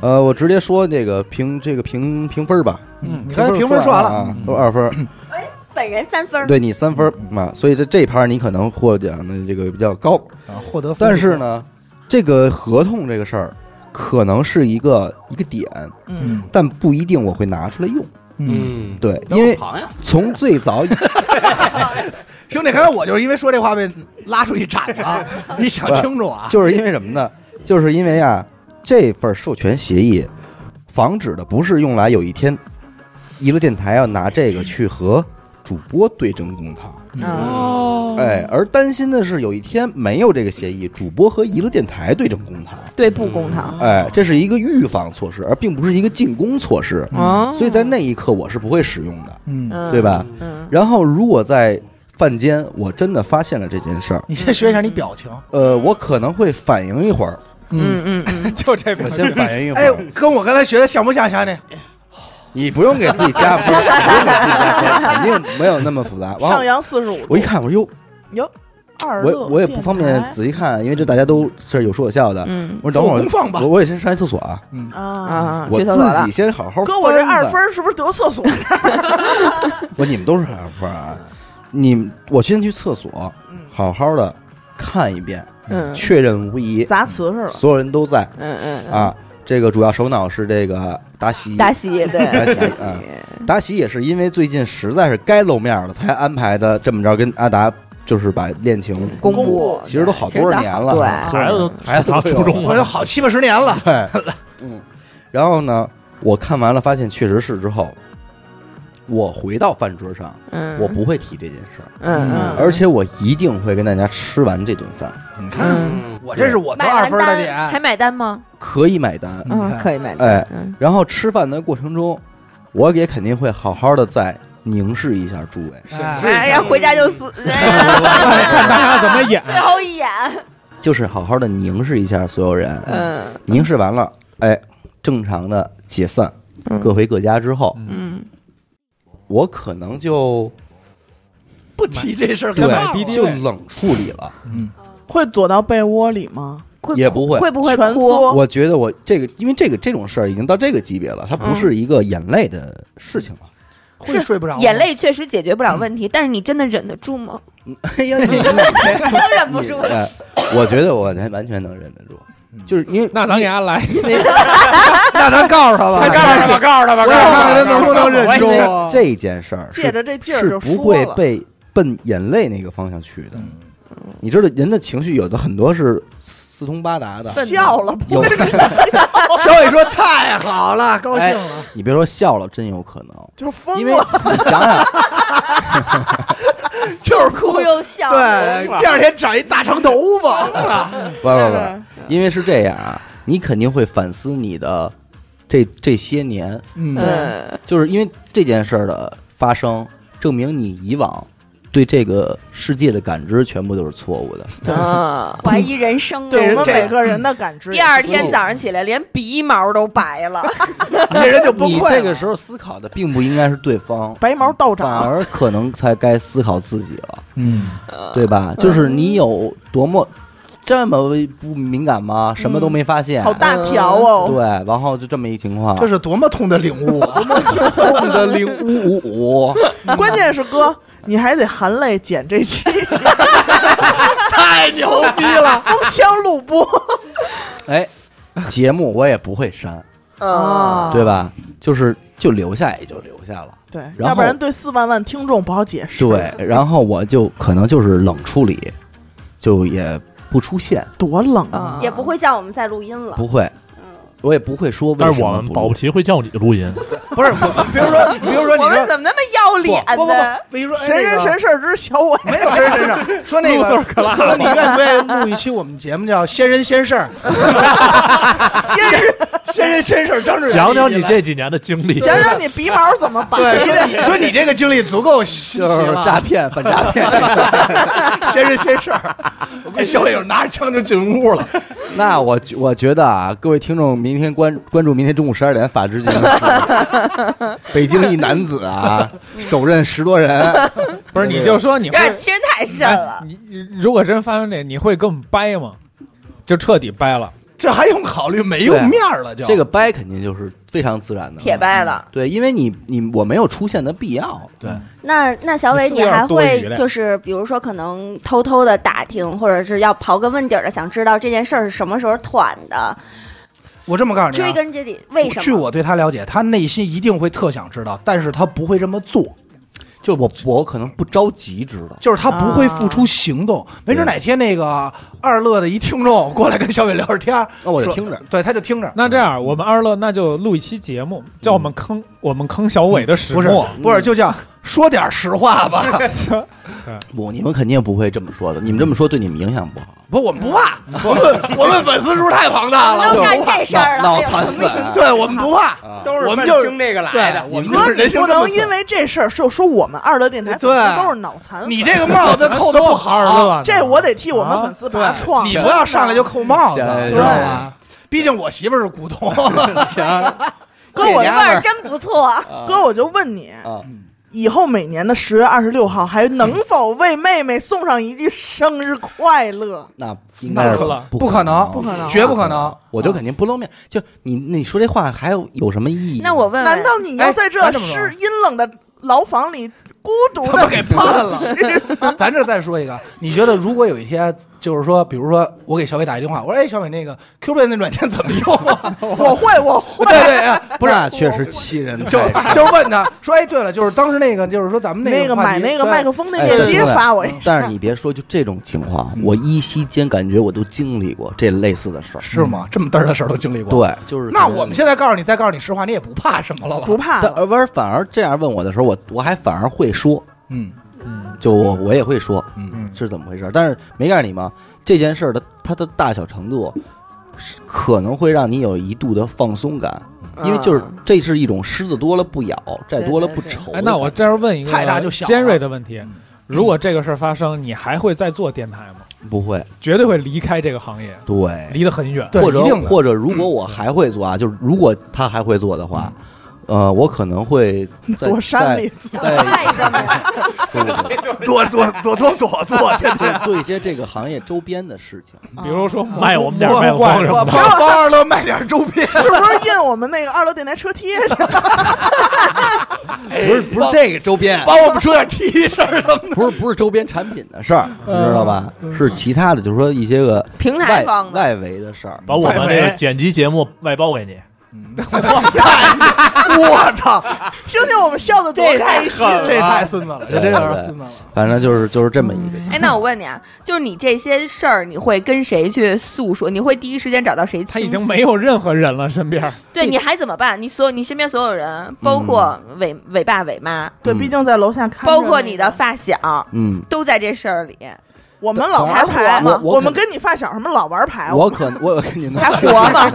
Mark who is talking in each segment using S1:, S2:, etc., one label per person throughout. S1: 呃，我直接说这个评这个评评分吧。
S2: 嗯，你
S1: 刚
S2: 刚
S1: 才
S2: 才评分
S1: 说
S2: 说完了，
S1: 啊，都二分儿，
S3: 本人三分儿，
S1: 对你三分儿嘛，所以在这一盘儿你可能获奖的这个比较高。
S2: 啊，获得。
S1: 但是，呢，
S2: 嗯
S1: 这个合同这个事儿，可能是一个一个点，
S2: 嗯
S1: 但不一定我会拿出来用。
S2: 嗯，
S4: 嗯，
S1: 对，因为
S4: 朋友，
S1: 从最 早以
S2: 兄弟，刚才我就是因为说这话被拉出去斩 了，你想清楚啊。
S1: 就是因为什么呢？就是因为啊，这份授权协议防止的不是用来有一天娱乐电台要拿这个去和主播对争公堂，
S5: 哦，
S1: 哎，而担心的是有一天没有这个协议，主播和娱乐电台对争公堂，
S5: 对不公堂
S1: 哎，这是一个预防措施，而并不是一个进攻措施。
S5: 哦，
S1: 所以在那一刻我是不会使用的。
S2: 嗯，
S5: 嗯
S1: 对吧？
S5: 嗯，
S1: 然后如果在饭间我真的发现了这件事儿，
S2: 你先学一下你表情，
S1: 呃，我可能会反应一会儿，
S5: 嗯嗯嗯，
S2: 就这
S1: 我先反应一会
S2: 哎
S1: 儿。，
S2: 跟我刚才学的像不像？想想
S1: 你不用给自己加分，不用给自己加分，肯定没有那么复杂。
S5: 上
S1: 完后
S5: 扬四十五
S1: 我
S5: 度
S1: 一，看，我说哟，
S5: 二
S1: 我我也不方便仔细看，因为这大家都是有说有笑的。
S5: 嗯
S1: 我说等会
S2: 我公放吧
S1: 儿，我我也先上一厕所啊，
S5: 啊，
S1: 我
S5: 去厕所
S1: 自
S5: 了
S1: 己。先好好。
S5: 哥，我这二分，儿是不是得厕所？
S1: 我你们都是二分啊。你们我先去厕所，好好的看一遍，
S5: 嗯，
S1: 确认无疑，
S5: 砸瓷 实了。
S1: 所有人都在
S5: 嗯嗯嗯，
S1: 啊。这个主要首脑是这个达西，
S5: 达西对，
S1: 达西
S5: 达
S1: 啊达西也是因为最近实在是该露面了，才安排的这么着跟阿达就是把恋情
S5: 公布，
S1: 其实都好多少年了
S5: 对，
S4: 孩子都
S1: 孩子
S4: 上
S1: 都有
S4: 初中啊
S2: 我
S4: 了
S2: 都，好七八十年了。
S1: 对，嗯，然后呢，我看完了，发现确实是之后，我回到饭桌上，
S5: 嗯，
S1: 我不会提这件事儿，
S5: 嗯嗯，
S1: 而且我一定会跟大家吃完这顿饭，
S2: 你看，
S5: 嗯，
S2: 我这是我得二分的点，
S5: 还买单吗？
S1: 可以买单。
S2: 你
S5: 嗯，
S2: 看
S5: 可以买单。
S1: 哎
S5: 嗯，
S1: 然后吃饭的过程中，我也肯定会好好的再凝视一下诸位，
S2: 哎
S3: 哎呀，回家 就撕，
S4: 看大家怎么演。
S5: 哎
S3: 最后一眼，
S1: 就是好好的凝视一下所有人，
S5: 嗯
S1: 凝视完了，哎，正常的解散，
S5: 嗯
S1: 各回各家之后，
S5: 嗯，
S1: 我可能就
S2: 不提这事儿
S1: 对
S2: 干嘛，
S4: 滴滴
S1: 就
S4: 呗
S1: 冷处理了，
S6: 会躲到被窝里吗？
S5: 会
S1: 也不会
S5: 会不会
S6: 蜷
S5: 哭
S6: 缩
S1: 我觉得我这个，因为这个这种事儿已经到这个级别了，它
S5: 嗯
S1: 不是一个眼泪的事情了。
S2: 会睡不着，
S5: 眼。泪确实解决不了问题，但是你真的忍得住吗？
S1: 哎呀， 你能
S3: 忍不住
S1: 我觉得我完全能忍得住，
S2: 嗯
S1: 就是因为
S4: 那咱给他来，
S1: 因为
S2: 那咱告诉他吧，
S4: 诉他 吧，告诉他吧，
S2: 我想看看他能不能 忍
S1: 因
S2: 住
S1: 为
S2: 啊。
S1: 这件事儿
S6: 借着这劲儿
S1: 是
S6: 就
S1: 不
S6: 说
S1: 会
S6: 了。
S1: 被奔眼泪那个方向去的。
S2: 嗯
S1: 你知道人的情绪有的很多是四通八达的，
S6: 笑
S2: 哎
S6: 了，
S1: 啊有
S2: 小伟说太好了，高兴了。
S1: 你别说笑了，真有可能，
S6: 就
S1: 因
S6: 疯
S1: 为
S6: 了，
S1: 你想 想，
S2: 就是哭
S3: 哭又笑，
S2: 对，第二天长一大长头 发，
S1: 不不
S6: 嗯
S1: 不，因为是这样啊，你肯定会反思你的这这些年，
S2: 嗯，
S5: 嗯，
S1: 就是因为这件事儿的发生，证明你以往对这个世界的感知全部都是错误 的。
S5: 啊。
S3: 怀疑人生了，
S6: 对我
S3: 我
S6: 们
S3: 们
S6: 每个人的感知。
S5: 第二天早上起来，连鼻毛都白了。
S2: 这人就崩
S1: 你
S2: 溃
S1: 这个
S2: 了。
S1: 时候思考的并不应该是对 方，
S6: 白毛倒
S1: 反
S6: 长，
S1: 而可能才该思考自己 了，
S2: 嗯，
S1: 对吧？就是你有多么这么不敏感吗？什么都没发现，
S6: 好大条哦！
S1: 对，然后就这么一情况，
S2: 这是多么痛的领 悟啊！
S1: 我们的零五五五。
S6: 关键是哥，你还得含泪剪 这期，
S2: 太牛逼了！
S6: 风箱录播
S1: 哎， 节目我也不会删，
S5: 嗯
S6: 啊，
S1: 对吧？就是就留下也就留下了。
S6: 对，
S1: 然后
S6: 要不然对四万万听众不好解释。
S1: 对，，然后我就可能就是冷处理，就也不出现，
S6: 多冷啊！
S3: 也不会像我们再录音了。
S1: 不会，我也不会说为什么
S4: 但
S1: 不录。
S4: 是我们保不齐会叫你录音，
S2: 不是，我比如说，比如说你
S5: 我们
S2: 说
S5: 怎么那么要脸
S2: 不不
S5: 呢？
S2: 不，比如说哎
S6: 神人神事儿之小伟，
S2: 没有神神 事，说那个，说你愿不愿意录一期我们节目叫《先人先事 儿》？先人先人先事儿，张志远
S4: 讲讲你这几年的经历。
S6: 讲讲你鼻毛怎么白
S2: 对，说
S6: 的？
S2: 你说你这个经历足够新
S1: 就
S2: 奇
S1: 是
S2: 了，
S1: 诈骗反诈骗，
S2: 先人先事儿。我跟小伟友拿着枪就进屋了，
S1: 那我觉我觉得啊，各位听众，明天关关注明天中午十二点法制节目，北京一男子啊，手刃十多人，
S7: 不是，你就说你
S3: 有
S7: 会
S3: 点亲太深
S7: 哎
S5: 嗯
S3: 了，
S7: 你你如果真发生这，你会跟我们掰吗？就彻底掰了。
S2: 这还用考虑没用
S1: 对啊
S2: 面儿了就，
S1: 这个掰肯定就是非常自然的
S5: 铁掰了。
S1: 对，因为你你我没有出现的必要，
S2: 对
S3: 那那小伟，
S4: 你
S3: 你
S4: 塑料
S3: 还
S4: 多余
S3: 会
S4: 嘞
S3: 就是比如说可能偷偷的打听，或者是要刨根问底儿的，想知道这件事儿是什么时候团的，
S2: 我这么告诉你、啊，
S3: 追根结底为什
S2: 据
S3: 么？
S2: 我对他了解，他内心一定会特想知道，但是他不会这么做，
S1: 就我我可能不着急知道，
S2: 就是他不会付
S3: 啊
S2: 出行动。没准哪天那个二乐的一听众过来跟小伟聊着天儿，
S1: 那哦我就
S2: 说
S1: 听着。
S2: 对，他就听着。
S7: 那这样，我们二乐那就录一期节目，叫我们坑我们坑小伟的
S2: 嗯
S7: 始
S2: 不是
S7: 末。
S2: 不
S1: 嗯
S2: 是，就叫说点实话
S3: 嗯
S2: 吧。
S1: 不，你们肯定不会这么说的，你们这么说对你们影响 不好。
S2: 不，我们不怕，
S1: 嗯
S2: 我们我们粉丝数太庞大了，
S3: 都
S2: 我们
S3: 干这事儿了，哎
S1: 脑
S3: 还
S1: 脑
S3: 有
S1: 残
S3: 什么
S1: 粉
S3: 影响
S2: 对我们不怕。
S1: 啊
S8: 都是
S2: 我们
S8: 奔
S2: 就是
S8: 听这个来
S2: 对
S8: 的，，
S2: 我们
S6: 哥，
S2: 就是
S6: 你
S2: 人性
S6: 不
S2: 这么
S6: 能
S2: 狠
S6: 因为这事儿就说我们二乐电台粉
S2: 对
S6: 丝都是脑残粉，
S2: 你这个帽子扣的不
S7: 二乐
S2: 好，
S7: 呢
S6: 啊这我得替我们粉丝拔
S2: 啊对，
S6: 创。
S2: 你不要上来就扣帽子，
S1: 真的
S2: 知道吗？毕竟我媳妇儿是股 东，
S1: 行，
S6: 哥，我
S1: 这
S6: 就
S1: 娘
S3: 味儿真不错，
S6: 哥，我就问你，
S1: 啊，
S6: 以后每年的十月二十六号还能
S2: 嗯
S6: 否为妹妹送上一句生日快乐？
S1: 那应该是
S7: 那了
S1: 不
S2: 可能，
S6: 不可能
S2: 绝不可能。
S1: 我就肯定不露面。就你你说这话还有有什么意义？
S5: 那我问问，
S6: 难道你要在这
S2: 哎咱这么说
S6: 湿阴冷的牢房里孤独
S2: 他
S6: 的
S2: 们给判了？ 咱这再说一个，你觉得如果有一天，就是说，比如说我给小伟打一电话，我说：“哎，小伟，那个 Q 贝那软件怎么 用啊
S6: 我会，我？”会
S2: 对对，哎不是，
S1: 那啊确实欺人哎
S2: 就
S1: 太甚。
S2: 就问他说：“哎，对了，就是当时 那个，就是说咱们
S6: 那
S2: 个
S6: 个
S2: 话
S6: 买
S2: 题
S6: 那个
S2: 对
S6: 麦克风那
S1: 哎
S6: 链接
S1: 对
S6: 发我一下。
S1: 但是你别说，就这种情况，
S2: 嗯
S1: 我依稀间感觉我都经历过这类似的事儿。
S2: 是吗？这么嘚儿的事儿都经历
S1: 嗯
S2: 过。
S1: 对，就是
S2: 那我们现在告诉你，再告诉你实话，你也不怕什么了吧？
S6: 不怕
S1: 但
S6: 了，
S1: 而而反而这样问我的时候，我我还反而会说，
S2: 嗯
S1: 就我我也会说
S2: 嗯，
S1: 是怎么回事儿。但是没告诉你吗？这件事儿的它的大小程度是可能会让你有一度的放松感，
S6: 啊
S1: 因为就是
S5: 嗯
S1: 这是一种狮子多了不咬，债多了不愁的感觉。
S7: 哎，那我这样问一个
S2: 太大就小了
S7: 尖锐的问题
S2: 嗯：
S7: 如果这个事儿发生，你还会再做电台吗？
S1: 不会
S7: 绝对会离开这个行业，
S1: 对。
S7: 离得很远。
S2: 对
S1: 或者
S2: 一定的
S1: 或者如果我还会做啊，就是如果他还会做的话，呃，我可能会在
S6: 躲山里，
S3: 嗯
S1: 在在对对对
S2: 躲躲躲厕所做 去。
S1: 做做一些这个行业周边的事情。
S7: 比如说
S4: 卖我们点麦克
S7: 怪
S4: 风什
S2: 我
S4: 么
S2: 帮
S4: 的，
S2: 帮二乐卖点周边，
S6: 是不是印我们那个二楼电台车贴去？
S1: 哎不是不是这个周 边，
S2: 帮我们出点 T 恤什么的。
S1: 不是不是周边产品的事儿，你
S7: 嗯
S1: 知道吧？是其他的，就是说一些个
S5: 平台
S1: 外
S5: 方的
S1: 外围的事儿。
S4: 把我们这
S7: 外
S4: 个
S7: 围
S4: 剪辑节目外包给你。
S2: 嗯 我操，
S6: 听听我们笑的多开心！
S2: 这太孙子了，这真有点孙子了。
S1: 反正就是就是这么一个情
S5: 哎，那我问你啊，就是你这些事儿，你会跟谁去诉说？你会第一时间找到谁倾诉？
S7: 他已经没有任何人了，身边
S5: 对，你还怎么办？你所有你身边所有人，包括伟伟爸、伟妈，
S6: 对，
S1: 嗯
S6: 毕竟在楼下看着那
S5: 包
S6: 个，
S5: 括你的发小，
S1: 嗯，
S5: 都在这事儿里。
S6: 我们
S5: 哦
S6: 老玩牌，
S1: 我我
S6: 我们跟你发小什么老玩牌，
S1: 我可 我跟你能
S5: 还
S1: 确
S5: 活吗？ 啊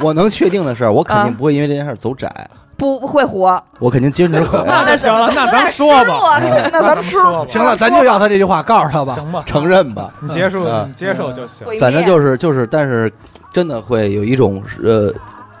S1: 我能确定的是，我肯定不会因为这件事儿走窄，
S5: 不不会活，
S1: 我肯定坚持口
S7: 那行了，那咱们说吧，嗯
S5: 吧。
S6: 那咱们说，
S2: 行了，咱就要他这句话，告诉他吧。
S7: 行吧，
S1: 承认吧。
S7: 你接受
S1: 嗯
S7: 你接受就行。
S1: 反正就是就是，但是真的会有一种呃，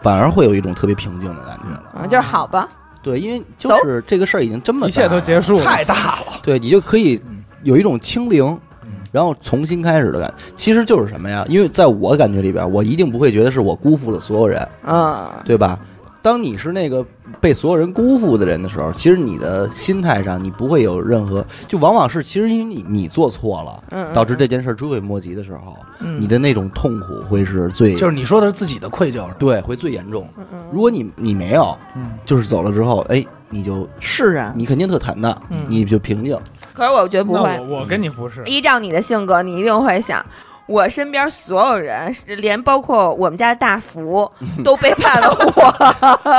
S1: 反而会有一种特别平静的感觉了。
S5: 啊，就是好吧，
S1: 对，因为就是这个事儿已经这么
S7: 嗯一切
S1: 大
S7: 都
S1: 了
S7: 结束了，
S2: 太大了，
S1: 对你就可以
S2: 嗯
S1: 有一种清零
S2: 嗯，
S1: 然后重新开始的感觉。其实就是什么呀？因为在我感觉里边，我一定不会觉得是我辜负了所有人，
S5: 嗯，
S1: 对吧？当你是那个被所有人辜负的人的时候，其实你的心态上你不会有任何，就往往是其实因为你你做错了，
S5: 嗯，
S1: 导致这件事儿追悔莫及的时候，
S6: 嗯
S1: 你的那种痛苦会是最
S2: 就是你说的是自己的愧疚，是吧？
S1: 对，会最严重。
S5: 嗯
S1: 如果你你没有，
S7: 嗯，
S1: 就是走了之后，哎，你就是
S6: 啊，
S1: 你肯定特坦荡，
S6: 嗯
S1: 你就平静。
S5: 可是我觉得不
S7: 那
S5: 会
S7: 我。我跟你不是，
S5: 依照你的性格，你一定会想。我身边所有人，是连包括我们家大福，
S1: 嗯
S5: 都背叛了 我，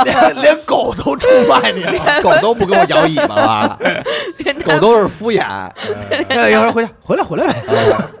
S2: 连连狗都出卖你了。
S1: 狗都不跟我摇尾巴了，
S5: 连
S1: 狗
S5: 大
S1: 都是敷衍。
S2: 哎，一会儿回去，回来，回来呗。
S1: 嗯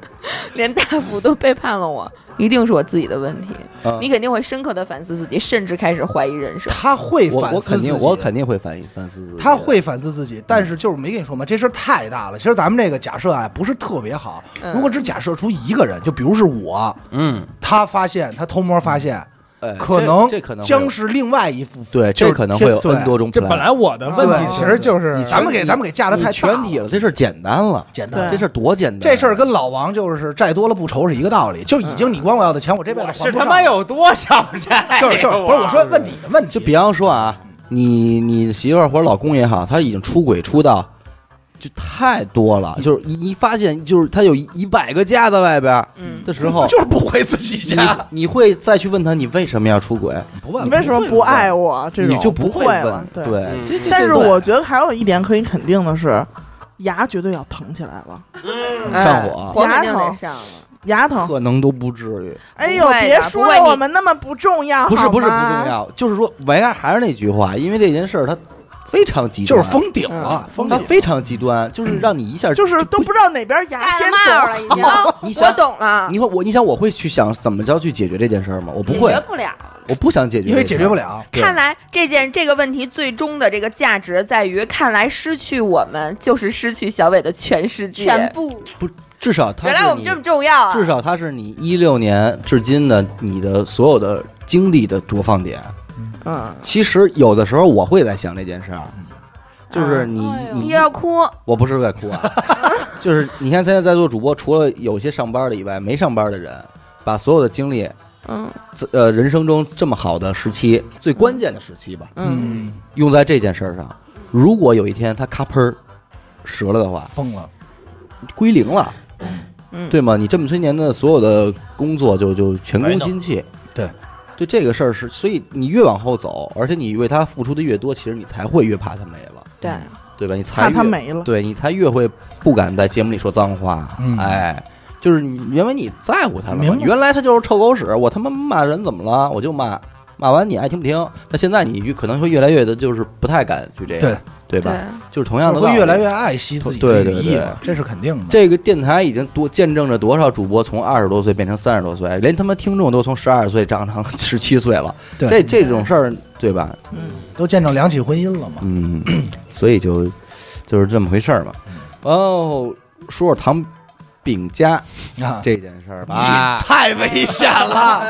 S5: 连大福都背叛了我，一定是我自己的问题。
S1: 嗯
S5: 你肯定会深刻的反思自己，甚至开始怀疑人生。
S2: 他会
S1: 我
S2: 反
S1: 我
S2: 思
S1: 肯
S2: 自己
S1: 定，我肯定会反反思自己。
S2: 他会反思自己，但是就是没跟你说嘛，这事儿太大了。其实咱们这个假设啊，不是特别好。
S5: 嗯
S2: 如果只假设出一个人，就比如是我，
S1: 嗯，
S2: 他发现他偷摸发现，
S1: 哎
S2: 可
S1: 这
S2: 能
S1: 这可能会有
S2: 将是另外一副。
S1: 对，
S2: 就
S1: 这
S2: 是
S1: 可能会有
S2: 天
S1: N 多种
S7: 这本
S1: plan
S7: 来我的问题其实就是
S1: 对你
S2: 咱们给咱们给架的
S1: 你
S2: 太大
S1: 全体
S2: 了，
S1: 了，这事儿简单了，
S2: 简单
S6: 对。
S1: 这事儿多简单。啊
S2: 这事儿跟老王就是债多了不愁是一个道理，就已经你管我要的钱，我这辈子还
S8: 我
S2: 不
S8: 是
S2: 上
S8: 他妈，有多少债？
S2: 就是就是不是我说问你的问题，
S1: 就比方说啊，你你媳妇儿或者老公也好，他已经出轨出到就太多了，就是你你发现就是他有一百个家在外边儿
S5: 嗯，
S1: 的时候，
S2: 就是不回自己
S1: 你
S2: 家，
S1: 你会再去问他你为什么要出轨，
S2: 不问
S6: 你为什么不爱我？这种
S1: 你就
S6: 不
S1: 会
S6: 了
S1: 问。。
S6: 对，
S8: 嗯
S1: 这这
S6: 但是
S1: 这
S6: 我觉得还有一点可以肯定的是，牙绝对要疼起来了，
S1: 嗯上火啊
S5: 火嗯肯定
S6: 牙
S5: 得
S6: 疼
S5: 上了。
S6: 牙疼。
S1: 可能都不至于。
S6: 哎呦
S5: 不，会的
S6: 别说
S5: 不会
S6: 了，
S5: 你
S6: 我们那么不重要，
S1: 不是
S6: 好
S1: 不是不
S6: 吗
S1: 重。要，就是说，维亚还是那句话，因为这件事儿它非常极
S2: 就
S1: 端，
S2: 是封顶了，封
S1: 它
S2: 顶。
S1: 非常极端，就是让你一下
S6: 就是都不知道哪边牙
S3: 盖
S6: 先
S3: 了帽
S6: 走。
S3: 了已经，
S1: 你想
S5: 哦我懂了，
S1: 你会我你想我会去想怎么着去解决这件事儿吗？我不
S3: 解
S1: 会
S3: 决，不了。
S1: 我不想解决，
S2: 因为解决不。了，
S1: 对
S5: 看来这件这个问题最终的这个价值在于，看来失去我们就是失去小伟的全世界。
S3: 全部
S1: 至少它
S5: 原来我们这么
S1: 是
S5: 重要
S1: 你
S5: 啊！
S1: 至少它是你一六年至今的你的所有的经历的着放点。
S6: 嗯，
S1: 其实有的时候我会在想这件事儿，就是
S5: 啊
S1: 你、你
S5: 又要哭，
S1: 我不是在哭 啊，就是你看现在在座主播，除了有些上班的以外，没上班的人，把所有的精力，
S5: 嗯
S1: 自呃，人生中这么好的时期，最关键的时期吧，
S5: 嗯，
S1: 用在这件事儿上。如果有一天他咔喷儿折了的话，
S2: 崩了。
S1: 归零了，
S5: 嗯
S1: 对吗？你这么些年的所有的工作就就前功尽弃，
S2: 对。
S1: 对这个事儿是，所以你越往后走，而且你为他付出的越多，其实你才会越怕他没了，
S5: 对，
S1: 对吧？你才
S6: 怕
S1: 越
S6: 它没了。
S1: 对你才越会不敢在节目里说脏话。
S2: 嗯
S1: 哎，就是你因为你在乎他了
S2: 明
S1: 嘛，
S2: 白
S1: 原来他就是臭狗屎，我他妈骂人怎么了？我就骂，骂完你爱听不听。那现在你可能会越来越的，就是不太敢去这样，
S2: 对
S1: 对吧？
S5: 对，
S1: 就是同样的，
S2: 会越来越。爱惜自己的
S1: 对对
S2: 羽翼
S1: 对
S2: 嘛，这是肯定的。
S1: 这个电台已经多见证着多少主播从二十多岁变成三十多岁，连他妈听众都从十二岁长成十七岁了。
S2: 对
S1: 这这种事儿，对吧？
S2: 都见证两起婚姻了嘛？
S1: 嗯， 所以就就是这么回事儿嘛。
S2: 嗯
S1: 哦，说说唐饼家
S2: 啊，
S1: 这件事儿吧。
S2: 你太危险 了！啊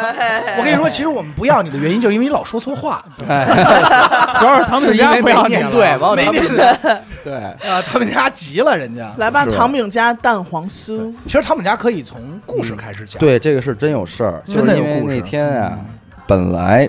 S2: 我跟你说，其实我们不要你的原因，就是因为你老说错话。
S7: 主要是唐饼家不要 你了，
S1: 对，王
S2: 没
S1: 唐
S2: 念
S1: 饼家对，
S2: 啊，他们家急了，人家。
S6: 来吧，
S1: 是吧
S6: 唐饼加蛋黄酥。
S2: 其实他们家可以从故事开始讲。，
S1: 对这个事儿真有事儿，就
S2: 真
S1: 是
S2: 的有
S1: 因为
S2: 故事嗯
S1: 那天啊，本来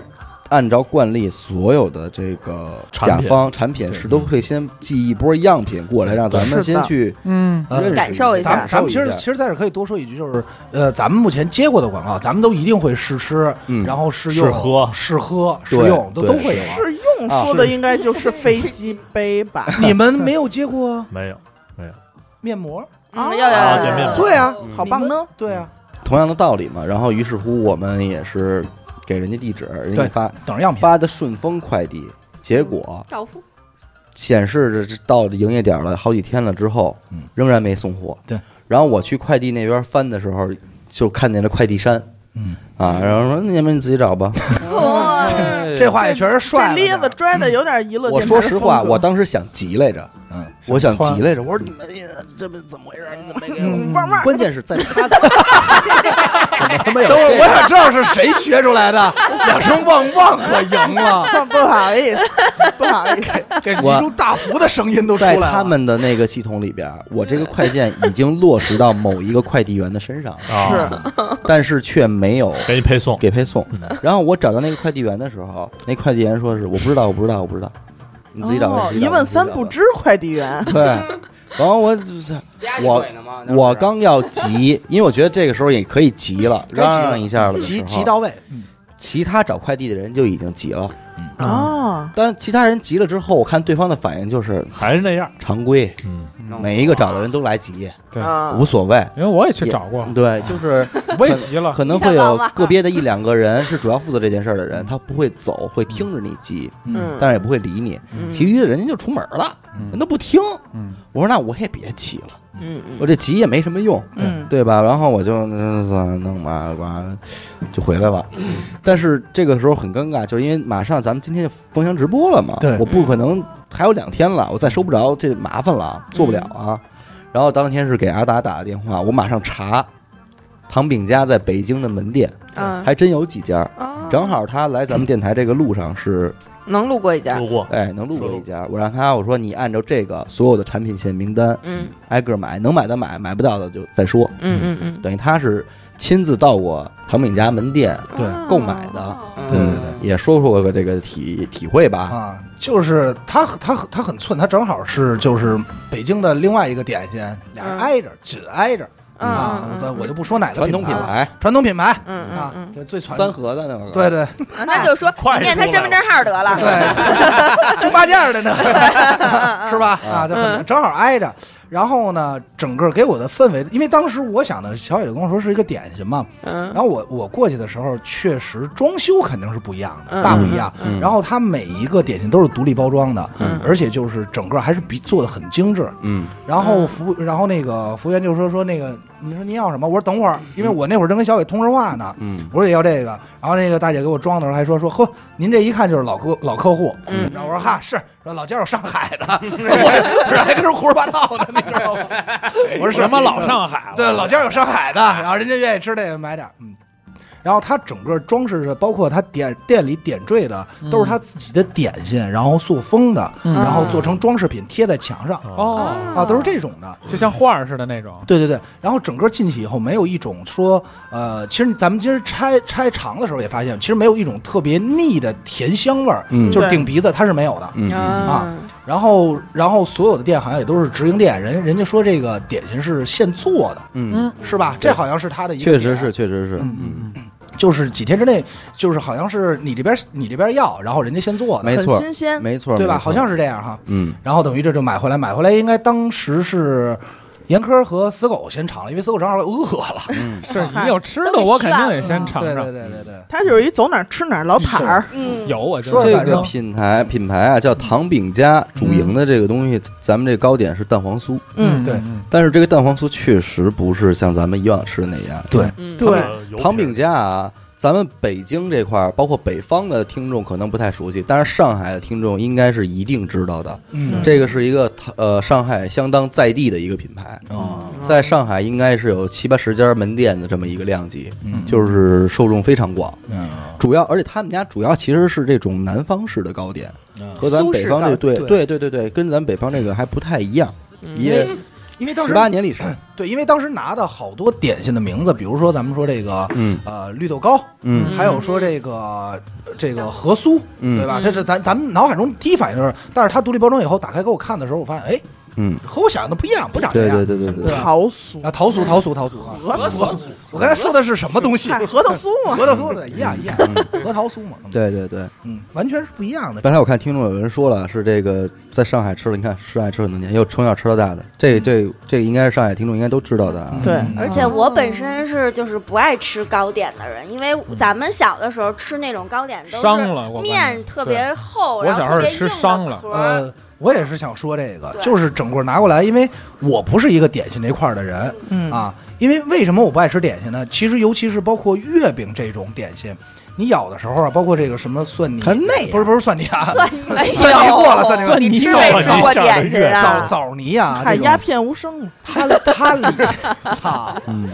S1: 按照惯例，所有的这个甲
S2: 产品
S1: 方产品
S2: 对
S1: 是都会先寄一波样品过来，让咱
S6: 是
S1: 们
S6: 的
S1: 先去
S7: 嗯，
S2: 呃
S1: 认识
S5: 感受一
S2: 咱
S5: 下
S2: 们咱们其实其实在这可以多说一句，就是呃，咱们目前接过的广告，咱们都一定会试吃，
S1: 嗯
S2: 然后试
S4: 试
S2: 用、
S4: 喝
S2: 试喝、试
S1: 对
S2: 用，都
S1: 对
S2: 都会有啊。
S6: 是用说的应该就是飞机杯吧？
S2: 你 们没有接过
S4: 没有
S2: 面膜？
S5: 嗯
S6: 啊
S5: 要要要
S4: 啊见面
S5: 要嗯
S4: 了
S5: 要，
S2: 对啊，
S1: 嗯
S6: 好棒呢！
S2: 对啊，
S1: 同样的道理嘛。然后于是乎，我们也是给人家地址，人家
S2: 对
S1: 发
S2: 嗯等着样品。
S1: 发的顺丰快递，结果
S3: 到付，
S1: 显示着这到营业点了好几天了之后
S2: 嗯，
S1: 仍然没送货。
S2: 对，
S1: 然后我去快递那边翻的时候，就看见了快递山
S2: 嗯，
S1: 啊，然后说那你们自己找吧。
S2: 这话也确实帅
S6: 这
S2: 了
S6: 咧
S2: 点
S6: 子
S2: 儿。
S6: 拽的有点娱乐
S1: 嗯我
S6: 电台
S1: 说
S6: 的
S1: 实话，
S6: 风格
S1: 我当时想急来着，
S2: 嗯，
S1: 我想
S2: 窜
S1: 急来着，我说你们哎这不怎么回事？你怎么没给我？
S6: 旺旺
S1: 关键是在他的，怎么他妈有
S2: 等会儿，
S1: 这
S2: 我想知道是谁学出来的，两声旺旺可赢了。
S6: 不好意思，不好
S1: 哎
S6: 意思，
S2: 这
S1: 我
S2: 一出大福的声音都出来
S1: 在
S2: 了。
S1: 他们的那个系统里边，我这个快件已经落实到某一个快递员的身上，
S4: 啊，
S1: 但是却没有
S4: 给你配送，
S1: 给配送
S4: 嗯。
S1: 然后我找到那个快递员的时候，那快递员说是我不知道，我不知道，我不知道，你自己找吧。
S6: 哦
S1: 你自己
S6: 一
S1: 找吧
S6: 问三不。知，快递员
S1: 你自己找吧对，然后我就是我我刚要急，因为我觉得这个时候也可以急了，
S2: 该急了
S1: 嚷嚷一下了的时
S2: 急
S1: 候。
S2: 急到位，
S1: 其他找快递的人就已经急了，嗯
S6: 啊，
S1: 但其他人急了之后，我看对方的反应就是
S4: 还是那样，
S1: 常规，
S4: 嗯，
S1: 每一个找的人都来急，
S5: 啊
S1: 无所谓。
S7: 因为我也去找过，
S1: 对，就是
S7: 我也急了，
S1: 可能会有个别的一两个人是主要负责这件事儿的人，他不会走，会听着你急，
S5: 嗯，
S1: 但是也不会理你。
S5: 嗯
S1: 其余的人家就出门了，人都不听。
S7: 嗯，
S1: 我说那我也别急了，
S5: 嗯嗯
S1: 我这急也没什么用，
S6: 嗯
S1: 对吧？然后我就嗯算弄吧，完就回来了。
S5: 嗯
S1: 但是这个时候很尴尬，就是因为马上咱们今天就封箱直播了嘛，
S2: 对
S1: 我不可能还有两天了，
S5: 嗯
S1: 我再收不着这麻烦了，做不了啊。然后当天是给阿达打的电话，我马上查唐饼家在北京的门店，
S5: 嗯，
S1: 还真有几家。
S5: 哦
S1: 正好他来咱们电台这个路上是，
S5: 能路过一家，
S4: 路过
S1: 哎，能路过一家。我让他我说你按照这个所有的产品线名单
S5: 嗯
S1: 挨个买，能买的买，买不到的就再说。
S5: 嗯嗯嗯，
S1: 等于他是亲自到过唐饼家门店
S2: 对
S1: 购买的，
S5: 哦
S1: 对对对，也说说个这个体体会吧。
S2: 啊，就是他他他很寸，他正好是就是北京的另外一个点心，俩人
S5: 嗯
S2: 挨着，紧挨着
S5: 嗯
S2: 啊
S5: 嗯，
S2: 咱
S5: 嗯
S2: 我就不说哪个
S1: 传统品
S2: 了，
S1: 牌，
S2: 传统品牌
S5: 嗯嗯
S2: 啊
S5: 嗯，，
S2: 这最传
S1: 三合的那个，
S2: 对 对
S5: 啊那就说
S4: 快
S5: 你念他
S4: 出来
S5: 身份证号得了，
S2: 对，
S5: 啊
S2: 京八件儿的呢，
S5: 嗯
S2: 是吧？啊，就很正好挨着。然后呢，整个给我的氛围，因为当时我想的，小野跟我说是一个点心嘛。然
S5: 嗯
S2: 后我我过去的时候，确实装修肯定是不一样的，
S5: 嗯
S2: 大不一样。
S1: 嗯
S2: 然后它每一个点心都是独立包装的，
S5: 嗯
S2: 而且就是整个还是比做的很精致。
S1: 嗯
S2: 然后服务，然后那个服务员就说说那个，你说您要什么？我说等会儿，因为我那会儿正跟小伟通着话呢，
S1: 嗯
S2: 我说也要这个。然后那个大姐给我装的时候还说说，呵，您这一看就是老客老客户。
S5: 嗯
S2: 然后我说哈是，说老家有上海的，我这还跟人胡说八 道呢，你知道吗？ 我说
S4: 什么老，上海了？
S2: 对，老家有上海的，然后人家愿意吃这个买点儿，嗯。然后它整个装饰的，包括它点店里点缀的，都是他自己的点心，然后塑封的，
S7: 嗯
S2: 然后做成装饰品贴在墙上
S4: 哦，
S5: 嗯
S7: 哦，
S2: 啊，都是这种的。
S7: 就像画儿似的那种，
S2: 对对对，然后整个进去以后，没有一种说，呃，其实咱们今儿拆拆肠的时候也发现，其实没有一种特别腻的甜香味儿，
S1: 嗯
S2: 就是
S6: 对
S2: 顶鼻子它是没有的。
S1: 嗯嗯
S5: 啊
S2: 然后，然后所有的店好像也都是直营店，人人家说这个点心是现做的，
S1: 嗯，
S7: 嗯，
S2: 是吧？这好像是他的一个
S1: 确实
S2: 点
S1: 是，，确实是，
S2: 嗯，就是几天之内，就是好像是你这边你这边要，然后人家现做的，
S1: 没
S6: 很
S1: 错，
S6: 新鲜，
S1: 嗯没错，
S2: 对吧？
S1: 没错
S2: 好像，是这样哈。
S1: 嗯
S2: 然后等于这就买回来，买回来应该当时是严科和死狗先尝了，因为死狗正好饿了。
S1: 嗯，
S7: 是
S6: 嗨
S7: 你有吃的，
S3: 都给
S7: 我肯定
S3: 炫
S7: 得
S3: 了
S7: 先尝
S2: 对对
S7: 尝。
S2: 对对对，
S6: 他就是一走哪儿吃哪儿老坦儿，
S3: 嗯，
S7: 有我就
S2: 说
S1: 这
S2: 反
S1: 个
S2: 正
S1: 品牌品牌啊叫唐饼家主营的这个东西，咱们这糕点是蛋黄酥，
S6: 嗯，
S2: 对
S7: 嗯
S1: 但是这个蛋黄酥确实不是像咱们以往吃的那样。
S2: 对
S5: 嗯
S6: 对
S4: 呃
S1: 唐饼家啊，咱们北京这块儿，包括北方的听众可能不太熟悉，但是上海的听众应该是一定知道的。
S2: 嗯
S1: 这个是一个呃上海相当在地的一个品牌，
S2: 哦，
S1: 在上海应该是有七八十家门店的这么一个量级，
S2: 嗯
S1: 就是受众非常广。
S2: 嗯
S1: 主要，而且他们家主要其实是这种南方式的糕点，
S2: 嗯
S1: 和咱北方这对
S2: 对
S1: 对对对对，跟咱北方这个还不太一样。也
S2: 嗯因为当
S1: 十
S2: 时
S1: 八年历史，
S2: 对，因为当时拿的好多点心的名字，比如说咱们说这个
S1: 嗯
S2: 呃绿豆糕，
S1: 嗯
S2: 还有说这个呃这个河酥，对
S1: 嗯
S2: 吧？这是咱咱们脑海中第一反应就是，但是它独立包装以后打开给我看的时候，我发现哎，
S1: 嗯，
S2: 和我想的不一样，不长这
S1: 对
S2: 样
S1: 对。对对对
S2: 对，
S6: 桃酥、
S2: 啊，桃酥桃酥桃酥啊，
S6: 核
S2: 我我刚才说的是什么东西？
S6: 看核桃酥嘛，
S2: 核桃酥对，一样一样，核桃酥嘛，
S1: 嗯对对对。
S2: 嗯，完全是不一样的。
S1: 刚才我看听众有人说了，是这个在上海吃了，你看上海吃很多年，又从小吃到大的，这这这个应该是上海听众应该都知道的啊。
S6: 对
S2: 嗯
S3: 而且我本身是就是不爱吃糕点的人，因为咱们小的时候吃那种糕点都
S7: 伤
S3: 是
S7: 了我
S3: 面特别厚，
S7: 对
S3: 然后
S7: 我小时
S3: 特
S7: 候
S3: 别
S7: 也
S3: 硬
S7: 吃伤
S3: 的
S7: 了
S3: 壳儿。
S2: 呃，我也是想说这个，
S3: 对
S2: 就是整个拿过来，因为我不是一个点心这块儿的人
S6: 嗯，
S2: 啊。因为为什么我不爱吃点心呢？其实尤其是包括月饼这种点心，你咬的时候啊，包括这个什么蒜泥，
S1: 它是那样
S2: 不是不是蒜泥啊，
S3: 蒜泥
S5: 哎呦
S2: 蒜泥过 了蒜泥过了
S7: 蒜泥
S5: 你吃
S7: 过
S5: 没
S7: 了
S5: 吃过
S7: 上
S5: 点
S7: 个
S5: 心
S7: 月
S2: 枣
S5: 啊？
S2: 枣泥啊，
S6: 看
S2: 这种
S6: 鸦片无声嘛，
S2: 它它里操，
S1: 嗯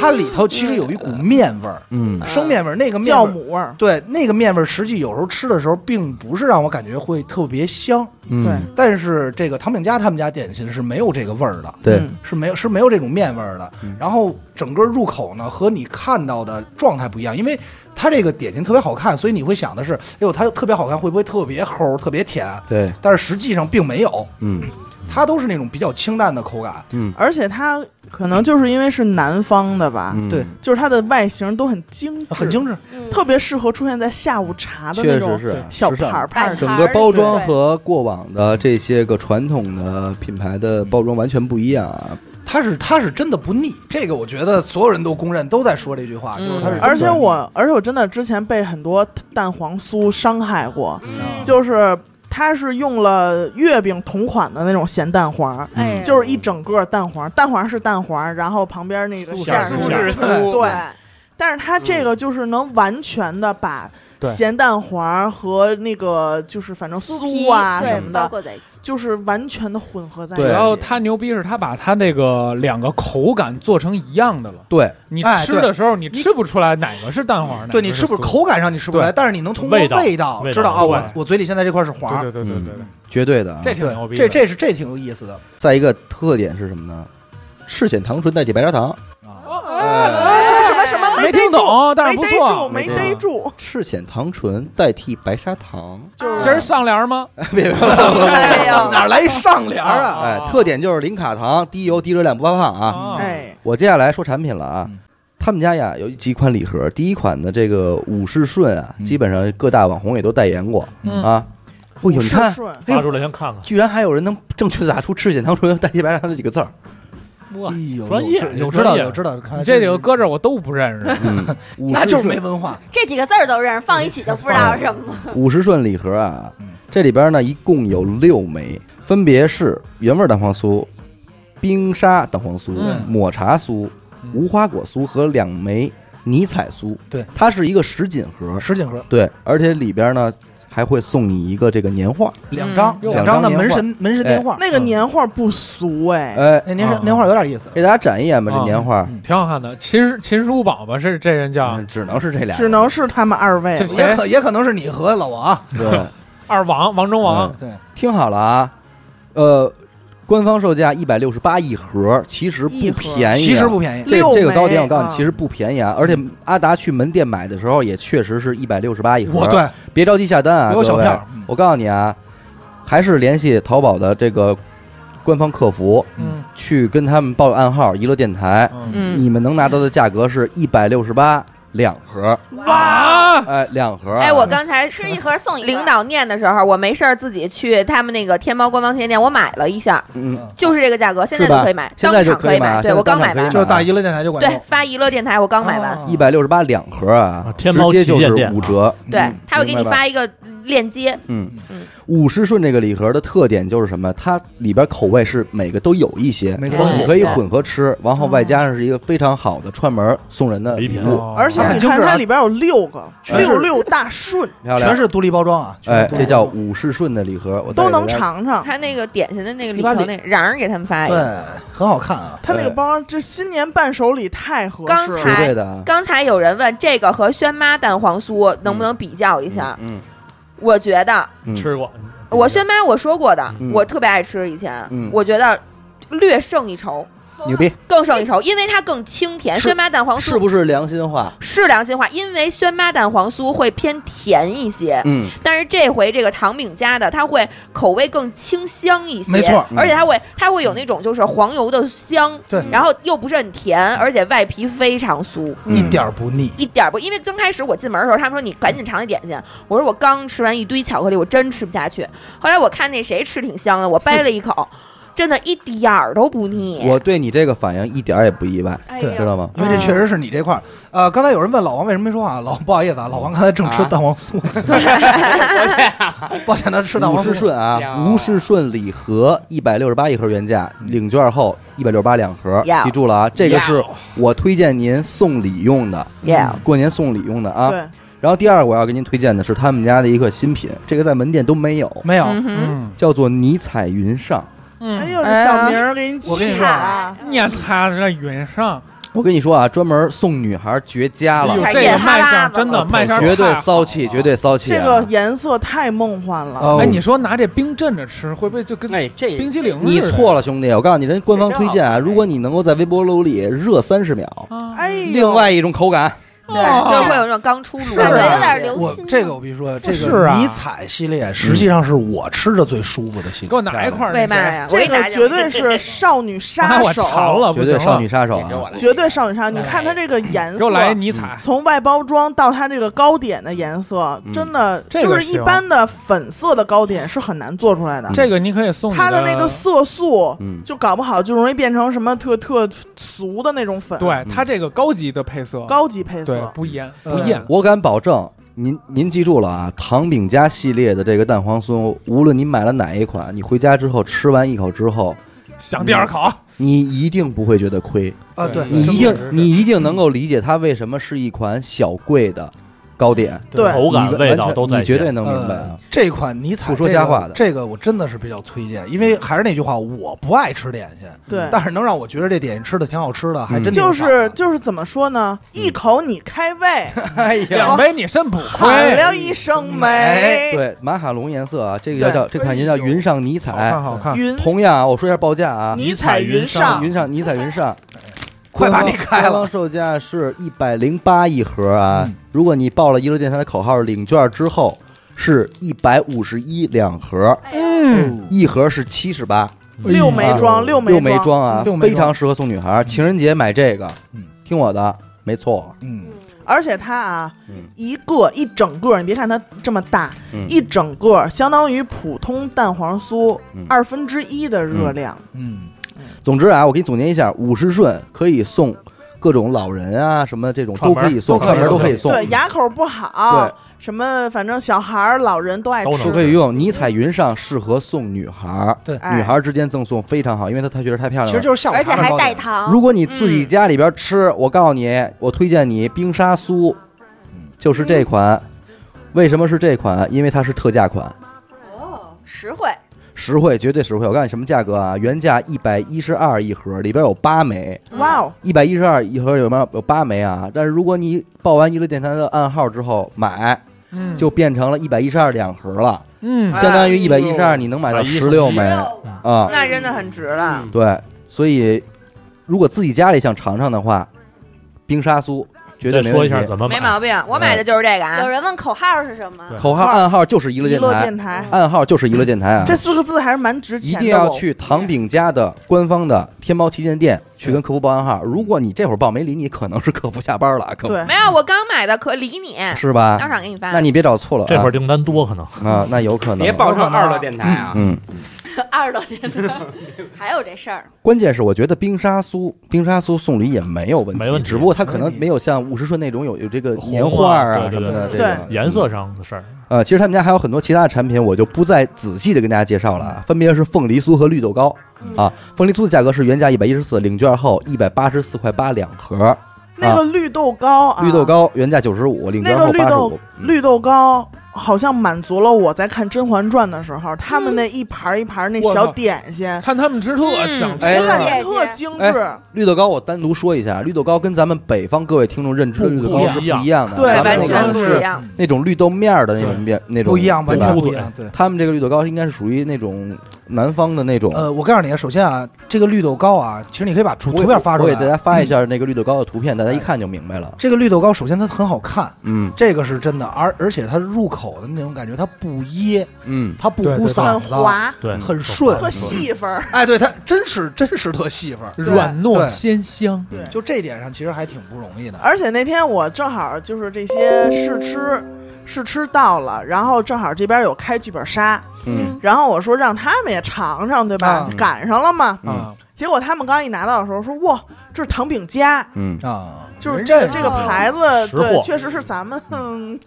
S2: 它里头其实有一股面味儿，
S1: 嗯
S2: 生面味儿，那个面
S6: 酵
S2: 味儿
S6: 母味儿，
S2: 对，那个面味儿，实际有时候吃的时候，并不是让我感觉会特别香。
S1: 嗯，
S2: 但是这个唐饼家他们家点心是没有这个味儿的，
S1: 对
S6: 嗯
S2: 是没有是没有这种面味儿的。然后整个入口呢和你看到的状态不一样，因为它这个点心特别好看，所以你会想的是，哎呦，它特别好看，会不会特别齁、特别甜？
S1: 对，
S2: 但是实际上并没有，
S1: 嗯
S2: 它都是那种比较清淡的口感。
S1: 嗯，
S6: 而且它可能就是因为是南方的吧，
S1: 嗯啊
S2: 对，
S6: 就是它的外形都很精致，
S2: 很精致，
S3: 嗯
S6: 特别适合出现在下午茶的那
S1: 确
S6: 种
S1: 实是
S6: 小
S1: 时尚
S6: 盘儿盘儿
S3: 时尚
S6: 的。
S1: 整个包装
S3: 对
S1: 和过往的这些个传统的品牌的包装完全不一样啊。
S2: 它是它是真的不腻，这个我觉得所有人都公认，都在说这句话，就是它是真的不腻。
S6: 而且我，而且我真的之前被很多蛋黄酥伤害过，
S2: 嗯
S6: 就是它是用了月饼同款的那种咸蛋黄，
S3: 哎呀
S6: 就是一整个蛋黄，蛋黄是蛋黄，然后旁嗯边那个馅儿
S2: 酥
S6: 是
S2: 馅儿
S6: 对，但是它这个就是能完全的把
S7: 对
S6: 咸蛋黄和那个就是反正
S3: 酥
S6: 酥啊
S3: 皮
S6: 什
S3: 对
S6: 么
S3: 包
S6: 的，
S3: 裹在一起，
S6: 就是完全的混合在一
S1: 对
S6: 起。
S7: 主要他牛逼是他把他那个两个口感做成一样的了。
S1: 对，
S7: 你
S2: 哎
S7: 吃
S2: 对
S7: 的时候，你吃不出来哪个是蛋黄，哪个
S2: 对你吃
S7: 是
S2: 不
S7: 酥
S2: 口感上你吃不出来，
S7: 对
S2: 但是你能通过
S4: 味道
S2: 道
S4: 味道
S2: 知道啊，
S4: 对
S2: 我我嘴里现在这块是黄儿，
S7: 对对对对对对，
S1: 绝对的啊。
S7: 这挺
S2: 对，
S7: 牛逼
S2: 这
S7: 的。
S2: 这是这挺有意思的
S1: 再一个特点是什么呢？赤藓糖醇代谢白砂糖，
S2: 啊。
S1: 呃
S6: 啊什么什么什么
S7: 没
S6: 逮
S7: 听
S6: 住，
S7: 懂，但是
S6: 没
S7: 不
S6: 逮住，
S7: 错。啊
S6: 没
S1: 没
S6: 逮
S1: 逮
S6: 住，
S1: 赤藓糖醇代替白砂糖，
S5: 嗯
S6: 就是
S7: 今儿上联吗？
S1: 别别
S5: 哎呦，
S2: 哪儿来上联儿啊？
S1: 哎，特点就是零卡糖、低油、低热量、不怕胖啊。
S7: 啊，
S6: 哎，
S1: 我接下来说产品了啊
S2: 嗯，
S1: 他们家呀有几款礼盒，第一款的这个武士顺啊，
S2: 嗯
S1: 基本上各大网红也都代言过
S7: 嗯
S1: 啊。哎呦，你看
S6: 是，顺
S4: 发出来先看看，
S1: 居然还有人能正确的打出赤藓糖醇代谢白砂糖这几个字儿。
S7: 哇
S2: 哎呦
S4: 专业
S2: 有
S4: 有
S2: 知道
S4: 专业
S2: 有知道，看来
S7: 你这几个
S2: 是
S7: 搁这儿我都不认识。
S1: 嗯，武
S2: 那
S1: 士
S2: 就是
S1: 顺
S2: 没文化。
S3: 这几个字儿都认识，放一起就不知道是什么。
S1: 五十顺礼盒啊
S2: 嗯，
S1: 这里边呢一共有六枚，分别是原味蛋黄酥、冰沙蛋黄酥、
S7: 嗯
S1: 抹茶酥、
S7: 嗯
S1: 无花果酥和两枚尼彩酥。
S2: 对，
S1: 它是一个十锦盒。
S2: 石景盒
S1: 对，而且里边呢还会送你一个这个年画。
S2: 两张，
S1: 嗯
S2: 两张的
S1: 两张
S2: 门
S1: 年画
S2: 神门神
S1: 哎
S2: 年画，
S6: 那个年画不俗哎，
S1: 哎，
S2: 那年神
S7: 啊
S2: 年画有点意思。
S1: 给大家展一眼吧，这
S7: 啊
S1: 年画
S2: 嗯
S7: 挺好看的，秦秦叔宝吧，是这人叫
S1: 嗯只能是这俩，
S6: 只能是他们二位
S7: 这
S6: 了。
S2: 也
S7: 谁？
S2: 可也可能是你和老王，
S1: 对。嗯
S7: 二王王中王，
S2: 对，
S1: 听好了啊，呃，官方售价一百六十八一盒，其实
S6: 一
S1: 不
S6: 盒
S1: 便宜啊，
S2: 其实不便宜，
S1: 这
S6: 六
S1: 这个
S6: 枚
S1: 糕点我告诉
S6: 啊
S1: 你，其实不便宜啊，而且阿达去门店买的时候也确实是一百六十八一盒。
S2: 我，对
S1: 别着急下单啊，
S2: 我有小
S1: 各位
S2: 票嗯
S1: 我告诉你啊，还是联系淘宝的这个官方客服，
S7: 嗯
S1: 去跟他们报暗号“娱乐电台”，
S7: 嗯
S1: 你
S5: 嗯，
S1: 们能拿到的价格是一百六十八两盒，
S7: 啊，
S1: 哎，两盒啊。
S5: 哎，我刚才
S3: 吃一盒送一盒，
S5: 领导念的时候，我没事儿自己去他们那个天猫官方旗舰店，我买了一下，
S1: 嗯，
S5: 就是这个价格，现在
S1: 是吧
S5: 就可以买，
S1: 现
S5: 当
S1: 在就
S5: 场
S1: 可以
S5: 以
S1: 买
S5: 买。
S1: 现
S5: 对
S1: 在
S5: 我刚
S1: 当
S5: 买
S1: 场可以买，
S5: 完
S2: 就是大一乐电台就管
S5: 对
S2: 用，，
S5: 发娱乐电台我刚买完，
S1: 一百六十八两盒啊
S4: 啊，天猫
S1: 直接
S4: 旗
S1: 就
S4: 舰
S1: 是
S4: 店
S1: 五折。
S5: 对
S1: 嗯，
S5: 他会给你
S1: 明白吧
S5: 发一个链接，
S1: 嗯
S5: 嗯，
S1: 五十顺这个礼盒的特点就是什么？它里边口味是每个都有一些，
S2: 没错
S5: 对
S1: 你可以混合吃，然后外加上是一个非常好的串门送人的嗯
S4: 礼品
S1: 物，
S6: 而且
S2: 很
S6: 你
S2: 精
S6: 看
S2: 致啊
S6: 它里边有六个，
S1: 全呃是
S6: 六六大顺
S5: 嗯
S1: 漂亮
S2: 全。是独立包装啊，全
S1: 哎
S2: 是，独立
S1: 这叫五十顺的礼盒，我再
S6: 都
S1: 给大
S6: 能
S1: 家。
S6: 尝尝。
S5: 他那个点心的那个里
S2: 你把
S5: 头
S2: 里
S5: 那瓤儿给他们发一
S2: 哎对
S5: 个。，
S2: 很好看啊，
S6: 它那个包装，这新年伴手礼太合适
S5: 刚
S1: 绝
S5: 才
S6: 了。
S1: 对的啊，
S5: 刚才有人问这个和轩妈蛋黄酥能不能比较一下，
S1: 嗯
S5: 我觉得
S1: 嗯
S4: 吃过。
S5: 我轩妈我说过的，
S1: 嗯
S5: 我特别爱吃，以前、
S1: 嗯
S5: 我觉得略胜一筹，
S1: 牛逼，
S5: 更胜一筹，因为它更清甜。
S1: 是
S5: 轩妈蛋黄
S1: 是
S5: 酥
S1: 不是良心话？
S5: 是良心话，因为轩妈蛋黄酥会偏甜一些，
S1: 嗯，
S5: 但是这回这个糖饼家的，它会口味更清香一些，
S2: 没错
S1: 嗯
S5: 而且它会它会有那种就是黄油的香，
S2: 对
S5: 然后又不是很甜，而且外皮非常酥。
S2: 一点儿不腻。
S5: 一点儿不，因为刚开始我进门的时候，他们说你赶紧尝那点心，我说我刚吃完一堆巧克力，我真吃不下去。后来我看那谁吃挺香的，我掰了一口，真的一点儿都不腻。嗯
S1: 我对你这个反应一点儿也不意外，
S5: 哎
S2: 对
S5: 呀
S1: 知道吗？
S2: 因为这确实是你这块儿，呃，刚才有人问老王为什么没说话，老不好意思啊，老王刚才正吃蛋黄酥，抱歉他吃蛋
S1: 五
S2: 黄
S1: 十
S2: 酥，
S1: 顺啊，五十顺礼盒一百六十八一盒原价，领券后一百六十八两盒，
S5: Yeah
S1: 记住了啊，这个是我推荐您送礼用的，
S5: Yeah
S1: 过年送礼用的啊。
S6: 对，
S1: 然后第二个我要给您推荐的是他们家的一个新品，这个在门店都没有，
S2: 没有，
S5: 嗯哼，
S7: 嗯
S1: 叫做尼彩云上。
S7: 嗯，
S6: 哎呦，这小名儿给你
S2: 我跟你
S6: 起
S2: 说
S6: 啊，
S7: 你看嗯他这云上，
S1: 我跟你说啊，专门送女孩绝佳
S7: 哎
S1: 了嗯
S7: 呦，
S5: 还
S7: 这
S5: 野
S7: 个
S5: 哈
S7: 卖
S5: 喇
S7: 相
S5: 子
S7: 真的
S5: 了
S7: 卖相
S1: 绝对
S7: 太好
S1: 骚气，
S7: 了
S1: 绝。对骚气、啊。
S6: 这个颜色太梦幻了。
S2: 哦
S7: 哎，你说拿这冰镇着吃，会不会就跟
S8: 哎，这
S7: 冰淇淋
S1: 你
S7: 似的
S1: 错了，兄弟，我告诉你，人官方推荐啊，如果你能够在微波炉里热三十秒，
S7: 啊？
S6: 哎呦，
S1: 另外一种口感，
S5: 对，就会有那种刚出炉
S2: 是
S5: 的
S2: 啊
S5: 感觉，
S2: 有
S3: 点流
S2: 我
S3: 心啊
S2: 这个我必须说，这
S7: 是
S2: 个
S7: 啊
S2: 迷彩系列实际上是我吃的最舒服的系
S7: 给
S2: 列，
S7: 我拿一块儿那
S5: 为
S7: 谁，
S5: 嘛呀？我
S6: 这
S5: 给你拿
S6: 个
S5: 一
S6: 绝对是少女
S7: 啊
S6: 杀
S7: 我
S6: 手，
S7: 馋了，不
S1: 绝对
S7: 行了，
S1: 少女杀手
S8: 给我
S1: 啊！
S8: 来，
S6: 绝对少女杀手。你
S5: 哎
S6: 看它这个颜
S7: 给我来
S6: 色，
S7: 尼采，
S6: 从外包装到它这个糕点的颜色，
S1: 嗯
S6: 真的
S7: 这
S6: 就
S7: 个
S6: 是一
S7: 行
S6: 般的粉色的糕点是很难做出来的。
S7: 这个你可以送你
S6: 它的那个色素
S1: 嗯，
S6: 就搞不好就容易变成什么特特俗的那种粉，，
S7: 对它这个高级的配色，
S6: 高级配
S7: 对
S6: 色。
S7: 不腌不
S2: 呃
S7: 艳，
S4: 嗯
S1: 我敢保证，您您记住了啊，糖饼家系列的这个蛋黄酥，无论你买了哪一款，你回家之后吃完一口之后，
S7: 想第二口，
S1: 你一定不会觉得亏，
S2: 啊，对，
S1: 你
S7: 真
S1: 一
S7: 不
S1: 定
S7: 是
S1: 你一定能够理解它为什么是一款小贵的糕点，
S6: 对
S4: 口感
S1: 你完
S4: 味
S1: 全
S4: 道都在
S1: 你绝对
S4: 线
S1: 能明白啊。
S2: 呃这款尼采、这个，
S1: 不说瞎话的
S2: 这个我真的是比较推荐，因为还是那句话，我不爱吃点心，
S6: 对，
S2: 但是能让我觉得这点心吃的挺好吃的，
S1: 嗯
S2: 还真挺
S6: 就
S2: 不少
S6: 是就是怎么说呢？一口你开胃，
S1: 哎呀，
S7: 两杯你肾不亏
S6: 喊，了一声
S2: 哎
S6: 美，
S1: 对，马卡龙颜色啊，这个叫叫这款也叫云上尼
S7: 好
S1: 彩
S7: 看。好看。
S6: 云
S1: 同样啊，我说一下报价啊，
S6: 尼采云上，
S1: 云上尼彩云上，
S2: 快把
S1: 官
S2: 你
S1: 方
S2: 开
S1: 官
S2: 了
S1: 方售价是一百零八一盒啊
S7: 嗯，
S1: 如果你报了一乐电台的口号领券之后，是一百五十一两盒，
S7: 嗯，
S1: 一盒是七十八，
S6: 六
S1: 嗯
S6: 枚装，嗯
S1: 六
S6: 枚
S1: 枚装啊
S2: 六，枚
S1: 非
S2: 装
S1: 常适合送女孩儿，情人节买这个
S2: 嗯，
S1: 听我的，没错。
S2: 嗯，
S6: 而且它啊
S1: 嗯，
S6: 一个一整个，你别看它这么大，
S1: 嗯
S6: 一整个相当于普通蛋黄酥
S1: 嗯
S6: 二分之一的热量。
S2: 嗯，
S1: 总之啊，我给你总结一下，五十顺可以送各种老人啊，什么这种
S4: 串
S1: 都
S4: 门
S1: 可以送，
S2: 都可以
S1: 串门都可以送，
S6: 对，牙口不
S1: 对
S6: 好，什么反正小孩儿、老人都爱
S4: 都能
S1: 都
S6: 吃。
S1: 可以用。尼采云上适合送女孩儿，
S2: 对
S6: 哎
S1: 女孩儿之间赠送非常好，因为她她觉得太漂
S2: 其
S1: 亮
S2: 实
S1: 了。
S2: 就是下午
S3: 而且
S2: 茶的
S3: 还
S2: 糕
S3: 带
S2: 点
S3: 糖。
S1: 如果你自己家里边吃，我告诉你，我推荐你冰沙酥，就是这款。为什么是这款？因为它是特价款，
S3: 哦，实惠，
S1: 实惠，绝对实惠。我告诉你什么价格啊？原价一百一十二一盒，里边有八枚，
S5: 嗯
S6: 哇哦，
S1: 一百一十二一盒有吗？有八枚啊！但是如果你报完娱乐电台的暗号之后买，
S7: 嗯
S1: 就变成了一百一十二两盒了，
S7: 嗯
S5: 哎，
S1: 相当于一百
S5: 哎
S1: 一
S5: 呦
S1: 十二，你能买到
S4: 买一
S1: 十
S4: 送
S1: 六
S4: 一
S1: 枚啊！
S5: 那真的很值了。
S1: 对，所以如果自己家里想尝尝的话，冰沙酥绝对
S4: 再
S1: 没
S4: 说
S1: 问
S4: 一下
S1: 题。
S4: 怎么
S5: 没
S4: 买，
S5: 毛病，
S1: 嗯
S5: 我买的就是这个
S3: 有
S5: 啊。
S3: 人问口号是什么？
S4: 对
S1: 口号暗号就是娱乐
S6: 娱
S1: 电
S6: 乐
S1: 台，
S6: 电台
S1: 暗号就是娱乐电台啊！
S6: 这四个字还是蛮值
S1: 一
S6: 钱的哦。
S1: 定要去啊唐饼家的官方的天猫旗舰店去跟客服报暗号。如果你这会儿报没理你，可能是客服下班了，可
S6: 对
S5: 没有，我刚买的，可理你，
S1: 是吧？
S5: 当场给你发。
S1: 那你别找错了啊，
S4: 这会儿订单多可能。
S1: 啊，那有可能
S8: 别报上二楼电台啊！
S1: 嗯，
S3: 二十多年的，还有这事儿。
S1: 关键是我觉得冰沙酥，冰沙酥送礼也没有问题，
S4: 没问题
S1: 只不过它可能没有像五十顺那种有有这个年画儿啊
S4: 红啊
S1: 什么的
S6: 对对对
S1: 这个嗯
S4: 颜色。上的事儿，
S1: 呃，其实他们家还有很多其他的产品，我就不再仔细的跟大家介绍了，啊，分别是凤梨酥和绿豆糕啊。凤梨酥的价格是原价一百一十四，领券后一百八十四块八两盒。
S6: 那个绿豆糕啊，
S1: 绿豆糕原价九十五，领券
S6: 那个
S1: 后
S6: 绿
S1: 八十
S6: 豆
S1: 五。嗯
S6: 绿豆糕好像满足了我在看《甄嬛传》的时候，他们那一盘儿一盘儿那
S7: 我
S6: 小
S7: 操
S6: 点心，
S7: 看他们吃特香，
S1: 哎
S6: 我感觉
S3: 哎
S6: 特精致。
S1: 绿豆糕，我单独说一下，绿豆糕跟咱们北方各位听众认知的绿豆糕是
S4: 不一样
S1: 不一样的，啊
S6: 对
S1: 咱们
S5: 完
S1: 那
S5: 全
S1: 个
S5: 不
S1: 是
S5: 一样，
S1: 那种绿豆面儿的那种面那种
S2: 嗯不一样，完
S1: 对吧
S2: 全
S4: 吧
S2: 不一样，对。
S1: 他们这个绿豆糕应该是属于那种南方的那种。
S2: 呃，我告诉你啊，首先啊，这个绿豆糕啊，其实你可以把图
S1: 我也
S2: 图片发出
S1: 我给大
S2: 来。啊嗯
S1: 家发一下那个绿豆糕的图片，大家一看就明白了。
S2: 这个绿豆糕，首先它很好看，
S1: 嗯
S2: 这个是真的，而而且它入口的那种感觉，它不噎，
S1: 嗯，
S2: 它不
S7: 对
S2: 糊
S7: 对
S2: 嗓
S6: 很
S2: 子，
S6: 滑，
S4: 对，
S2: 很顺
S6: 特细粉儿，
S2: 哎，对，它真是真是特细份儿，
S7: 软糯
S2: 对
S7: 鲜香。
S6: 对
S2: 嗯就这点上其实还挺不容易的。
S6: 而且那天我正好就是这些试吃，试吃到了，然后正好这边有开剧本杀，
S1: 嗯
S6: 然后我说让他们也尝尝，对吧？
S2: 啊
S6: 赶上了嘛。
S1: 嗯
S7: 啊，
S6: 结果他们刚一拿到的时候说：“哇，这是糖饼家，
S1: 嗯，
S2: 啊，
S6: 就是
S2: 这
S6: 这个牌子，
S4: 识
S6: 对，
S4: 货
S6: 确实是咱们嗯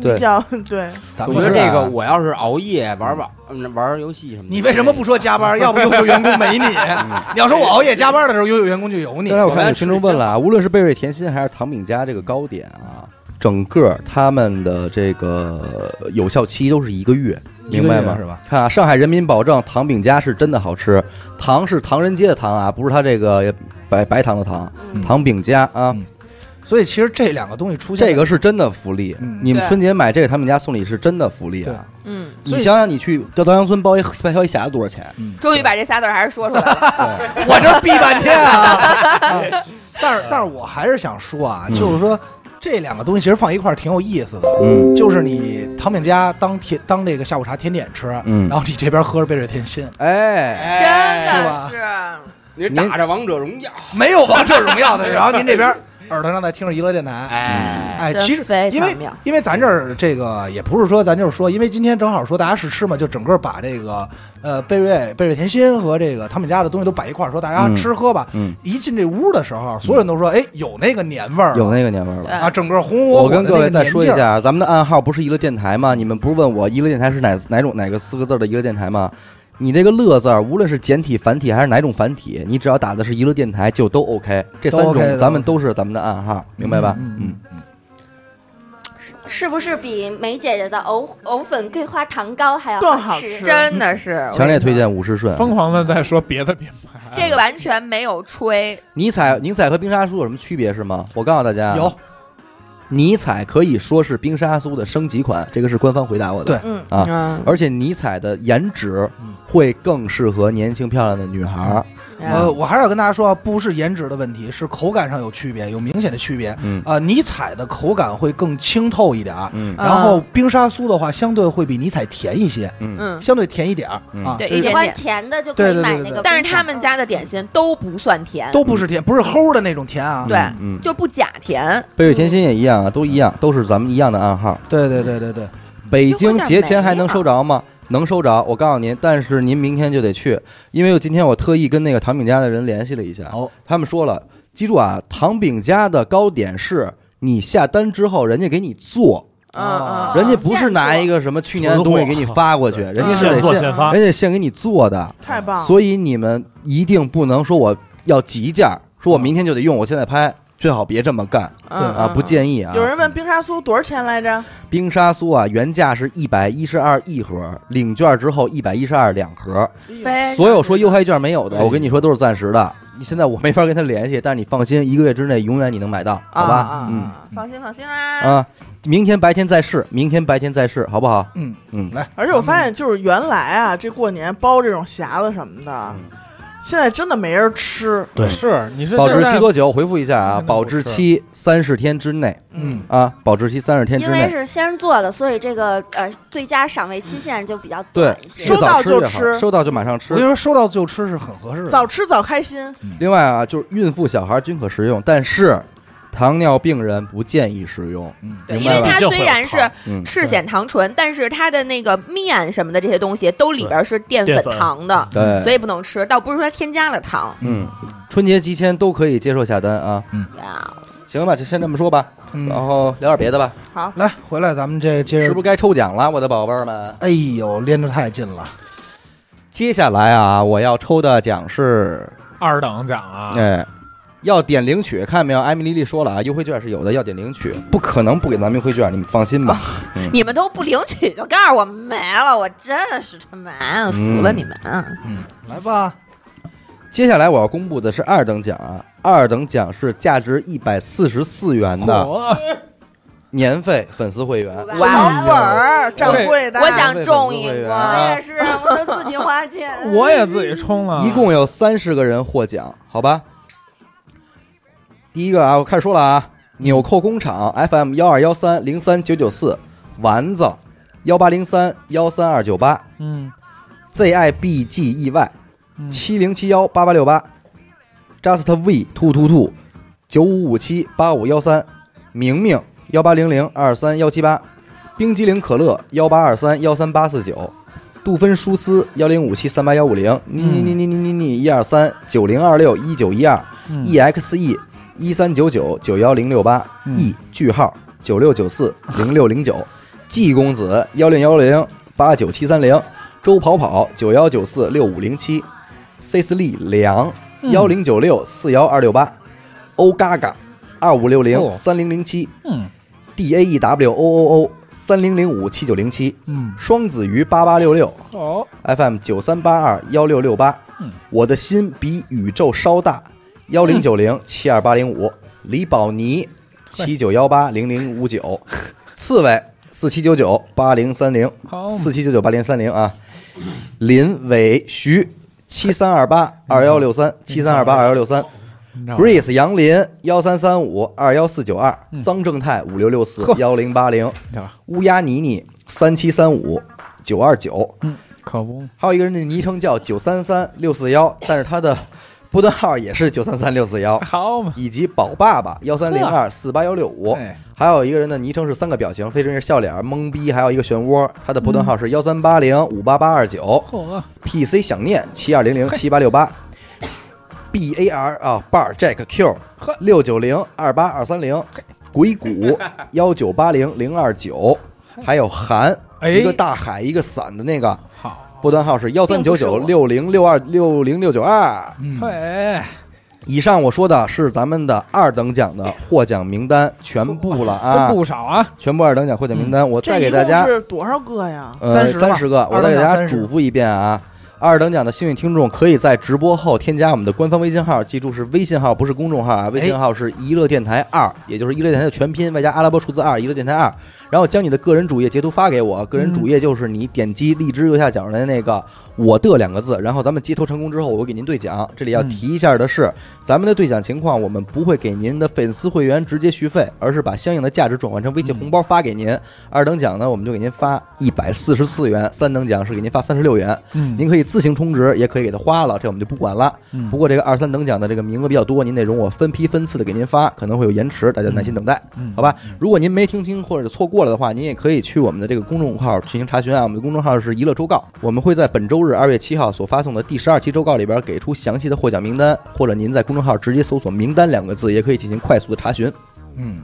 S1: 对
S6: 比较对。
S2: 咱
S8: 我觉
S2: 们
S8: 得
S2: 是
S8: 这
S2: 啊
S8: 个，我要是熬夜玩网嗯玩游戏什么的，
S2: 你为什么不说加班？要不就有员工没你。 你要说我熬夜加班的时候，又有员工就有你
S1: 刚。嗯才我看有听众问了啊，无论是贝瑞甜心还是唐饼家这个糕点啊，整个他们的这个有效期都是一个月，明白吗
S2: 是？吧？
S1: 看啊，上海人民保证糖饼家是真的好吃，糖是唐人街的糖啊，不是他这个白白糖的糖，
S3: 嗯
S1: 糖饼家啊
S2: 嗯，所以其实这两个东西出现，
S1: 这个是真的福利
S2: 嗯。
S1: 你们
S5: 对
S1: 春节买这个他们家送礼是真的福利
S2: 对
S1: 啊！
S5: 嗯，
S1: 你
S2: 所以
S1: 想想，你去到稻香村包一包一匣子多少钱？
S5: 终于把这仨字儿还是说出来了。
S2: 我这闭半 天啊。但是，但是我还是想说啊，
S1: 嗯
S2: 就是说这两个东西其实放一块儿挺有意思的。
S1: 嗯
S2: 就是你唐饼家当甜当这个下午茶甜点吃，
S1: 嗯
S2: 然，后你这边喝着贝瑞甜心，
S1: 哎，
S5: 真
S2: 是
S5: 的
S2: 吧
S5: 是，
S8: 你打着王者荣耀，
S2: 没有王者荣 耀的，然后您这边耳朵上再听着娱乐电台，
S8: 哎，
S2: 哎，
S5: 真
S2: 其实
S5: 非
S2: 因
S5: 常
S2: 为
S5: 妙
S2: 因为咱这儿这个也不是说咱就是说，因为今天正好说大家试吃嘛，就整个把这个呃贝瑞贝瑞甜心和这个他们家的东西都摆一块儿，说大家
S1: 嗯
S2: 吃喝吧。
S1: 嗯，
S2: 一进这屋的时候，所有人都说，哎，有那个年味儿了，
S1: 有那个年味儿了。
S5: 对
S2: 啊，整个红
S1: 我
S2: 火火的
S1: 跟
S2: 那
S1: 各
S2: 个
S1: 位再说一
S2: 年劲儿，
S1: 下啊，咱们的暗号不是娱乐电台吗？你们不是问我娱乐电台是哪哪种哪个四个字的娱乐电台吗？你这个“乐”字儿，无论是简体、繁体还是哪种繁体，你只要打的是娱乐电台，就都 OK。这三
S2: 都 OK，嗯
S1: 种
S2: 都
S1: 咱们都是咱们的暗号，明白吧？
S2: 嗯
S1: 嗯，
S2: 嗯，
S3: 是不是比梅姐姐的藕藕粉桂花糖糕还要
S6: 更好
S3: 吃？
S6: 吃
S5: 真的是
S1: 强烈推。荐五十顺。
S7: 疯狂的在说别的品牌，啊
S5: 这个完全没有吹，
S1: 尼采，尼采和冰沙酥有什么区别是吗？我告诉大家，啊
S2: 有
S1: 尼采可以说是冰沙酥的升级款，这个是官方回答我的。
S2: 对
S6: 嗯
S1: 啊
S5: 嗯，
S1: 而且尼采的颜值
S2: 嗯
S1: 会更适合年轻漂亮的女孩儿。
S5: 嗯
S2: 呃，我还是要跟大家说啊，不是颜值的问题，是口感上有区别，有明显的区别。
S1: 嗯
S2: 呃，尼采的口感会更清透一点儿，
S1: 嗯
S5: 啊
S2: 然后冰沙酥的话，相对会比尼采甜一些，
S1: 嗯
S5: 嗯，
S2: 相对甜一点儿
S1: 嗯
S2: 啊
S5: 对，
S2: 就是
S5: 一
S3: 喜
S5: 点
S3: 欢甜的就可以买那个冰沙，
S5: 但是他们家的点心都不算甜，
S2: 都不是甜，不是齁的那种甜啊。
S5: 对
S1: 嗯，
S5: 就不假甜。
S1: 北水甜心也一样啊，都一
S4: 嗯
S1: 样，都是咱们一样的暗号。
S2: 对对对对对，
S1: 北京节前还能收着吗？能收着，我告诉您，但是您明天就得去，因为我今天我特意跟那个糖饼家的人联系了一下，
S2: 哦，
S1: 他们说了，记住啊，糖饼家的糕点是你下单之后，人家给你做，
S5: 嗯
S2: 哦
S5: 嗯，
S1: 啊人家不是拿一个什么去年的东西给你发过去，人家是
S4: 现
S1: 得
S4: 做
S1: 现，
S4: 现发，哦
S1: 人家现给你做的，
S6: 太棒了，
S1: 所以你们一定不能说我要急件儿，
S4: 哦
S1: 说我明天就得用，我现在拍，最好别这么干
S4: 嗯
S1: 啊，不建议啊。
S6: 嗯有人问冰沙酥多少钱来着？
S1: 冰沙酥啊，原价是一百一十二一盒，领券之后一百一十二两盒。
S5: 非
S1: 所有说优惠券没有的，
S8: 哎
S1: 我跟你说都是暂时的。你现在我没法跟他联系，但是你放心，一个月之内永远你能买到，好
S5: 啊
S1: 吧？
S5: 啊
S6: 哎
S1: 嗯
S5: 啊放心放心啦。
S1: 啊，明天白天再试，明天白天再试，好不好？
S2: 嗯
S1: 嗯，
S2: 来，
S6: 而且我发现，就是原来啊，这过年包这种匣子什么
S1: 嗯
S6: 的，现在真的没人吃。
S4: 对
S7: 是你是
S1: 保
S7: 现
S1: 质期
S7: 在
S1: 多久？回复一下啊，
S7: 现在
S1: 保质期三十天之内
S2: 嗯，
S1: 啊，保质期三十天之
S3: 因为
S1: 内。
S3: 是先做的，所以这个呃最佳赏味期限就比较
S1: 对
S3: 短，一些
S1: 越。
S6: 收到
S1: 早吃
S6: 就
S1: 越
S6: 吃
S1: 好，收到就马上
S2: 我跟
S1: 吃。
S2: 你说，收到就吃是很合适的。
S6: 早吃早开心，
S1: 另外啊，就是孕妇、小孩均可食用，但是糖尿病人不建议食用。
S2: 嗯
S5: 对，
S1: 明
S5: 因
S1: 白
S5: 为
S1: 了
S5: 它虽然
S4: 这会
S5: 是
S4: 儿
S1: 嗯，
S5: 赤藓糖醇，但是它的那个面什么的这些东西都里边是淀粉
S4: 淀粉
S5: 糖的，
S1: 对，
S5: 所以不能吃。倒不是说添加了糖
S1: 嗯，春节期间都可以接受下单啊。
S5: 呀，
S1: 行吧，就先这么说吧，
S2: 嗯
S1: 然后聊点别的吧。
S2: 来回来，咱们这接
S1: 是
S2: 着
S1: 不，是该抽奖了，我的宝贝儿们？
S2: 哎呦，连着太近了，
S1: 接下来啊，我要抽的奖是，
S7: 二等奖啊，
S1: 哎，要点领取，看见没有？艾米丽丽说了啊，优惠券是有的，要点领取，不可能不给咱们优惠券，你们放心吧。
S2: 啊
S5: 你们都不领取就告诉我没了，我真是他妈服了你们啊！
S2: 嗯来吧，
S1: 接下来我要公布的是二等奖啊，二等奖是价值一百四十四元的
S7: 火。
S1: 年费粉丝会员。
S5: 哇哦
S6: 老本儿掌柜的，
S5: 我想中一
S1: 对
S5: 个，
S1: 啊
S5: 也是，我都自己花钱
S7: 我也自己充
S1: 嗯
S7: 了，啊
S1: 一共有三十个人获奖，好吧？第一个啊，我开始说了啊，纽扣工厂 FM 幺二幺三零三九九四，丸子幺八零三幺三二九八
S7: 嗯
S1: ，ZIBGEY
S7: 嗯
S1: 七零七幺八八六八，Just V 兔兔兔九五五七八五幺三，明明幺八零零二三幺七八，冰激凌可乐幺八二三幺三八四九，杜芬舒斯幺零五七三八幺五零，你你你你你你你一二三九零二六一九一二
S7: 嗯
S1: exe ，E 一三九九九幺零六八
S7: 嗯
S1: e 句号九六九四零六零九季公子幺零幺零八九七三零周跑跑九幺九四六五零七 C 四力梁
S7: 嗯
S1: 幺零九六四幺二六八欧嘎嘎二五六零
S7: 哦
S1: 三零零七
S7: 嗯
S1: D A E W O O O 三零零五七九零七，
S7: 嗯
S1: 双子鱼八八六六
S7: 哦
S1: FM 九三八二幺六六八
S7: 嗯，
S1: 我的心比宇宙稍大，幺零九
S7: 嗯
S1: 零七二八零五，李宝妮七九幺八零零五九，刺猬四七九九八零三零
S7: 好
S1: 四七九九八零三零啊，林伟徐七三二八二幺六三七三二八二幺六三。
S7: 你知道吗
S1: Grace 杨林幺三三五二幺四九二，
S7: 嗯
S1: 张正泰五六六四幺零八零
S7: 呀，
S1: 乌鸦妮妮三七三五九二九，
S7: 可不
S1: 还有一个人的昵称叫九三三六四幺，但是他的波段号也是九三三六四幺，
S7: 好嘛，
S1: 以及宝爸爸幺三零二四八幺六五，
S7: 哎
S1: 还有一个人的昵称是三个表情，分别是笑脸、懵逼，还有一个漩涡，他的波段号
S7: 嗯
S1: 是幺三八零五八八二九。
S7: 嚯
S1: PC 想念七二零零七八六八，BAR 啊 Bar Jack Q
S7: 呵
S1: 六九零二八二三零，鬼 谷幺九八零零二九，还有韩
S7: 哎
S1: 一个大海一个伞的那个，
S7: 好
S1: 波段号是幺三九九六零六二六零六九二，
S7: 哎
S2: 嗯，
S7: 嘿
S1: 以上我说的是咱们的二等奖的获奖名单，全部了啊
S7: 真，不少啊！
S1: 全部二等奖获奖名单，我再给大家
S6: 这一共是多少个呀？
S1: 呃
S2: 30吧
S1: 三十个，我
S2: 二
S1: 再
S2: 等
S1: 给
S2: 奖
S1: 大家
S2: 30
S1: 嘱咐一遍啊。二等奖的幸运听众可以在直播后添加我们的官方微信号，记住是微信号，不是公众号啊。微信号是娱乐电台二，也就是娱乐电台的全拼外加阿拉伯数字二，娱乐电台二。然后将你的个人主页截图发给我，个人主页就是你点击荔枝右下角的那个“我的”两个字，然后咱们接头成功之后，我给您兑奖。这里要
S7: 嗯
S1: 提一下的是，咱们的兑奖情况，我们不会给您的粉丝会员直接续费，而是把相应的价值转换成微信红包发给您。二等奖呢，我们就给您发一百四十四元；三等奖是给您发三十六元。
S7: 嗯
S1: 您可以自行充值，也可以给它花了，这我们就不管了。
S7: 嗯
S1: 不过这个二三等奖的这个名额比较多，您得容我分批分次的给您发，可能会有延迟，大家耐心等待，
S7: 嗯
S1: 好吧？如果您没听清或者错过了的话，您也可以去我们的这个公众号进行查询啊。我们的公众号是“娱乐周告”，我们会在本周日二月七号所发送的第十二期周告里边给出详细的获奖名单，或者您在公众号直接搜索“名单”两个字，也可以进行快速的查询。
S2: 嗯，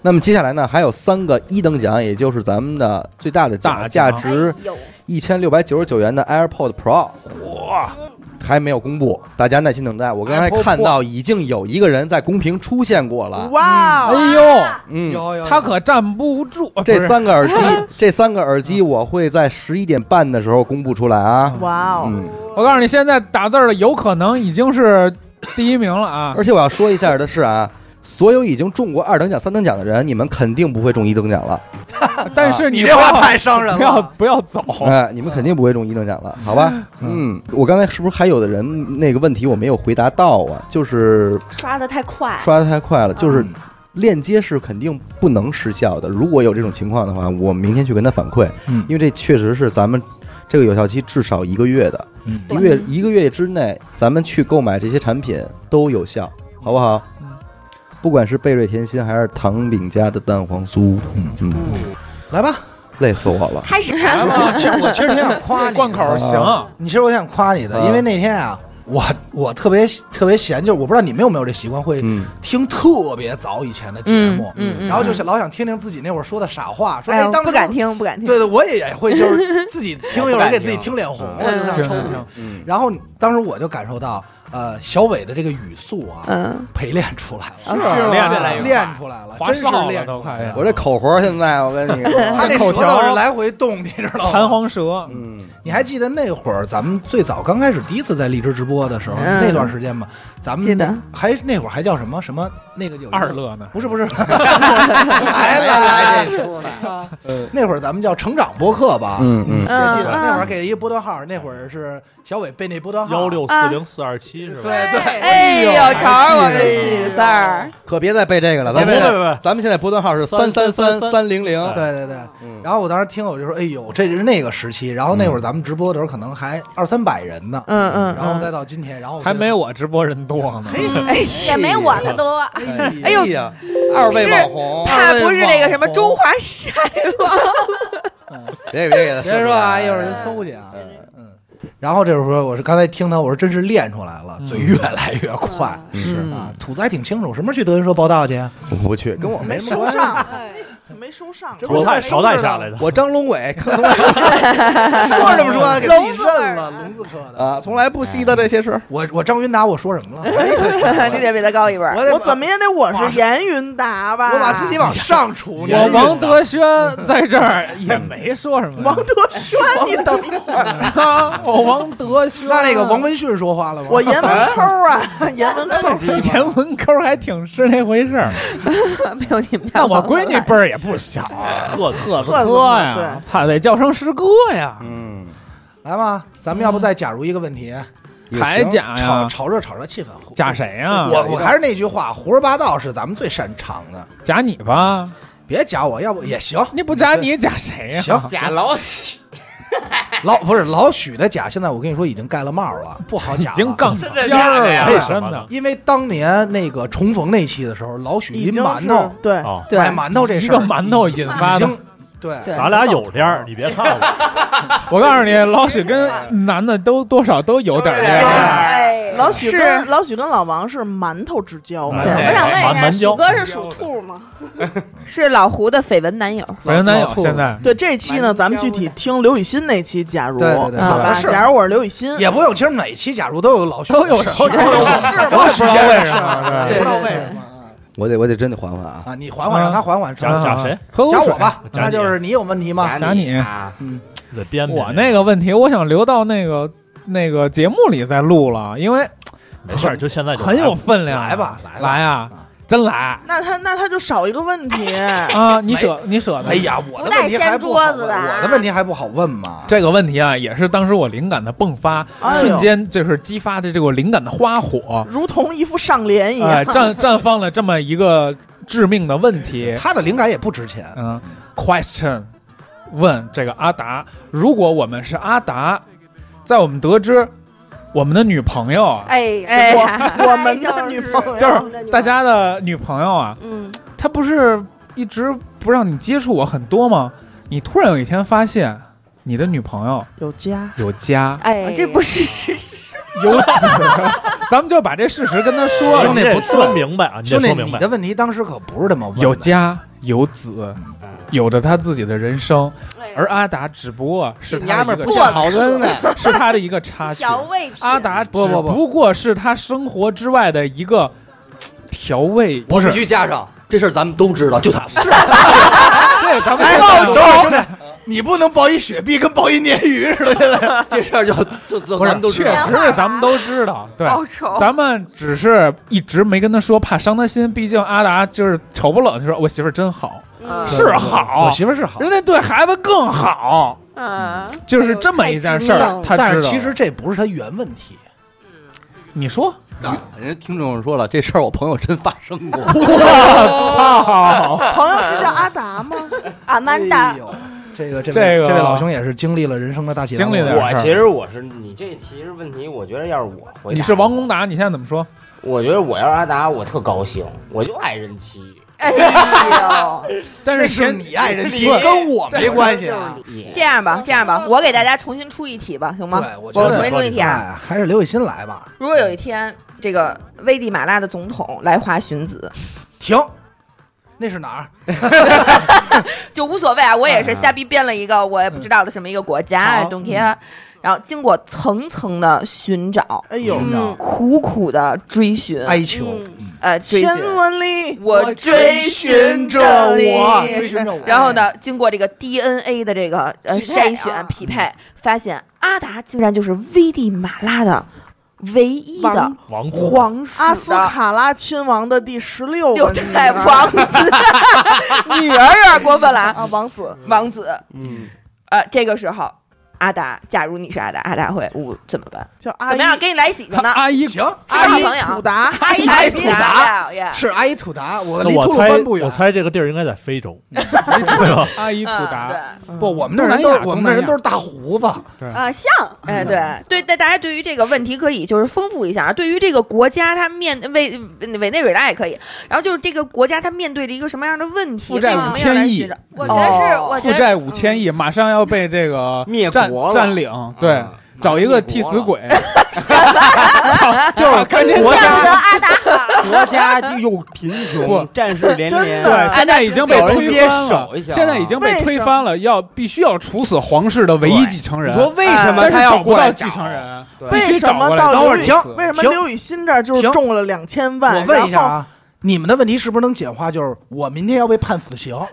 S1: 那么接下来呢，还有三个一等奖，也就是咱们的最大的奖，
S7: 大
S1: 价
S7: 奖
S1: 值
S3: 哎呦
S1: 一千六百九十九元的 AirPod Pro，
S7: 哇，
S1: 还没有公布，大家耐心等待。我刚才看到已经有一个人在公屏出现过了，
S6: 哇哦，
S7: 哎
S5: 啊
S7: 呦，
S1: 嗯，
S2: 有有
S7: 他可站不住，啊不
S1: 啊这
S7: 是
S1: 三个耳机， 这三个耳机我会在十一点半的时候公布出来啊。
S6: 哇哦，
S1: 嗯，
S7: 我告诉你，现在打字儿的有可能已经是第一名了啊！
S1: 而且我要说一下的是啊，所有已经中过二等奖、三等奖的人，你们肯定不会中一等奖了，
S7: 但是你
S2: 啊这话
S7: 不要
S2: 太伤人
S7: 不要
S2: 了。
S7: 不要走，
S1: 哎，你们肯定不会中一等奖了，好吧？嗯，我刚才是不是还有的人那个问题我没有回答到啊？就是
S3: 刷的太快，
S1: 刷的太快了，就是
S2: 嗯
S1: 链接是肯定不能失效的。如果有这种情况的话，我明天去跟他反馈，
S2: 嗯
S1: 因为这确实是咱们这个有效期至少一个月的，
S2: 嗯
S1: 一个月一个月之内，咱们去购买这些产品都有效，好不好？不管是贝瑞甜心还是唐饼家的蛋黄酥，嗯，
S2: 来吧，
S1: 累死我了。
S3: 开始
S2: 来吧。我其实我其实挺想夸你，
S7: 贯口行啊，
S2: 你其实我想夸你的，
S1: 啊
S2: 因为那天啊，我我特别特别闲，就是我不知道你们有没有这习惯，会
S1: 嗯，
S2: 听特别早以前的节目，
S5: 嗯嗯
S2: 然后就想老想听听自己那会儿说的傻话，说
S5: 哎
S2: 哎
S5: 呦，
S2: 当时
S5: 不敢。听，不敢听。
S2: 对对，我也也会就是自己听，有人给自 己听脸红，
S8: 嗯
S2: 我就想抽
S7: 真的
S2: 听。
S1: 嗯
S2: 然后当时我就感受到，呃，小伟的这个语速啊，
S5: 嗯，
S2: 陪练出来了，
S5: 是
S7: 是
S5: 吗
S7: 练出来
S2: 练出来了，
S7: 划
S2: 真是
S7: 哨了
S2: 练
S7: 都
S2: 出来
S7: 快
S2: 了。
S1: 我这口活儿现在我跟你
S2: 他
S1: 说，
S2: 那
S7: 口
S2: 舌
S7: 条
S2: 头是来回动，你知道
S7: 弹
S2: 吗？
S7: 簧舌，
S1: 嗯，
S2: 你还记得那会儿咱们最早刚开始第一次在荔枝直播的时候，
S5: 嗯
S2: 那段时间吗？咱
S5: 记
S2: 们
S5: 得
S2: 那还那会儿还叫什么什么那个有一个
S7: 二乐呢？
S2: 不是不是，还来这出呢。那会儿咱们叫成长播客吧，
S1: 嗯嗯
S2: 你记得
S5: 嗯
S2: 那会儿给一个波段号，那会儿是小伟背那波段号，
S4: 幺六四零四二七是
S2: 对
S4: 吧？
S2: 啊对，
S5: 哎呦，瞅儿我
S1: 哎
S5: 跟
S1: 呦
S5: 喜四儿，
S1: 可别再背这个了，咱们
S4: 别
S1: 现
S4: 别
S1: 在
S4: 别，
S1: 咱们现在波段号是三三三三零零，
S2: 对对对。
S1: 嗯
S2: 然后我当时听我就说，哎呦，这是那个时期。然后那会儿咱们直播的时候可能还二三百人呢，
S5: 嗯嗯，
S2: 然后
S5: 嗯
S2: 再到今天，然后
S7: 还没我直播人多呢。
S2: 嘿，
S5: 哎呀
S3: 也没我的多，
S5: 哎呦
S1: 呀，二位网红，
S5: 怕
S7: 哎
S5: 不是那个什么中华山 吗？
S1: 别别给他
S2: 别说啊，一会儿就搜去啊。嗯，然后这会儿我是刚才听他，我说真是练出来了，嘴越来越快
S1: 嗯是
S7: 嗯
S2: 啊，吐字还挺清楚。什么时候去德云社报道去？
S1: 我不去，跟我
S6: 没
S1: 没什么关
S6: 收
S1: 系。
S6: 上，没收上，
S2: 这不
S4: 朝代
S2: 是
S4: 朝代下来的，
S1: 我张龙伟 坑
S2: 说这么说，给自己认了，聋子科的。
S1: 啊，从来不惜的这些事儿。
S2: 我我张云达，我说什么了？
S5: 你得比他高一辈儿。
S2: 我得
S6: 我怎么也得我是严云达吧？
S2: 我把自己往哎上杵？你知道
S7: 我
S2: 吗
S7: 王德轩在这儿也没说什么呀，
S6: 王德轩，你等一会儿，
S7: 啊，我王德轩，
S2: 那那个王文迅说话了吗？
S6: 我严文抠啊，严文抠，
S7: 严文抠还挺是那回事儿。
S5: 没有你们家
S7: 但我
S5: 王
S7: 闺女
S5: 大
S7: 辈儿也不小 啊，
S4: 特
S6: 赫
S7: 赫斯
S6: 斯
S7: 哥
S6: 哥
S7: 呀
S6: 对，
S7: 怕得叫声师哥呀，
S1: 嗯，
S2: 来吧，咱们要不再假如一个问题，
S7: 还假
S2: 炒
S7: 嗯哎呀，
S2: 炒热炒热气氛。
S7: 假谁啊呀？
S2: 我我还是那句话，胡说八道是咱们最擅长的，
S7: 假你吧，
S2: 别假我，要不也行。
S7: 你不假你假谁呀？
S2: 行，
S8: 假老许，
S2: 老不是老许的假，现在我跟你说已经盖了帽 了，不好假
S7: 已
S2: 了。
S7: 经杠尖儿
S4: 呀
S7: 了，真
S4: 为什么
S7: 的。
S2: 因为当年那个重逢那期的时候，老许
S6: 已
S2: 拎
S6: 经
S2: 馒
S6: 是
S2: 头
S6: 对
S4: 哦，
S5: 对
S2: 买馒头这
S7: 一
S2: 事
S7: 个
S2: 儿
S7: 馒头引
S2: 已
S7: 发的
S2: 经对，
S5: 对
S4: 咱俩有点儿，你别看我，
S7: 我告诉你，老许跟男的都多少都有点儿这
S8: 对
S7: 样。
S5: 哎
S6: 老许
S5: 是
S6: 跟老许跟老王是馒头之交，
S4: 馒
S5: 对
S4: 头
S5: 我想问一
S4: 蛮
S5: 下，
S4: 蛮
S5: 鼠
S4: 娇
S3: 哥是属兔吗？
S5: 是老胡的绯闻男友，
S7: 反正男
S2: 老
S7: 友
S2: 兔
S7: 现在
S6: 对这期呢，咱们具体听刘雨欣那期，假如
S2: 对对对
S6: 好吧，
S2: 是
S6: 假如我是刘雨欣，
S2: 也不用。其实每期假如都有老徐的
S7: 都有
S2: 事儿，
S7: 都有
S2: 都有
S7: 不知道为什么
S2: 这不知
S7: 对嗯
S2: 道为什么啊
S1: 我得我得真得缓缓啊！
S2: 啊！你缓缓，让他缓缓，
S4: 讲
S2: 讲
S7: 啊
S4: 讲谁？
S7: 喝口
S2: 讲
S7: 水
S2: 我吧，
S4: 讲
S2: 那
S4: 你
S2: 就是你有问题吗？
S7: 假你嗯
S8: 啊，
S4: 嗯得编编。
S7: 我那个问题，我想留到那个那个节目里再录了，因为
S4: 没事儿，就现在就
S7: 很有
S4: 来
S7: 分量。
S2: 来吧，来吧
S7: 来，啊，真来
S6: 那他那他就少一个问题，哎
S7: 啊！你舍你舍得
S2: 哎？呀，我的问题还不好问，哎我的问题还不好问吗？
S7: 这个问题啊，也是当时我灵感的迸发，
S6: 哎呦
S7: 瞬间就是激发的这个灵感的花火，
S6: 如同一副上联一
S7: 哎，
S6: 样。
S7: 绽绽放了这么一个致命的问题。
S2: 他的灵感也不值钱，
S7: 嗯，question，问这个阿达，如果我们是阿达，在我们得知我们的女朋友啊，
S3: 哎
S5: 哎
S3: 我
S6: 我我们的女朋友
S7: 就是大，家的女朋友啊，
S3: 嗯，
S7: 她不是一直不让你接触我很多吗？你突然有一天发现你的女朋友
S6: 有家，
S7: 有家
S3: 哎，
S5: 啊这不是事实。
S7: 有子， 咱们就把这事实跟她说
S2: 兄
S7: 了
S2: 弟，
S4: 你得
S2: 不对
S4: 说明白啊，你
S2: 兄弟
S4: 得说，明
S2: 你
S4: 白。
S2: 的问题当时可不是这么问的，
S7: 有家有子，有着她自己的人生，
S3: 哎
S7: 而阿达只不过是她的一个
S3: 像豪
S8: 真的，
S7: 是她的一个插 曲。
S3: 调味品
S7: 阿达
S2: 不不不
S7: 只不过是他生活之外的一个嘖调味，
S2: 不是
S8: 必须加上这事儿，咱们都知道，就他是
S7: 这 咱们
S2: 哎，等
S7: 不
S2: 会儿兄弟，你不能抱一雪碧跟抱一鲶鱼似的，现在
S8: 这事儿就就就
S7: 不
S8: 咱
S7: 是
S8: 们都，知
S7: 确
S8: 道。
S7: 实是咱们都知道，对，
S3: 报仇，
S7: 咱们只是一直没跟他说，怕伤他心，毕竟阿达就是瞅不冷就说，我媳妇儿真好，
S3: 嗯
S7: 是好
S2: 我媳妇儿是好，
S7: 人家对孩子更好，
S5: 嗯，
S7: 就是这么一件事
S3: 哎呦
S7: 儿，他
S2: 但
S7: 知
S2: 是
S7: 道。
S2: 其实这不是他原问题，
S7: 你说，
S1: 人家听众说了，这事儿我朋友真发生 过，
S7: 操，
S6: 朋友是叫阿达吗？
S3: 阿曼达
S2: 哎，呦这个这
S7: 这
S2: 位
S7: 个
S2: 这位老兄也是经历了人生的大起大落
S7: 经历了
S8: 我其实我是你这其实问题，我觉得要是我回答，
S7: 你是王功，达，你现在怎么说？
S8: 我觉得我要是阿达，我特高兴，我就爱人妻，
S3: 哎
S7: 哎
S3: 呦，
S7: 但
S2: 那
S7: 是
S2: 是
S7: 前
S2: 你爱人妻，
S7: 不是
S2: 跟我没关系啊。
S5: 这样吧，这样吧，我给大家重新出一题吧，行吗？
S2: 对我觉
S5: 我
S2: 得
S5: 重新出一题
S2: 哎，
S5: 啊。
S2: 还是刘雨欣来吧。
S5: 如果有一天这个危地马拉的总统来华巡子，
S2: 停，那是哪儿？
S5: 就无所谓啊，我也是瞎逼编了一个我也不知道的什么一个国家
S2: 嗯
S5: 哎
S2: 好
S5: ，don't care。然后经过层层的寻找，
S6: 哎呦，
S3: 嗯，
S5: 苦苦的追寻，
S2: 哀求，
S5: 呃，追寻，
S6: 千万里，
S5: 我追寻
S2: 着我，追寻着我。
S5: 然后呢，经过这个 DNA 的这个呃
S3: 匹配
S5: 筛选
S3: 啊
S5: 匹配，发现阿达竟然就是危地马拉的唯一的
S6: 王
S4: 王宫
S5: 皇室
S6: 阿斯
S5: 的
S6: 卡拉亲王的第十六
S5: 六
S6: 个女
S5: 代
S6: 儿
S5: 王子，女儿有点过分了啊，
S6: 啊，王子，
S5: 王子。
S8: 嗯，
S5: 呃，这个时候，阿达，假如你是阿达，阿达会我怎么办？
S6: 叫阿
S5: 怎
S6: 依
S5: 么样，给你来喜庆呢？
S7: 阿姨
S2: 行，
S5: 这个
S6: 阿
S5: 好
S6: 依
S5: 朋友啊
S6: 土达，
S5: 阿姨
S2: 阿姨
S5: 土
S2: 土达
S5: 达呀，
S2: 是阿依土达，我
S4: 那
S2: 离吐
S4: 我
S2: 鲁
S4: 猜
S2: 番不远
S4: 我。猜这个地儿应该在非洲， 对吧？
S7: 阿姨
S5: 嗯
S7: 土达，
S5: 对
S2: 不，我们那人都
S7: 东南亚
S2: 我们那人
S7: 东南亚
S2: 都是大胡子。
S7: 嗯
S3: 啊，像
S5: 哎对对，但大家对于这个问题可以就是丰富一下啊。对于这个国家，它面委委内瑞拉也可以，然后就是这个国家它面对着一个什么样的问题，
S7: 负债
S5: 它什
S7: 五
S5: 么样
S7: 千
S5: 的
S7: 亿
S5: 是的
S3: 我觉得是，我觉
S7: 负
S3: 得
S7: 债五千亿，马上要被这个
S8: 灭
S7: 占
S8: 国了
S7: 占领，对
S8: 啊，
S7: 找一个替死 鬼，
S8: 就是
S7: 赶紧
S8: 国
S3: 这样的
S8: 家
S3: 阿达好，
S8: 国家就又贫
S7: 不
S8: 穷，战事连
S6: 真
S8: 连，
S6: 的
S7: 对，现在已经被
S8: 找人
S7: 推
S8: 接
S7: 翻了
S8: 手一，下啊
S7: 现在已经被推翻了，要必须要处死皇室的唯一继承
S8: 你
S7: 人，哎
S8: 说为什么
S7: 但是
S8: 他要
S7: 找不
S8: 过
S7: 到
S8: 来
S7: 继承？人，
S8: 对
S7: 必须
S6: 哎为什
S7: 找
S6: 么
S7: 过来。
S6: 到
S2: 等会儿
S6: 刘雨
S2: 停
S6: 为什么
S2: 停
S6: 刘雨欣这儿就是
S2: 停
S6: 中了两千万？
S2: 我问一下
S6: 然后
S2: 啊，你们的问题是不是能简化？就是我明天要被判死刑。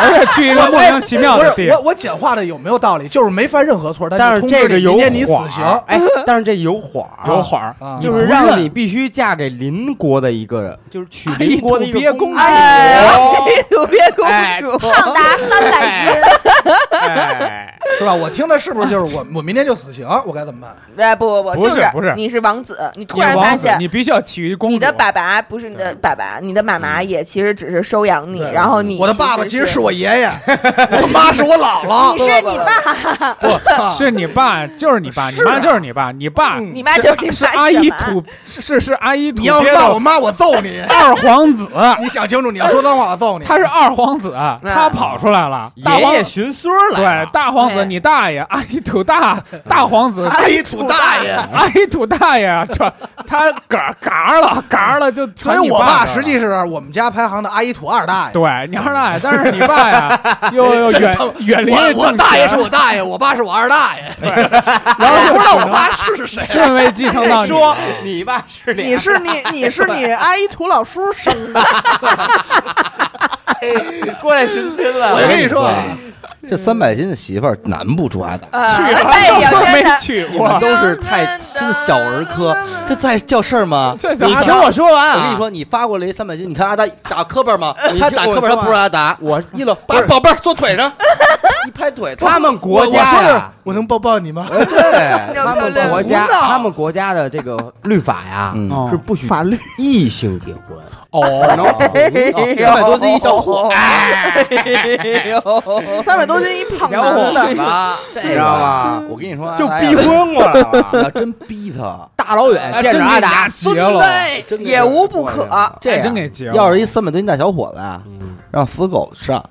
S7: 而且去一个莫名其妙
S2: 不
S7: 的
S2: 是
S7: 地
S2: 我，，我简化的有没有道理？就是没犯任何错，
S8: 但
S2: 是
S8: 是
S2: 通
S8: 这
S2: 知
S8: 个
S2: 你
S8: 有
S2: 明天你死
S8: 缓
S2: 刑
S8: 儿，哎，但是这有缓儿，
S7: 有缓儿，
S2: 啊
S8: 就是让你必须嫁给邻国的一个人，就是娶邻国的一
S7: 哎
S8: 个
S7: 土鳖公主
S8: 主。
S5: 哎，别公
S8: 哎
S5: 主，
S3: 胖达三百斤，
S8: 哎，
S2: 是吧？我听的是不是 就是我我明天就死刑，我该怎么办？
S5: 哎，不不不，
S7: 不
S5: 就是
S7: 不是
S5: 你是王子，你突
S7: 你
S5: 然发
S7: 王子
S5: 现，
S7: 你必须要起于公主。嗯
S5: 你的爸爸不是你的爸爸，你的妈妈也其实只是收养你，
S2: 对
S5: 然后你
S2: 我的爸爸其实
S5: 是
S2: 是我爷爷，我妈是我姥姥，
S5: 你是你爸，
S7: 不是你爸，就是你爸，你
S2: 是啊
S7: 妈就是你爸，你爸
S2: 嗯
S5: 你妈就是你爸
S7: 是阿姨
S5: 什么
S7: 土，是是是阿姨土
S2: 你要
S7: 鳖
S2: 是骂我
S7: 的。
S2: 妈，我揍你
S7: 二 皇子，
S2: 你想清楚，你要说脏话，我揍你。
S7: 他是二皇子，他跑出来了，大
S8: 爷
S7: 皇
S8: 爷寻孙儿来
S7: 对
S8: 了，
S7: 大皇子
S2: 哎
S5: 对
S7: 你大爷，阿姨土大大 皇子。
S2: 阿姨土大爷，
S7: 阿姨土大爷，这他嘎嘎了，嘎了就
S2: 所
S7: 传
S2: 以
S7: 你
S2: 我
S7: 爸
S2: 爸
S7: 这儿
S2: 实际是我们家排行的阿姨土二大爷。
S7: 对你二大爷，但是你爸呀， 又又远远离
S2: 我我
S7: 政
S2: 大爷
S7: 权
S2: 是我大爷，我爸是我二大 爷，
S7: 然后
S2: 我
S7: 就
S2: 不知道
S7: 只
S2: 我
S7: 能
S2: 爸是谁。
S7: 顺位继承 到你。
S8: 说你爸是俩
S6: 你是你，你是你阿姨土老叔生的，
S8: 过来寻亲了，
S2: 我跟你说啊，
S1: 这三百斤的媳妇儿难不住阿达，
S5: 啊
S7: 去了
S5: 哎呀，
S7: 都
S5: 真
S7: 没
S5: 的，
S7: 去
S1: 你们
S7: 过，
S1: 都是太真的小儿科，这再叫事儿吗？
S7: 这叫
S1: 你
S7: 阿
S1: 听
S7: 达
S1: 我说完
S8: 啊
S1: 我跟你说，你发过来三百斤，你看阿达打磕巴吗？
S8: 你听
S1: 他打磕巴，他不是阿
S8: 啊
S1: 达，我一搂，把宝贝儿坐腿上，一拍腿，
S8: 他们国
S2: 我我
S8: 家
S2: 说的是
S8: 呀，
S2: 我能抱抱你吗？
S1: 对，
S8: 他们国家，
S2: 不闹
S8: 他们国家的这个律法呀，哦
S1: 嗯，
S8: 是不许
S6: 啊法律
S8: 异性结婚，
S7: 哦，
S8: 能
S5: 哎
S8: 同
S1: 三百多斤一小伙，
S6: 三百多斤一胖
S1: 啊
S7: 小伙
S6: 男的，
S8: 你知道吗？
S1: 我跟你说，
S8: 就
S1: 阿达
S8: 逼
S1: 要是，
S8: 婚过来
S1: 你
S8: 了，
S1: 要真逼他，
S8: 大老远见着阿达，
S7: 哎真哎给你俩结了，哎
S1: 真给
S5: 也无不可。
S1: 这样
S7: 真给结了。
S1: 要是一三百多斤大小伙子啊，
S8: 嗯，
S1: 让死狗上，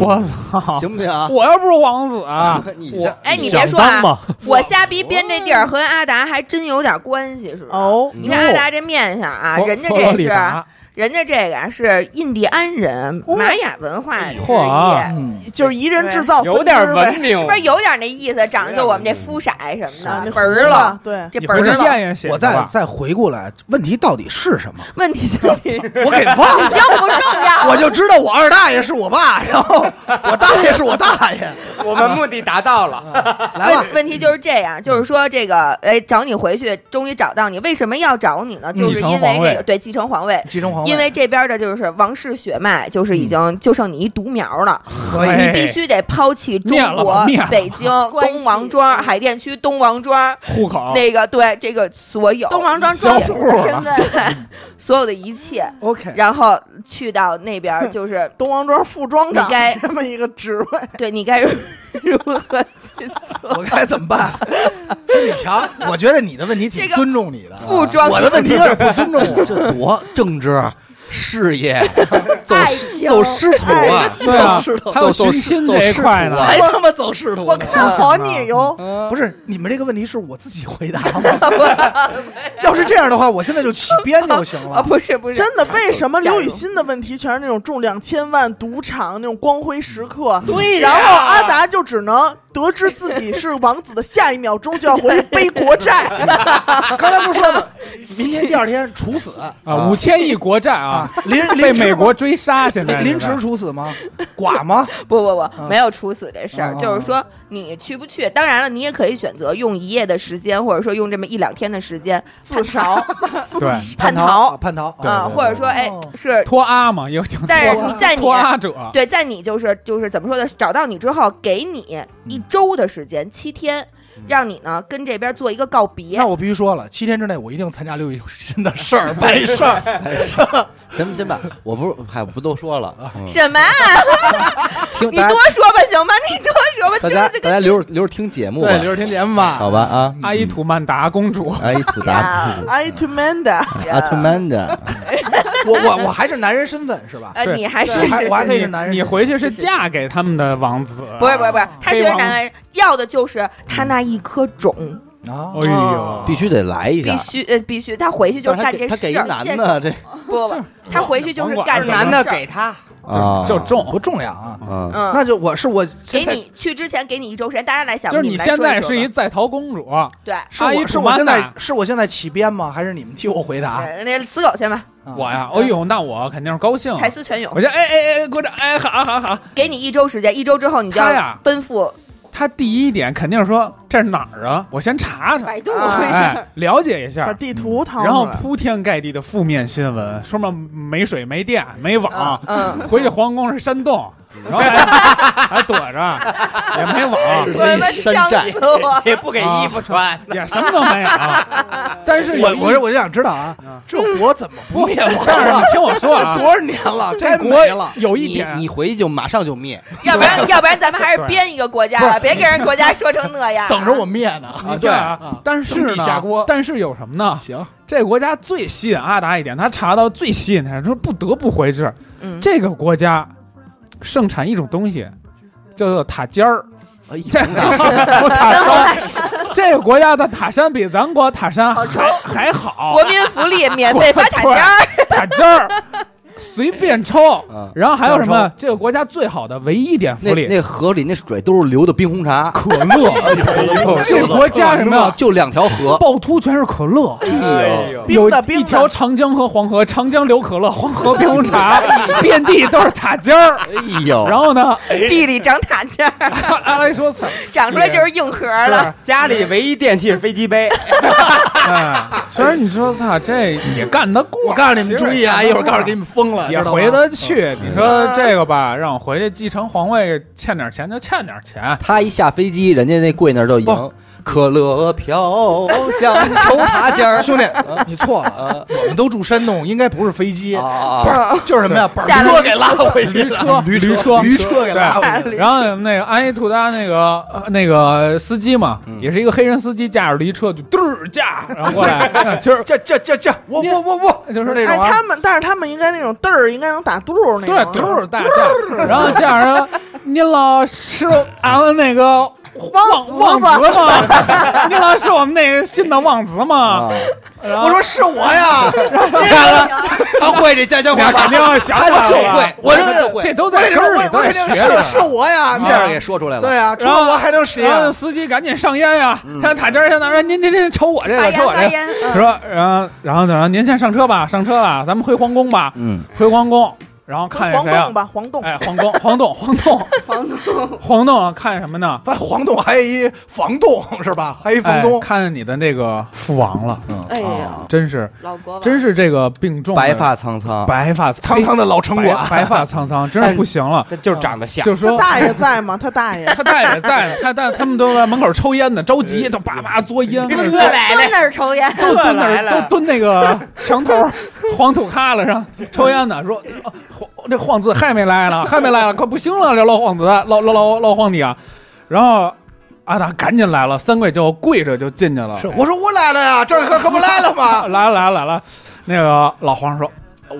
S7: 我操，
S1: 行不行啊？
S7: 我要不是王子啊，
S1: 你
S7: 我
S1: 这
S5: 哎，你别
S4: 想
S5: 说
S4: 当
S5: 啊，
S4: 嘛，
S5: 我瞎逼编这地儿和阿达还真有点关系，是不是？
S6: 哦，
S5: 你看阿达这面相啊，
S7: 佛
S5: 人家
S7: 佛罗
S5: 这
S7: 里
S5: 是，
S7: 达哦
S5: 人家这个啊是印第安人玛雅文化之
S7: 嚯啊
S5: 一，
S2: 嗯，
S6: 就是一人制造
S8: 有点
S6: 分支呗
S8: 文明
S5: 是不是有点那意思？长得就我
S7: 哎
S5: 们这肤色什
S6: 啊
S5: 么，
S6: 那
S5: 的，
S6: 胡
S5: 本儿
S6: 子
S5: 了，，
S6: 对，
S5: 这
S7: 你
S5: 本
S7: 回去
S5: 儿了。
S7: 验验写
S2: 我再
S7: 吧。
S2: 再回过来，问题到底是什么？
S5: 问题 就是已
S2: 我给忘了。
S5: 经不重要
S2: 我
S5: 了。
S2: 就知道我二大爷是我爸，然后我大爷是我大爷。
S8: 我们目的达到了，
S2: 来吧，
S5: 问题就是这样，就是说这个，哎，找你回去，终于找到你，为什么要找你呢？就是因
S7: 继承
S5: 为
S7: 皇位
S5: 这个对继承皇位，
S2: 继承皇位，
S5: 因为这边的就是王室血脉，就是已经就剩你一独苗了，
S2: 可以
S7: 哎
S5: 你必须得抛弃中
S7: 灭了吧
S5: 国
S7: 灭了吧
S5: 北京
S3: 关系
S5: 东王庄海淀区东王庄
S7: 户口
S5: 那个对这个所有
S3: 东王庄
S7: 小
S3: 庄
S7: 主
S3: 主
S7: 儿
S3: 的身
S7: 了
S3: 份，
S5: 所有的一切，
S2: OK。
S5: 然后去到那边儿就是
S6: 东王庄副庄长
S5: 你该
S6: 这么一个职位，
S7: 嗯
S5: 对你该如何去做？
S2: 我该怎么办？是你强，我觉得你的问题挺
S5: 这个
S2: 尊重你的。啊
S5: 副庄
S2: 我的问题有点不尊重 我。
S1: 这多政治、啊事业、啊走
S5: 爱
S1: 仕
S5: 情
S1: 走仕途啊，
S7: 对啊
S2: 走仕途，
S7: 还有
S1: 走走
S7: 寻亲
S1: 走
S7: 这一
S1: 仕
S7: 块
S1: 途
S7: 呢
S1: 啊，
S2: 还他妈走仕途呢？
S6: 我看好你哟。
S7: 嗯
S2: 不是你们这个问题是我自己回答吗？要是这样的话，我现在就起编就行
S5: 啊，
S2: 了。
S5: 不是不是，
S6: 真的，为什么刘雨欣的问题全是那种中两千万赌场那种光辉时刻？对、然后阿达就只能得知自己是王子的下一秒钟就要回去背国 债，
S2: 刚才不是说吗？明天第二天处死
S7: 啊，五千亿国债 啊，
S2: 凌
S7: 被
S2: 凌迟
S7: 美国追杀，现在
S2: 凌迟处死吗？剐吗？
S5: 不不不，没有处死这事儿，
S2: 啊
S5: 就是说你去不去。当然了，你也可以选择用一夜的时间，或者说用这么一两天的时间
S6: 自
S5: 逃
S6: 杀。
S7: 对
S2: 叛
S5: 叛
S2: 逃啊
S5: 逃
S2: 叛逃
S5: 啊，或者说哎
S2: 哦
S5: 是，
S7: 脱阿嘛，有挺
S5: 但是
S7: 脱
S5: 你在你嗯
S7: 脱阿者，
S5: 对，在你就是就是怎么说呢？找到你之后，给你一周的时间，七天，让你呢跟这边做一个告别
S2: 那。我必须说了，七天之内我一定参加刘雨欣的事儿办事儿。
S1: 行吧，行吧，我不是，嗨，我不都说了，嗯
S5: 什么啊？
S1: 听
S5: 你
S1: 大
S5: 多
S1: 家
S5: 说吧，行吗？你多说吧，
S1: 大
S5: 真的
S1: 家
S5: 这个
S1: 大家留着留着听节目吧，
S2: 对，留着听节目吧。
S1: 好吧啊，
S7: 阿依土曼达公主，
S1: 哎，土达
S5: 呀
S6: 哎，to Manda，
S1: 阿特曼的，
S2: 我我我还是男人身份是吧？
S5: 呃，
S7: 对
S5: 你还是
S2: 我还
S5: 是
S2: 我还
S5: 是
S2: 可以是男人。
S7: 你回去是嫁给他们的王子，
S5: 不是不是不是，他是
S7: 黑王
S5: 男人，要的就是他那一颗种，
S2: 啊？
S7: 哎呦，
S1: 必须得来一下
S5: 必，须呃必须，他回去就
S1: 但是他给
S5: 是干这
S1: 他给一
S5: 事儿。
S1: 男
S5: 这
S1: 的这
S5: 不不，他回去就是干
S7: 是
S5: 这
S8: 男的
S5: 事儿
S8: 给他，
S1: 啊
S7: 就就
S2: 不
S7: 中，
S2: 重要啊。
S1: 嗯，
S5: 嗯，
S2: 那就我是我
S5: 给
S2: 现在
S5: 你去之前给你一周时间，大家来想，
S7: 就是
S5: 你
S7: 你
S5: 们来
S7: 现
S5: 说
S7: 在
S5: 说
S7: 是一
S5: 吧
S7: 在逃公主，
S5: 对，
S2: 是
S7: 阿姨
S2: 我是我现
S7: 土
S2: 在
S7: 曼达
S2: 是我现在起编吗？还是你们替我回答？
S5: 呃那死狗先吧，
S2: 啊
S7: 我呀，哎呦，那我肯定是高兴，
S5: 才思泉涌
S7: 我，就哎哎哎，鼓掌，哎，好好好，
S5: 给你一周时间，一周之后你就
S7: 他
S5: 要
S7: 呀
S5: 奔赴
S7: 他第一点肯定是说这是哪儿啊？我先查查，
S3: 百度
S5: 啊
S7: 哎，了解一
S6: 把
S7: 下。
S6: 地图掏出来，
S7: 然后铺天盖地的负面新闻，说嘛没水、没电、没
S6: 啊
S7: 网，
S5: 嗯，
S7: 回去皇宫是山洞，然后还 还躲着，也没网，
S5: 我他妈呛死 我！
S8: 也不给衣服穿，
S7: 也什么都没有。啊 但是有
S2: 我
S7: 一
S2: 我我就想知道啊，这国怎么不灭亡
S7: 但是
S2: 了
S7: 你？听我说啊，
S2: 多少年了，该
S7: 这
S2: 没
S7: 国
S2: 了。
S7: 有哦一
S8: 你
S7: 点，
S8: 你回去就马上就灭，
S5: 要不然，要不然咱们还是
S7: 对
S5: 编一个国家吧，别给人国家说成那样。
S2: 等着我灭呢啊！
S7: 你啊对啊，但是
S2: 等
S7: 呢
S2: 你下锅，
S7: 但是有什么呢？
S2: 行，
S7: 这个国家最吸引阿达一点，他查到最吸引他，说不得不回这儿。
S5: 嗯
S7: 这个国家盛产一种东西，叫做塔 尖儿。
S1: 哎
S7: 这
S1: 啊
S7: 不塔山，这个国家的塔山比咱国塔山还还好
S5: 国，民福利免费发塔尖儿，
S7: 塔尖儿 随便抽。
S1: 啊，
S7: 然后还有什么？这个国家最好的唯一一点
S1: 那
S7: 福利，
S1: 那河里那水都是流的冰红茶，哎
S7: 可 乐这个国家什么呀？
S1: 就两条河，
S7: 趵突全是可乐，
S5: 哎
S8: 哎
S6: 冰
S7: 有
S6: 的冰
S7: 一
S6: 的
S7: 条长江和黄河，长江流 可乐，黄河冰红茶，遍地都是塔尖儿。
S1: 哎
S5: 哦
S1: 呦，
S7: 然后呢，
S5: 地里长塔尖儿，
S7: 阿来 说操，
S5: 长出来就是硬核了。
S7: 是，
S8: 家里唯一电器是飞机杯，
S7: 哎，虽然你说操，这也干得过。
S2: 我告诉你们注意啊，
S7: 其实
S2: 一会儿告诉给你们封了，
S7: 也
S2: 知道吗嗯
S7: 回得去。你说这个吧，让我回去继承皇位，欠点钱就欠点钱。
S1: 他一下飞机，人家那柜那儿就赢。可乐飘 香抽塔尖儿，兄弟，
S2: 你错了，我们都住山洞，应该不是飞机，
S1: 啊
S2: 不是就是什么呀，板
S5: 下来
S2: 车给拉回去了，
S7: 驴车，
S2: 驴车给拉回去了。
S7: 然后那个安逸兔搭那个、呃那个司机嘛，
S1: 嗯
S7: 也是一个黑人司机，驾着驴车就嘚儿驾，然后 过来，就是
S2: 这这这这，我我我我，
S7: 就是
S2: 那
S7: 那
S2: 种
S6: 哎，
S2: 啊
S6: 他们但是他们应该那种嘚儿应该能打嘟噜那
S7: 对
S6: 种，
S7: 嘚儿大驾，然后驾着您老是俺们 那个
S6: 旺
S7: 旺
S6: 子
S7: 旺子 吗？您老是我们那个新的旺子吗？
S1: 啊！
S7: 然后
S2: 我说是我呀，
S8: 他会这家 乡
S7: 俩
S8: 话
S7: 肯
S8: 吧？
S7: 定要 想起来
S8: 就
S7: 了
S8: 会，
S2: 我这
S8: 这就会。
S7: 哎这都
S2: 我
S7: 在
S2: 肯
S7: 根
S2: 定
S7: 儿里
S2: 我
S7: 都
S2: 我肯
S7: 在学
S2: 定
S7: 着
S2: 是
S7: 呢
S2: 是我呀，
S1: 嗯这样也说出来了，
S2: 对啊，除
S7: 然后
S2: 了我还能谁
S7: 然后
S2: 呀？
S7: 司机赶紧上烟呀！
S1: 嗯
S7: 看塔尖儿先拿着，您您您抽我这
S5: 发
S7: 个，抽
S5: 烟
S7: 我
S5: 发
S7: 这个。
S5: 烟，嗯
S7: 说，然后然后怎么？您先上车吧，上车吧，咱们回皇宫吧。
S1: 嗯，
S7: 回皇宫，然后看见
S6: 黄
S7: 谁啊
S6: 洞？吧，黄洞，
S7: 哎，皇宫，黄洞，黄洞，
S3: 黄洞，
S7: 黄洞啊，看见什么呢？
S2: 发现黄洞还有一房洞是吧？还有一房
S7: 哎
S2: 东，
S7: 看见你的那个父王了，
S3: 哎呀，
S7: 真是，
S3: 老国王
S7: 真是这个病重
S1: 嗯
S7: 的，
S1: 白发苍苍，
S7: 白发
S2: 苍苍哎的老城
S7: 白
S2: 管，
S7: 白发苍苍，真是不行了。
S8: 他就是长得像，
S7: 就
S6: 他
S7: 说
S6: 大爷在吗？他大爷，
S7: 他大爷在呢，他大他们都在门口抽烟呢，着急，都叭叭嘬烟，
S8: 这
S7: 都
S8: 来
S3: 蹲那儿抽烟，
S7: 蹲那
S8: 来
S7: 儿，
S8: 了
S7: 都蹲那个墙头黄土旮旯上抽烟呢。说哦黄这晃子还没来呢，还没来呢，快不行了，这老晃子，老老老老皇帝啊。然后阿达赶紧来了，三跪就跪着就进去了。
S2: 我说我来了呀，这儿可可不来了吗？
S7: 来了来了来了，那个老皇上说：“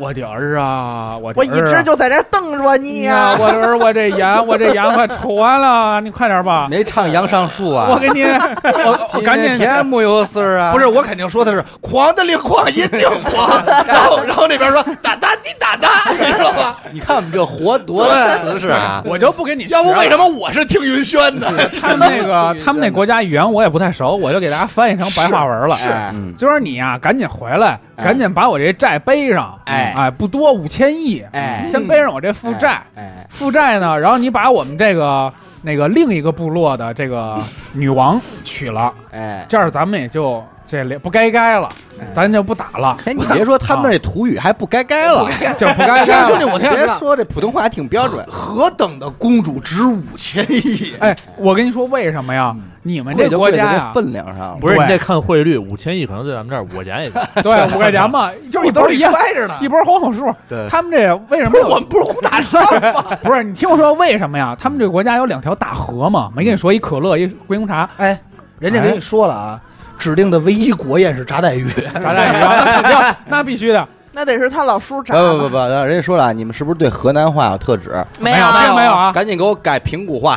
S7: 我的儿啊，我的
S6: 我
S7: 儿啊啊
S6: 一直就在这儿瞪着你
S7: 你
S6: 呀、
S7: 呀，我的儿，我这盐，我这盐快抽完了，你快点吧。”
S1: 没唱杨上树啊？
S7: 我给你， 我我赶紧
S1: 天木有事儿啊！
S2: 不是，我肯定说的是狂的令狂，一定狂。然后，然后那边说打哒滴打哒，你知道吧？
S1: 你看我们这活多瓷实啊！
S7: 我就不给你吃了。
S2: 要不为什么我是听云轩的？
S7: 他们 那个他们那国家语言我也不太熟，我就给大家翻译成白话文了。
S8: 是
S7: 哎
S1: 嗯
S7: 就是你呀、赶紧回来，
S8: 哎
S7: 赶紧把我这债背上。
S8: 哎
S7: 哎，不多五千亿，
S8: 哎
S7: 先背上我这负
S1: 嗯
S7: 债。
S8: 哎，
S7: 负债呢，然后你把我们这个那个另一个部落的这个女王娶了，
S8: 哎，
S7: 这样咱们也就这里不该该了，咱就不打了，
S1: 哎哎，你别说他们那儿土语还不该该 了，
S7: 就不该
S2: 其实
S7: 该
S2: 兄
S7: 了
S2: 弟。我听
S1: 别
S2: 着呢
S1: 说这普通话还挺标 准。
S2: 何等的公主值五千亿？
S7: 哎，我跟你说为什么呀？你们
S1: 贵
S7: 这
S1: 就
S7: 国
S1: 贵在
S7: 家呀
S1: 这，分量上了，
S4: 不是你得
S7: 对
S4: 看汇率，五千亿可能在咱们这儿五块钱也行。
S7: 对五块钱嘛，就
S2: 我
S7: 是一
S2: 兜
S7: 波
S2: 里
S7: 一样
S2: 揣着呢
S7: 一。波黄口数。
S1: 对
S7: 他们这为什么
S2: 不是
S7: 有
S2: 我们不是胡打山吗？
S7: 不是，你听我说，为什么呀？他们这个国家有两条大河嘛，没跟你说一可乐，一冰红茶，
S2: 哎，人家跟你说了啊，指定的唯一国宴是炸带鱼。
S7: 炸弹鱼，那必须的。
S6: 那得是他老叔炸
S1: 不不
S6: 的
S1: 不，不，人家说了，你们是不是对河南话有特指？
S7: 没
S5: 有
S7: 没有没有啊
S1: 赶紧给我改平谷话。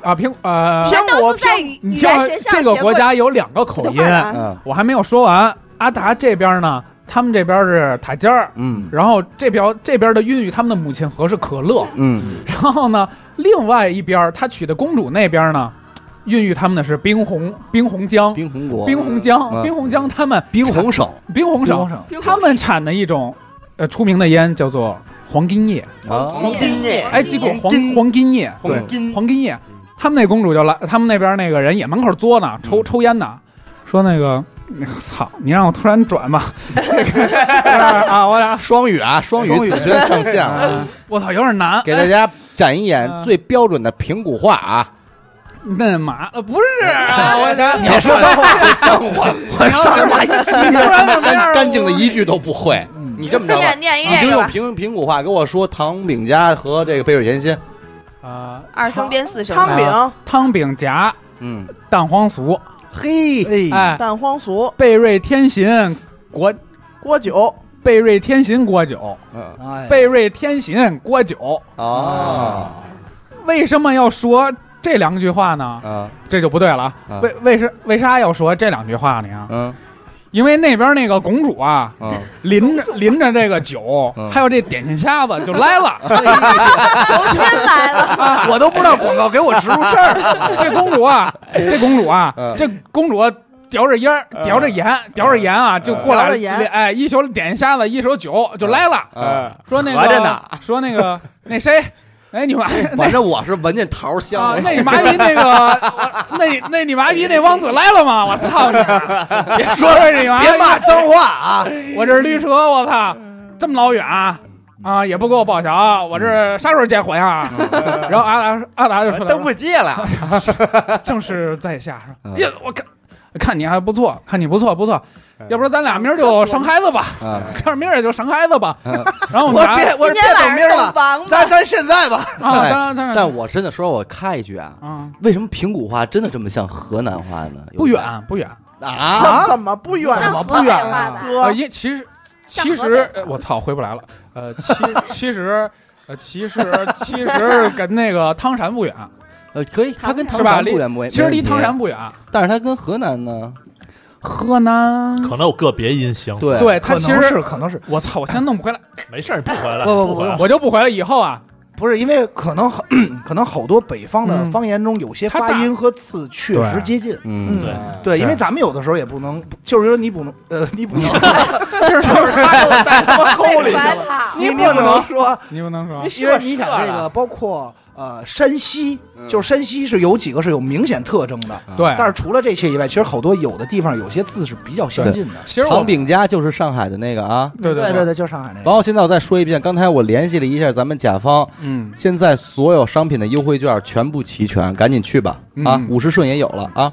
S7: 啊！苹呃，
S6: 偏
S3: 那
S6: 我
S3: 都是在
S6: 偏
S3: 语
S7: 你
S3: 语
S7: 听
S3: 言
S7: 我
S3: 学校
S7: 这个
S3: 学
S7: 国
S3: 过
S7: 家有两个口
S3: 的
S7: 音，
S3: 话啊
S1: 嗯
S7: 我还没有说完。阿达这边呢，他们这边是塔尖儿，
S1: 嗯
S7: 然后这边这边的孕育他们的母亲河是可乐，
S1: 嗯，
S7: 然后呢，另外一边他娶的公主那边呢，孕育他们的是冰红冰红江。
S1: 冰红国，
S7: 冰红江，
S1: 嗯
S7: 冰红江，他们
S1: 冰红省
S7: 冰红省， 他们产的一种呃出名的烟叫做黄金叶，
S1: 啊，
S8: 黄金叶，
S7: 哎，记住黄黄金叶，
S8: 黄金
S7: 黄金叶，他们那公主就来，他们那边那个人也门口作呢，抽抽烟呢，说那个。那个操！你让我突然转吧， 这个啊，我俩
S1: 双语啊，双语
S2: 双语
S1: 此学上线 了，
S7: 啊我操，有点难。
S1: 给大家展一眼
S7: 嗯
S1: 最标准的平谷话啊！
S7: 那嘛，呃不是 啊，我这
S1: 你要说脏话， 脏话，我上来骂一气，
S7: 突然怎么样？
S1: 干净的一句都不会。
S7: 嗯
S1: 你这么着吧
S5: 念，念一
S1: 你就
S5: 这个
S1: 用
S5: 吧。
S1: 平平谷话给我说唐饼家和这个北水甜心，
S7: 啊，
S5: 二声变四声，
S6: 汤饼、
S7: 汤饼夹
S1: 嗯，
S7: 蛋黄酥，
S1: 嘿，
S7: 哎，
S6: 蛋黄酥、
S7: 贝瑞天行果，
S6: 锅酒，
S7: 贝瑞天行果酒，
S1: 嗯
S2: 哎，
S7: 贝瑞天行果酒，
S1: 哦，
S7: 为什么要说这两句话呢？
S1: 嗯
S7: 这就不对了啊
S1: 啊！
S7: 为为什为啥要说这两句话呢呀？
S1: 嗯
S7: 因为那边那个公主啊，
S1: 嗯，
S7: 淋着淋着这个酒
S1: 嗯，
S7: 还有这点心瞎子就 来了。
S5: 先来了，
S2: 我都不知道广告给我植入这 儿，
S7: 这公主啊，这公主啊
S1: 哎嗯，
S7: 这公主叼着烟儿，叼着盐，叼着盐啊，就过来
S6: 叼着盐
S7: 哎，一手点心瞎子，一手酒就来了。
S1: 嗯嗯
S7: 说那
S1: 合着呢
S7: 个，说那个，那谁，哎， 你妈
S1: 反正我是闻见桃
S7: 啊
S1: 香，，
S7: 那你妈逼那个，我那那你妈逼那王子来了吗？我操你妈！ 别说了，你妈逼
S2: 别骂脏话啊！
S7: 我这是驴车，我操，
S6: 嗯
S7: 这么老远啊，啊也不给我报销，我
S1: 嗯
S7: 这啥时候结婚啊？然后阿达阿达就
S1: 啊
S7: 说了，
S8: 接了，
S7: 正是在下
S1: 嗯
S7: 说，呀，我看看你还不错，看你不错不错
S8: 嗯，
S7: 要不然咱俩明儿就生孩子吧，
S1: 嗯
S7: 要是明儿也就生孩子吧
S1: 嗯。
S7: 然后我们
S2: 我
S7: 俩
S2: 变我
S5: 今
S2: 是
S5: 天
S2: 变懂名
S5: 晚上洞
S2: 了，
S5: 房吧。
S2: 咱咱现在吧，
S7: 啊，当然当然，
S1: 但我真的说，我插一句啊，
S7: 啊
S1: 为什么平谷话真的这么像河南话呢？有
S7: 不远不远。
S1: 啊，
S2: 啊
S6: 怎怎么不远
S2: 怎
S6: 啊？
S2: 么不远
S5: 那
S2: 啊？
S7: 啊，
S6: 哥，
S7: 因其实
S5: 像
S7: 其
S5: 河
S7: 实
S5: 北
S7: 呃我操回不来了，呃，其 其实呃其实其实跟那个汤山不远，
S1: 呃，可以，它跟
S7: 是
S1: 唐
S7: 吧
S1: 山
S7: 离
S1: 不远不远，
S7: 其实离汤
S1: 山，
S7: 山不远，
S1: 但是它跟河南呢，
S7: 河南
S4: 可能有个别音相似。
S1: 对
S7: 对他其
S2: 可能
S7: 实
S2: 是可能是
S7: 我操，我现在弄不回来，
S4: 没事儿，不回来，
S2: 不不不
S4: 回来。
S7: 我就不回来，以后啊，
S2: 不是因为可能 可能好多北方的
S7: 嗯
S2: 方言中有些
S7: 它
S2: 发
S7: 大
S2: 音和字确实
S7: 对
S2: 接近。
S1: 嗯，
S4: 对
S2: 对，因为
S7: 是
S2: 咱们有的时候也不能，就是说你不能，呃，你不能，
S7: 就是
S2: 就是他给我带他妈 沟里去
S5: 白
S2: 了，
S5: 塔
S2: 你不能说，
S7: 你不能说
S2: 因为你想这个，包括呃山西，就是山西是有几个是有明显特征的，
S7: 对，
S2: 但是除了这些以外，其实好多有的地方有些字是比较相近的。
S7: 其实我
S1: 唐饼家就是上海的那个啊。
S7: 对
S2: 对
S7: 对，
S2: 对，就是上海那
S1: 然
S2: 个。
S1: 后现在我再说一遍，刚才我联系了一下咱们甲方，
S7: 嗯，
S1: 现在所有商品的优惠券全部齐全，赶紧去吧！啊
S7: 嗯，
S1: 五十顺也有了啊，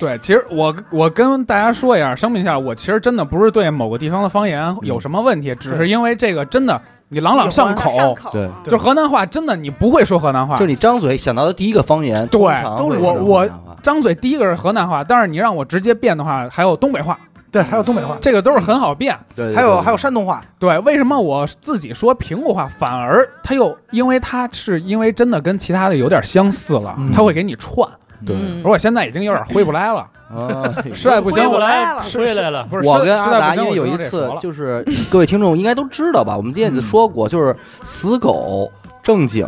S7: 对，其实我我跟大家说一下，声明一下，我其实真的不是对某个地方的方
S1: 嗯
S7: 言有什么问题，只是因为这个真的你朗朗上
S5: 上上
S7: 口，
S5: 口
S1: 对
S7: 就河南话真的你不会说河南话，
S1: 就是你张嘴想到的第一个方言，
S7: 对
S1: 通常
S2: 都是
S1: 会
S2: 我
S1: 这种
S7: 我
S1: 方言话
S7: 张嘴第一个是河南话，但是你让我直接变的话，还有东北话，
S2: 对，还有东北话，
S7: 这个都是很好变。
S1: 对，
S2: 还有还有
S1: 有
S2: 山东话，
S7: 对，为什么我自己说平谷话，反而它又因为它是因为真的跟其他的有点相似了
S2: 嗯，
S7: 它会给你串。
S1: 对嗯
S5: 嗯
S7: 而我现在已经有点回不来了， 实在不行
S4: 回不
S7: 我
S4: 来
S6: 了
S4: 回来了。
S7: 不是
S1: 啊我
S7: 实
S1: 跟
S7: 实
S1: 阿
S7: 在不
S1: 达
S7: 行
S1: 因为有
S7: 我就
S1: 一
S7: 得
S1: 次
S7: 说，了
S1: 就是各位听众应该都知道吧，我们之前也说过，就是死狗正经，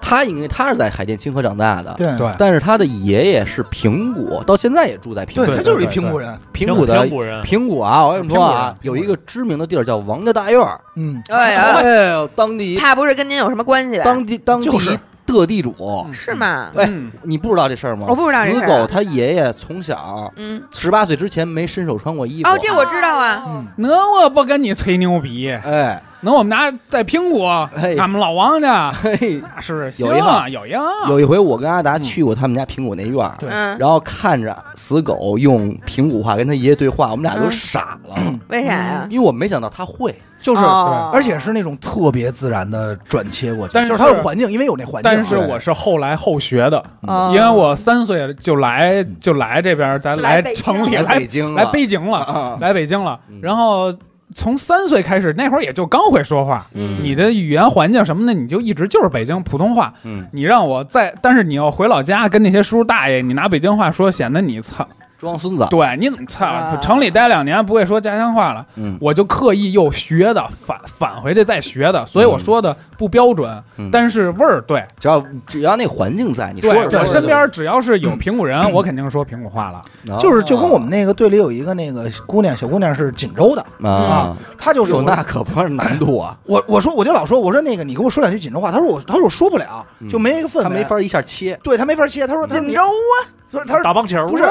S1: 他应该他是在海淀清河长大的，
S2: 对
S7: 对
S1: 但是他的爷爷是平谷，到现在也住在平谷，
S2: 对，他就是一平谷人，
S1: 平谷的
S4: 平谷人，
S1: 平谷啊！我跟你们说啊，
S7: 嗯平
S1: 有
S7: 谷人
S1: 一个知名的地儿叫王家大院儿，
S2: 嗯，
S5: 哎呀，
S1: 哎呦，当地
S5: 怕不是跟您有什么关系吧？
S1: 当地当地
S2: 就是
S1: 的地主，
S5: 是吗？
S1: 哎
S7: 嗯，
S1: 你不知道这事儿吗？
S5: 我不知道这事
S1: 死
S5: 儿啊
S1: 狗他爷爷从小
S5: 嗯，
S1: 十八岁之前没伸手穿过衣服，
S5: 哦，这我知道啊，
S2: 嗯
S7: 那我不跟你吹牛逼，
S1: 哎
S7: 那我们家在平谷，
S1: 哎
S7: 俺们老 王家
S1: 嘿。
S7: 那是
S1: 有一号
S7: 行啊有一号
S1: 有一回，我跟阿达
S7: 嗯
S1: 去过他们家平谷那院儿，
S2: 对
S5: 哦嗯，
S1: 然后看着死狗用平谷话跟他爷爷对话，我们
S5: 嗯
S1: 俩都傻了，
S5: 为啥呀？
S1: 因为我没想到他会。
S2: 就是，
S5: 哦
S2: 而且是那种特别自然的转切过去，
S7: 但是
S2: 就是它的环境，因为有那环境啊，
S7: 但是我是后来后学的，
S5: 哦
S7: 因为我三岁就来就来这边儿，咱
S5: 就来
S7: 来
S5: 北京
S7: 城里
S1: 来
S7: 来
S1: 北京了
S7: 嗯来北京了，
S1: 啊
S7: 来北京了
S1: 嗯。
S7: 然后从三岁开始，那会儿也就刚会说话，
S1: 嗯
S7: 你的语言环境什么的，你就一直就是北京普通话。
S1: 嗯
S7: 你让我在，但是你要回老家跟那些叔叔大爷，你拿北京话说，显得你操
S1: 装孙子，
S7: 对，你怎么操？
S5: 啊
S7: 城里待两年不会说家乡话了，
S1: 嗯，
S7: 我就刻意又学的返返回去再学的，所以我说的不标准，
S1: 嗯
S7: 但是味儿对。
S1: 只要只要那环境在，你说
S7: 对
S1: 着说
S7: 我
S1: 着
S7: 身边只要是有平谷人，我肯定说平谷话了。
S1: 就啊
S2: 就是就跟我们那个队里有一个那个姑娘，小姑娘是锦州的，
S1: 啊，
S2: 她就是
S1: 有
S2: 我
S1: 那可不是难度啊，
S2: 我我说我就老说我说那个你给我说两句锦州话，她说我她说我说不了，就没那个氛
S1: 嗯
S2: 围，
S1: 他没法一下切，
S2: 对她没法切，她说她说
S6: 锦
S2: 你
S6: 州啊，
S2: 她说她说
S4: 打棒球
S2: 不是
S7: 啊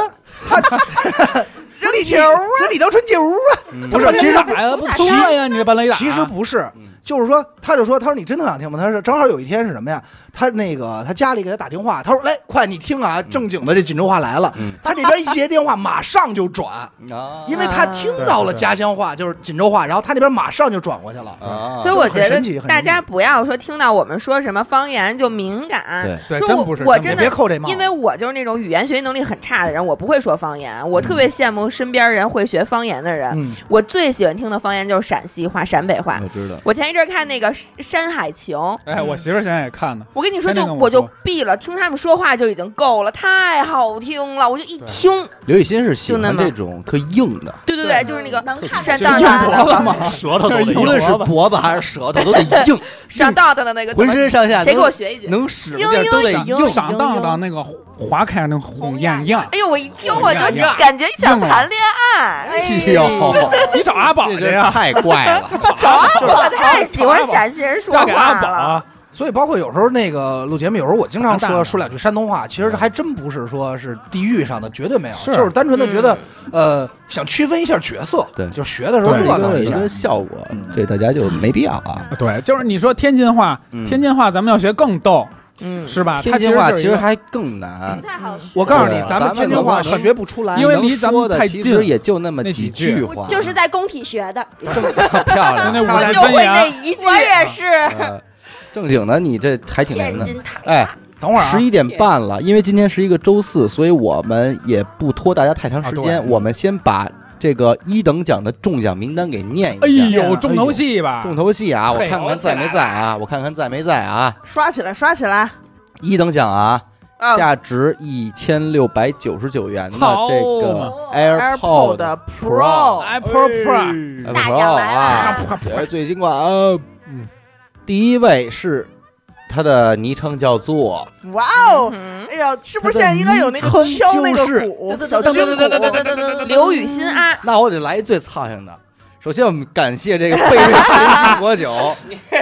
S2: 她
S6: 扔
S2: 你
S6: 球啊，
S2: 说你到春秋啊，
S7: 不是，其实打呀，不错呀，你这半雷打。啊
S2: 其实不是
S1: 嗯，
S2: 就是说，他就说，他说你真的想听吗？他说正好有一天是什么呀？他那个他家里给他打电话，他说来快你听啊，正经的这锦州话来了。
S1: 嗯
S2: 他这边一接电话马上就转，
S1: 啊
S2: 因为他听到了家乡话，就是锦州话，然后他那边马上就转过去了。
S1: 啊
S5: 所以我
S2: 很
S5: 觉得
S2: 神奇很
S5: 大
S2: 神奇
S5: 家不要说听到我们说什么方言就敏感，
S1: 对，
S7: 对，
S5: 就
S7: 真
S5: 我
S7: 不是，
S5: 我
S7: 真
S5: 真
S7: 不
S5: 的
S2: 别扣这帽子，
S5: 因为我就是那种语言学习能力很差的人，我不会说方言，我特别羡慕身边人会学方言的人。
S2: 嗯，
S5: 我最喜欢听的方言就是陕西话、陕北话
S1: 我。知道，
S5: 我前一阵看那个《山海情》，
S7: 是。哎，我媳妇儿现在也看呢。
S5: 我跟你说，
S7: 天
S5: 就
S7: 天跟我
S5: 我就
S7: 说
S5: 闭了，听他们说话就已经够了，太好听了，我就一听，
S1: 刘雨欣是喜
S5: 就那
S1: 欢
S5: 么
S1: 这种特硬的，
S5: 对对对，就是那个
S3: 能看
S5: 山
S3: 得
S5: 大
S3: 见
S5: 大
S7: 脖子
S5: 的、
S7: 吗？
S4: 舌头都得
S1: 无论是
S4: 硬
S1: 脖子还是舌头都得 硬，
S5: 山大大的那个，
S1: 浑身上下
S5: 谁给
S1: 能
S5: 我学一句？
S1: 能使的地儿都得
S6: 硬
S1: 硬
S6: 硬。
S7: 上当当那个划开那个红艳艳。
S5: 哎呦，我一听我就
S7: 哎呀
S5: 感觉想谈恋爱，哎
S1: 哎呦，
S7: 哦你找阿宝
S1: 这
S7: 去
S1: 人
S7: 呀，
S1: 太怪了，
S5: 哎我太喜欢陕西人说
S7: 嫁给阿
S5: 话了。
S7: 宝。
S2: 所以包括有时候那个录节目，有时候我经常
S7: 撒大
S2: 说
S7: 了
S2: 说两句山东话，其
S1: 嗯
S2: 实还真不是说是地域上的，绝对没有，
S7: 是
S2: 就是单纯的觉得
S5: 嗯
S2: 呃想区分一下角色，
S1: 对
S2: 就学的时候
S7: 对
S2: 热闹一下。
S1: 效果，这大家就没必要啊。
S7: 对，就是你说天津话，
S1: 嗯
S7: 天津话咱们要学更逗，
S5: 嗯，
S7: 是吧？
S1: 天
S7: 它
S1: 津话
S7: 啊其
S1: 其
S7: 实就是一
S1: 实
S7: 个
S1: 还更难
S3: 不，太好学。
S2: 我告诉你
S1: 对，咱
S2: 咱们
S1: 们
S2: 天津
S1: 能
S2: 话
S1: 能
S2: 学不出来，
S7: 因为离咱们
S1: 能说的
S7: 太
S1: 其
S7: 近
S1: 实也就那么
S7: 那
S1: 几
S7: 几句
S1: 话，
S3: 就是在工体学的，
S1: 漂
S7: 就
S1: 亮
S7: 那五
S2: 我
S7: 字
S2: 就
S7: 真言，
S5: 一句，我也是。
S1: 呃正经的，你这还挺难
S3: 天
S1: 的。
S3: 津台
S1: 哎，
S2: 等会儿啊
S1: 十，一点半了，因为今天是一个周四，所以我们也不拖大家太长时间，
S7: 啊对
S1: 我们先把这个一等奖的中奖名单给念一下。
S7: 哎呦，重头戏吧，
S1: 重头戏啊！我
S7: 嘿
S1: 看看在没在啊，我看看在没在啊。
S6: 刷起来，刷起来，
S1: 一等奖啊，
S5: 啊
S1: 价值一千六百九十九元的
S7: 好
S1: 这个
S7: 嘛
S1: AirPod
S6: AirPod Pro
S7: Apple Pro，
S3: 大
S1: Pro
S3: 奖来了
S1: 啊，
S3: 啊
S1: 也是最新款啊
S7: 嗯。
S1: 第一位是它的昵称叫做
S6: 哇哦！
S5: 嗯
S6: 哎呀，是不是现在应该有那个敲那个鼓？
S5: 小军鼓，刘雨欣啊，
S1: 那我得来一最操心的。首先，我们感谢这个贝瑞杰西果酒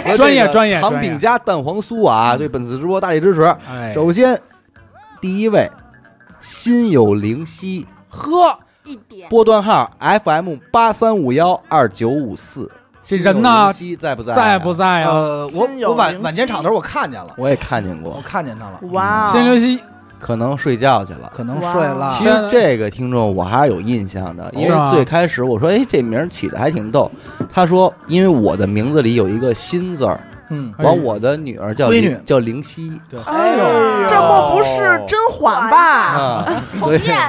S1: 和
S7: 专业
S1: 这个
S7: 专业
S1: 糖
S7: 专业嗯
S1: 饼家蛋黄酥啊，对本次直播大力支持。
S7: 哎，
S1: 首先，第一位，心有灵犀，
S7: 呵，
S3: 一点
S1: 波段号 FM 八三五幺二九五四。
S7: 这人呢
S1: 心有灵犀在不啊在？
S7: 在不？在啊呀？
S2: 呃，我
S6: 心有
S2: 我晚
S6: 灵
S2: 晚间
S6: 犀
S2: 场的时候我看见了，
S1: 我也看见
S2: 我
S1: 过，
S2: 看见他了，
S6: 哇
S7: 先
S6: 哦！
S7: 留心
S1: 可能睡觉去了。
S2: 可能
S6: 哇
S2: 睡了。
S1: 其实这个听众我还是有印象的，因
S7: 啊是吗
S1: 为最开始我说，哎，这名儿起的还挺逗。他说，因为我的名字里有一个“心”字儿，
S2: 嗯，
S7: 哎
S1: 完我的女儿叫
S2: 闺
S1: 林
S2: 女
S1: 叫灵犀
S5: 哎呦
S6: 这莫不是甄嬛吧？
S1: 啊，
S3: 鸿
S1: 所以
S3: 雁，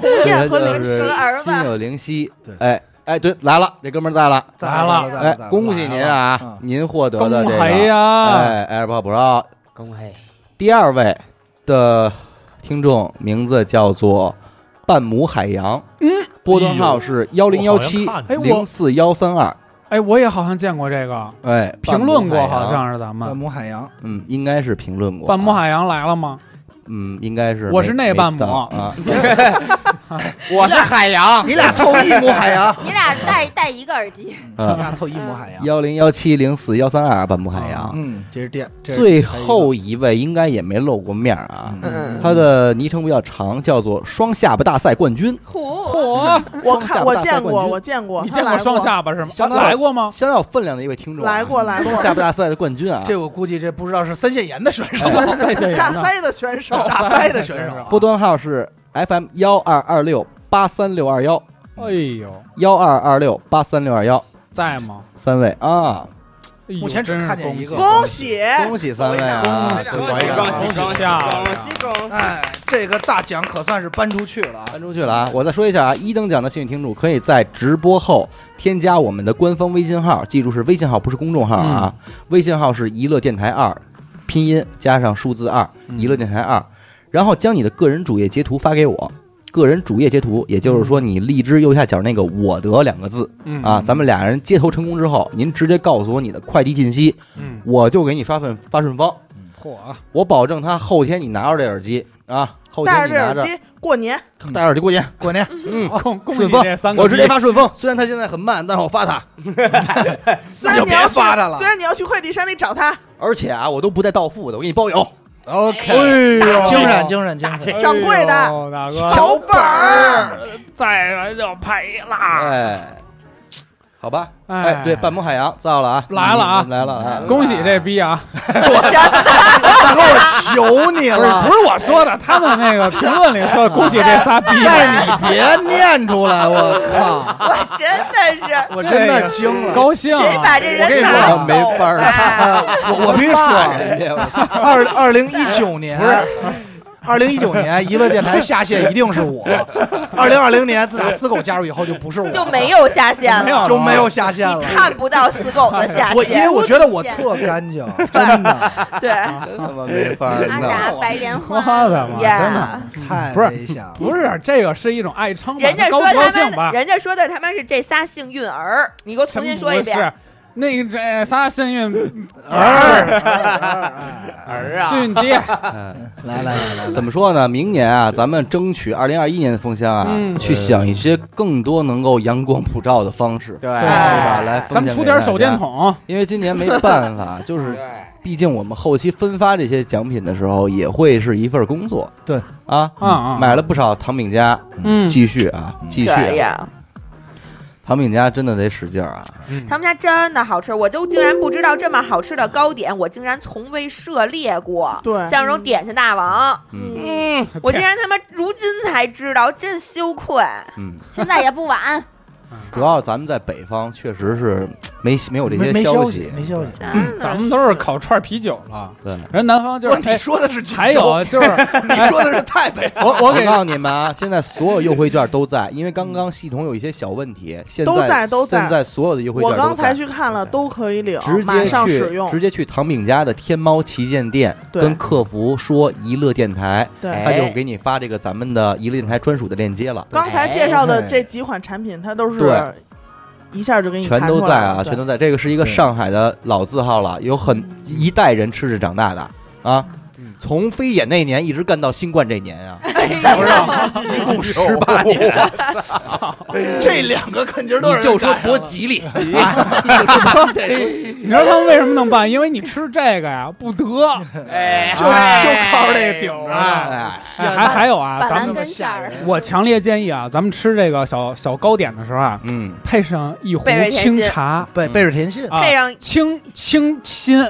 S6: 鸿雁和
S1: 灵
S6: 灵
S1: 犀
S6: 犀，
S3: 儿子
S1: 心有灵犀
S2: 对。
S1: 哎哎，对，来了，这哥们儿在了，
S2: 在
S7: 来
S2: 了，
S1: 哎，恭喜您啊
S2: 嗯，
S1: 您获得
S7: 恭
S1: 的这
S7: 喜
S1: 个
S7: 呀！
S1: 哎 AirPod Pro
S8: 公黑
S1: 第二位的听众名字叫做半亩海洋，嗯，波段号是幺零幺七
S4: 哎我好像看
S7: 见
S1: 零四幺三二，
S7: 哎，我也好像见过这个，
S1: 哎，
S7: 评论过，
S1: 半亩海洋
S7: 好，像是咱
S2: 半
S7: 们
S2: 亩海洋，
S1: 嗯，应该是评论过，啊
S7: 半亩，海洋来了吗？
S1: 嗯，应该是没，
S7: 我是那半亩
S1: 没到啊，
S8: 我是海洋，
S2: 你俩凑一亩海洋，
S1: 啊
S3: 你俩戴戴一个耳机，
S2: 嗯
S1: 嗯
S2: 你俩凑一亩海洋。
S1: 幺零幺七零四幺三二半亩海洋，
S2: 嗯，这是第二这是
S1: 最后一位应该也没露过面儿啊。
S5: 嗯
S1: 他的昵称比较长，叫做“双下巴大赛冠军
S3: 嚯，
S7: 嚯，
S1: 双
S6: 我
S1: 下
S6: 看
S1: 巴
S6: 我
S1: 大赛
S6: 见
S1: 冠
S6: 过，
S1: 军
S6: 我见过，
S7: 你
S6: 他
S7: 见过
S6: 来
S7: 双下巴是
S1: 相
S7: 吗？
S1: 当于
S7: 来过”，吗？
S1: 相当有分量的一位听众啊，
S6: 来过来过
S1: 双下巴大赛的冠军啊。
S2: 这我估计这不知道是三线盐的选手，
S1: 哎
S7: 再见
S6: 炸腮的选手，
S2: 炸腮的选手。
S1: 啊波段号是 FM 幺二二六八三六二幺
S7: 哎呦，
S1: 幺二二六八三六二幺，
S7: 在吗？
S1: 三位啊，
S7: 哎呦
S2: 目前只
S7: 真是
S2: 看见
S7: 恭
S2: 一个
S7: 喜
S6: 恭喜！
S1: 恭喜三位啊！
S7: 恭喜
S1: 哎走一
S7: 恭
S1: 趟
S7: 喜恭喜
S8: 恭
S2: 哎，这个大奖可算是搬出去了啊！
S1: 搬出去了啊！我再说一下啊，一等奖的幸运听众可以在直播后添加我们的官方微信号，记住是微信号，不是公众号啊。微信号是娱乐电台二，拼音加上数字二，
S7: 嗯
S1: 娱乐电台二。然后将你的个人主页截图发给我，个人主页截图，也就是说你荔枝右下角那个“我得”两个字
S7: 嗯
S1: 啊，咱们俩人接头成功之后，您直接告诉我你的快递信息，
S7: 嗯，
S1: 我就给你刷顺发顺丰，
S7: 嚯啊，
S1: 我保证他后天你拿着这耳机啊，后
S6: 戴
S1: 天
S6: 着
S1: 你
S6: 这
S1: 拿
S6: 耳
S1: 着
S6: 机过年，
S1: 戴着耳机过去，
S2: 过年哦
S1: 嗯，
S7: 恭恭喜
S1: 顺丰
S7: 这三个，
S1: 我直接。发顺丰，虽然他现在很慢，但是我发 他，
S6: 虽然
S2: 就
S6: 你要
S2: 别
S6: 去
S2: 发他了
S6: 虽然你要去快递山里找他，
S1: 而且啊，我都不带到付的，我给你包邮。哎
S2: ，OK，精哎神精神精神，
S6: 掌柜的
S7: 哎呦大 哥，
S6: 小本儿，
S7: 再来就赔啦！
S1: 哎，好吧，
S7: 哎
S1: 哎，对，半亩海洋造了啊，
S7: 来了啊
S1: 嗯来了，来了，
S7: 恭喜这逼啊！
S2: 大哥，我求你
S7: 不是不
S2: 了，
S7: 是我说的，他们那个评论里说恭喜这仨逼，
S1: 哎
S2: 但是你别念出来，我靠，
S5: 我真的是。
S2: 我真的惊了。
S7: 高兴
S5: 谁
S7: 啊！
S5: 把这
S2: 我
S5: 人
S2: 跟你说
S5: 打
S2: 啊
S5: 走
S1: 没法儿
S5: 啊？
S2: 啊我我必须说，
S1: 哎呀
S2: 二二零一九年，二零一九年娱乐电台下线一定是我。二零二零年自打死狗加入以后就不是我了，
S5: 就没有下线
S7: 没有
S5: 了，
S2: 就没有下线
S5: 你
S2: 了。
S5: 看不到死狗的下线。
S2: 我因为我觉得我特干净，真的
S5: 对
S1: 真他妈没法儿
S5: 阿
S1: 弄。
S5: 达白莲花
S7: 妈的嘛，真的
S5: 呀！
S2: 太
S7: 不是
S2: 危险了。
S7: 不是这个是一种爱称吧，
S5: 人家
S7: 高
S5: 说
S7: 不高
S5: 他
S7: 兴
S5: 妈
S7: 吧
S5: 的，？人家说的他妈是这仨幸运儿，你给我重新说一遍。
S7: 真不是。那个这仨 幸运
S8: 儿啊
S7: 幸运 爹，
S2: 哎来来来来，
S1: 怎么说呢？明年啊，咱们争取二零二一年的风箱啊，
S7: 嗯
S1: 去想一些更多能够阳光普照的方式，
S8: 对
S1: 对吧？
S5: 哎
S1: 来，
S7: 咱们出点手电，筒，
S1: 因为今年没办 法，就是毕竟我们后期分发这些奖品的时候，也会是一份工作。
S2: 对
S1: 啊，
S7: 嗯嗯
S1: 买了不少糖饼家，
S7: 嗯
S1: 继续啊，继续
S5: 对
S1: 啊，
S5: 呀，
S1: 糖饼家真的得使劲儿啊！
S5: 他们家真的好吃，我就竟然不知道这么好吃的糕点，我竟然从未涉猎过。
S6: 对
S5: 像这种点心大王，
S1: 嗯
S5: 嗯，我竟然他妈如今才知道，真羞愧。
S1: 嗯，
S3: 现在也不晚，
S1: 主要咱们在北方确实是没没有这
S2: 没
S1: 些
S2: 没
S1: 消
S2: 息，没消息。
S5: 真的，
S7: 咱们都是烤串啤酒了，
S1: 对，
S7: 人南方就
S2: 不
S7: 是
S2: 是你
S7: 哎
S2: 说的是锦州
S7: 还有就是，
S2: 你说的是太北方，
S7: 我我
S1: 我
S7: 给
S1: 告诉你们啊，现在所有优惠券都在，因为刚刚系统有一些小问题，现在
S6: 都在都在
S1: 现在所有的优惠券
S6: 我
S1: 都在
S6: 刚才去看了，都可以领
S1: 直，
S6: 马
S1: 接
S6: 上
S1: 去
S6: 使用
S1: 直。接去唐饼家的天猫旗舰店
S6: 对哎
S1: 跟客服说“娱乐电台”，
S6: 对
S1: 他就给你发这个咱们的娱乐电台专属的链接了，
S6: 刚才介绍的这几款产品，它都
S1: 哎对
S6: 是一下就给你
S1: 全
S6: 弹
S1: 都
S6: 出
S1: 在
S6: 来
S1: 啊，
S6: 了
S1: 全都在。这个是一个上海的老字号了，有很一代人吃着长大的啊。从非典那年一直干到新冠这年 啊，
S5: 哎
S2: 不是，一共十八年， 这两个肯定都是
S1: 你就说多
S2: 急。
S1: 吉利，
S7: 你知道他们为什么能办？因为你吃这个呀不得，
S5: 哎啊
S2: 就就靠这个顶着了。
S1: 哎，
S7: 哎还还有啊，
S3: 板
S7: 咱
S3: 蓝
S7: 们
S3: 根下人。
S7: 我强烈建议啊，咱们吃这个小小糕点的时候啊，
S1: 嗯，
S7: 配上一壶
S5: 贝瑞甜
S7: 清
S5: 心
S7: 茶
S2: 贝贝尔甜心，
S7: 啊
S5: 配，上
S7: 清清新，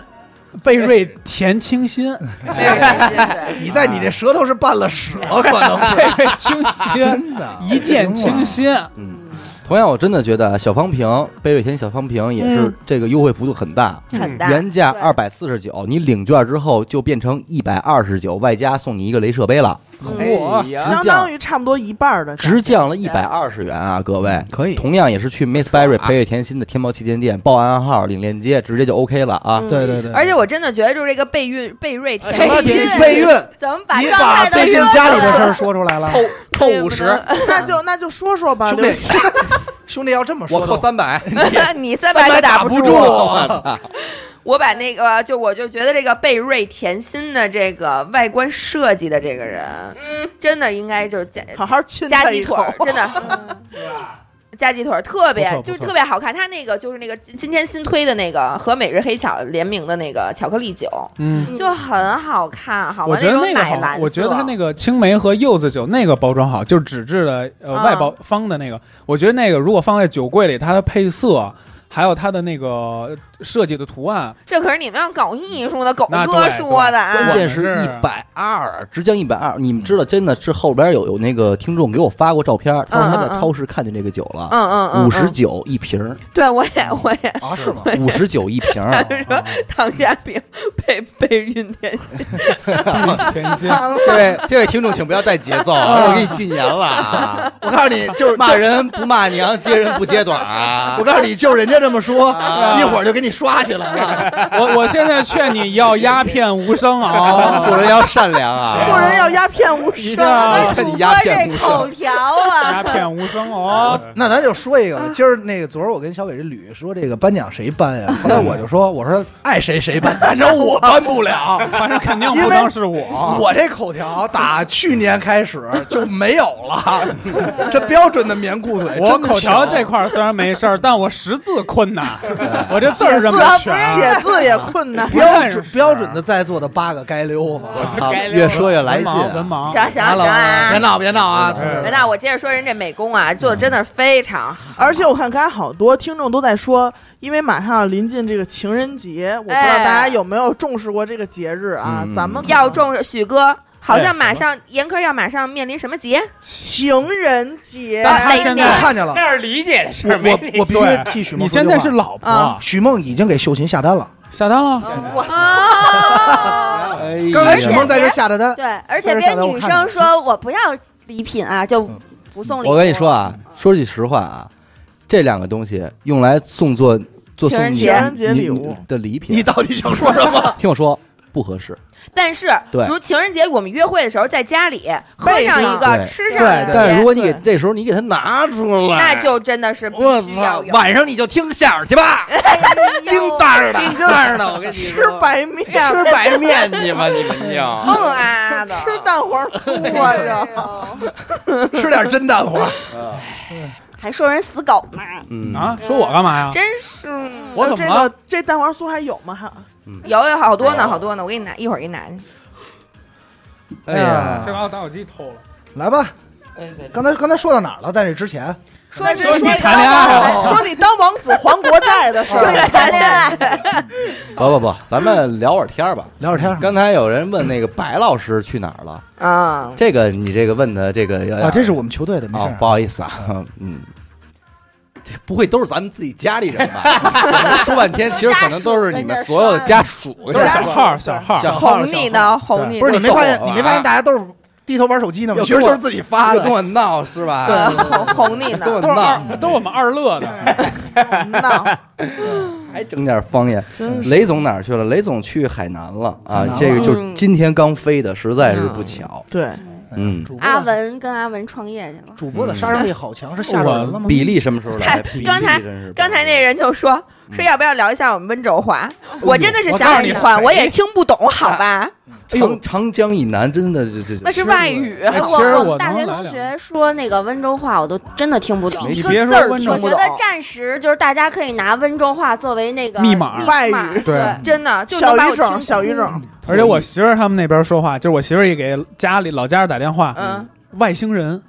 S7: 贝瑞甜清 新，
S5: 没有关 系对
S2: 你在你这舌头是拌了屎了，可能
S7: 贝瑞清新，
S2: 真的
S7: 一见倾心。
S1: 嗯，同样，我真的觉得小方瓶贝瑞甜小方瓶也是
S7: 嗯
S1: 这个优惠幅度很大，
S5: 很大。
S1: 原价
S3: 对
S1: 二百四十九，你领券之后就变成一百二十九，外加送你一个镭射杯了，
S5: 哎
S7: 我
S6: 相当于差不多一半儿的价
S1: 直降了一百二十元啊，各位。
S2: 可以。
S1: 同样也是去 Miss Berry 北野甜心的天猫旗舰店报暗号领链接，直接就 OK 了啊。
S3: 嗯
S2: 对对对，
S5: 而且我真的觉得，就是这个贝运贝瑞甜
S2: 呃什么
S5: 心
S2: 甜备孕，
S5: 咱们把
S2: 你
S5: 刚才
S2: 把
S5: 的
S2: 最近
S5: 说
S2: 家里
S5: 出
S2: 的
S5: 来
S2: 事儿说出来了，
S1: 扣
S5: 对不能
S6: 那就那就说说吧，
S2: 兄
S6: 刘
S2: 弟
S6: 鑫，
S2: 兄弟要这么
S1: 我
S2: 说的
S1: 扣
S2: 话，
S1: 三百，
S5: 你三
S2: 三
S5: 百
S2: 百
S5: 都
S2: 打
S5: 不
S2: 不住，
S5: 住。我把那个就我就觉得这个贝瑞甜心的这个外观设计的这个人，
S2: 嗯
S5: 真的应该就是加
S6: 好好亲
S5: 加
S6: 他一
S5: 鸡腿
S6: 口。
S5: 儿，真的。 加鸡腿儿特别
S2: 不错
S5: 就是
S2: 不错
S5: 特别好看，它那个就是那个今今天新推的那个和每日黑巧联名的那个巧克力酒，
S7: 嗯，
S5: 就很好看，好
S7: 我
S5: 吗？
S7: 觉得
S5: 种
S7: 那个
S5: 奶
S7: 好
S5: 蓝，色，
S7: 我觉得它那个青梅和柚子酒那个包装好，就是纸质的呃
S5: 啊
S7: 外包方的那个，我觉得那个如果放在酒柜里，它的配色。还有它的那个设计的 图案，
S5: 这可是你们要搞艺术的狗
S7: 那
S5: 哥
S7: 对
S5: 说的
S1: 关
S5: 啊，
S1: 键是一百二，直降一百二。你们知道，真的是后边有有那个听众给我发过照片，他说他在超市看见这个酒
S5: 嗯
S1: 了，
S5: 嗯嗯，
S1: 五十
S5: 嗯，
S1: 九一瓶儿，
S5: 对我也
S7: 嗯
S5: 我也
S2: 啊，是吗？
S1: 五十九一瓶儿，
S7: 啊
S5: 说唐家饼被被运 天
S7: 甜心，
S1: 这位这位听众，请不要带节奏，啊！我给你禁言了啊。
S2: 我告诉你，就是
S1: 骂人不骂娘，揭人不揭短啊
S2: 我！告诉你，就是人家别这么说，
S7: 啊
S2: 一会儿就给你刷起来了。
S7: 我我现在劝你要鸦片无声啊！
S9: 做人要善良啊，
S6: 做人要鸦片无
S9: 一
S6: 声
S9: 定。
S1: 啊
S9: 要
S3: 主
S9: 劝
S3: 播
S9: 你鸦片
S3: 这
S9: 无
S3: 口
S9: 声。
S3: 条啊，
S7: 鸦片无 声哦，
S2: 那咱就说一个吧。今儿那个，昨儿我跟小伟这捋说这个颁奖谁颁呀？后来我就说，我说爱谁谁颁，反正我颁不 了。
S7: 反正肯定
S2: 因
S7: 不
S2: 为
S7: 能是我。
S2: 我这口条打去年开始就没有 了，这标准的棉裤腿，
S7: 我
S2: 哎真的啊
S7: 口条
S2: 少
S7: 这块儿虽然没事儿，但我识字困难，我这字儿认不全。
S1: 啊
S6: 写字也困难。
S2: 标准标准的在座的八个该溜嘛。
S1: 啊
S9: 操，越说越来
S7: 文
S9: 劲
S7: 盲，文
S9: 啊。
S7: 盲。哎
S5: 行行行
S2: 别
S5: 啊！
S2: 闹别 闹啊！
S5: 没那我接着说人这美工啊，做的真的是非常好。
S6: 而且我看刚才好多听众都在说，因为马上临近这个情人节，我不知道
S5: 哎
S6: 大家有没有重视过这个节日啊？
S9: 嗯
S6: 咱们可能
S5: 要重视许哥，好
S4: 哎
S5: 像马上严科要马上面临什么节？
S6: 情人节，
S7: 但他现
S2: 我
S7: 在，
S2: 看见了，
S9: 那是理解的事
S2: 我
S9: 儿，没
S2: 我我必须
S7: 对
S2: 替许梦
S7: 你
S2: 说
S7: 现
S2: 句话。
S7: 在是老婆
S5: 啊，
S2: 许梦已经给秀琴下单了，
S7: 下单了。
S5: 哇！
S1: 哎呀
S2: 刚才许梦在这下的单，
S3: 对，而且别女生说我不要礼品啊，就不送礼物。
S1: 我跟你说啊，说句实话啊，这两个东西用来送做做送
S5: 情
S6: 人节
S1: 你
S6: 情人节礼物
S1: 你的礼
S2: 你
S1: 品，
S2: 到底想说什 么？
S1: 听我说不合适。
S5: 但是
S1: 对
S5: 如情人节我们约会的时候，在家里喝上一
S1: 上
S5: 个，
S1: 对
S5: 吃上一
S2: 对
S1: 但如
S5: 个，
S1: 果你给这时候你给它拿出来，
S5: 那就真的是必
S9: 我
S5: 须
S9: 操
S5: 要！有。
S9: 晚上你就听相声去吧，
S2: 哎
S3: 哎
S9: 叮当儿的，叮当儿的，我跟你说
S6: 吃白面，
S9: 吃白面去吧，你们 就。
S5: 梦啊的，
S6: 吃蛋黄酥啊！
S3: 哎
S6: 这
S1: 哎
S2: 吃点真蛋黄。
S3: 还说人死狗呢，
S1: 嗯
S7: 啊，说我干嘛呀？
S5: 真是
S7: 我怎
S6: 这
S7: 么了？
S6: 个这蛋黄酥还有吗？还
S5: 有有好多呢，好多呢，我给你拿，一会儿给你拿去。
S1: 哎呀，
S7: 把我打火机偷了。
S2: 来吧，刚才刚才说到哪儿了？在这之前，
S3: 说
S7: 说
S3: 是
S7: 你
S3: 那
S7: 谈恋爱
S3: 个
S2: 哦
S6: 说你当王子还国债的事
S3: 说 你
S6: 儿，
S3: 谈恋爱，
S1: 不不不，咱们聊会儿天儿吧。
S2: 聊会儿天儿。
S1: 刚才有人问那个白老师去哪儿了，
S5: 啊，
S1: 这个你这个问的这个
S2: 啊，这是我们球队的，没事
S1: 哎哦
S2: 儿。，
S1: 不好意思啊，嗯，这不会都是咱们自己家里 人吧？我们说半天，其实可能都是你们所有的家属，
S7: 都是小号儿，小号儿。
S1: 小号
S5: 哄
S1: 儿，
S5: 你呢，哄你
S2: 不是你没发现
S1: 逗我啊
S2: 你没发现大家都是低头玩手机呢吗？
S1: 又
S2: 其实就是自己发
S1: 又跟
S2: 的。
S1: 我闹是吧？
S5: 呢，哄哄呃你
S1: 跟我
S5: 呢，
S7: 都是
S1: 闹，
S7: 二，都是我们二乐的。
S6: 嗯 那
S1: 还整点方言。雷总哪儿去了？雷总去海南了
S2: 海
S1: 啊
S2: 南！了
S1: 这个就是
S5: 嗯
S1: 今天刚飞的，实在是不巧。
S6: 对，
S1: 嗯
S2: 主播的
S3: 阿文跟阿文创业去了。
S2: 主播的杀伤力好强，是吓着人了吗？
S1: 比利什么时候来？
S5: 看
S1: 比利
S5: 刚才
S1: 真是
S5: 刚才那人就说说要不要聊一下我们温州话？我真的是想喜
S7: 嗯我告诉
S5: 欢，
S7: 你
S5: 我也听不懂，好吧？
S1: 哎呦长长江以南真的这这
S5: 那是外语。
S7: 哎其
S3: 我
S7: 实
S3: 我
S7: 我
S3: 们大
S7: 能
S3: 学
S7: 来
S3: 同
S7: 两
S3: 学说那个温州话，我都真的听不懂。
S5: 一
S7: 你
S5: 个
S7: 别
S5: 字
S7: 说
S5: 儿
S7: 温
S5: 听
S7: 州
S3: 我
S5: 不
S3: 觉
S5: 懂
S3: 得，暂时就是大家可以拿温州话作为那个
S7: 密码
S6: 外语
S7: 对
S3: 对，
S5: 嗯真的就
S6: 小
S5: 能把
S6: 语
S5: 我听
S6: 种，小语种，
S7: 而且我媳妇儿他们那边说话，就是我媳妇儿也给家里老家人打电话，
S5: 嗯，
S7: 外星人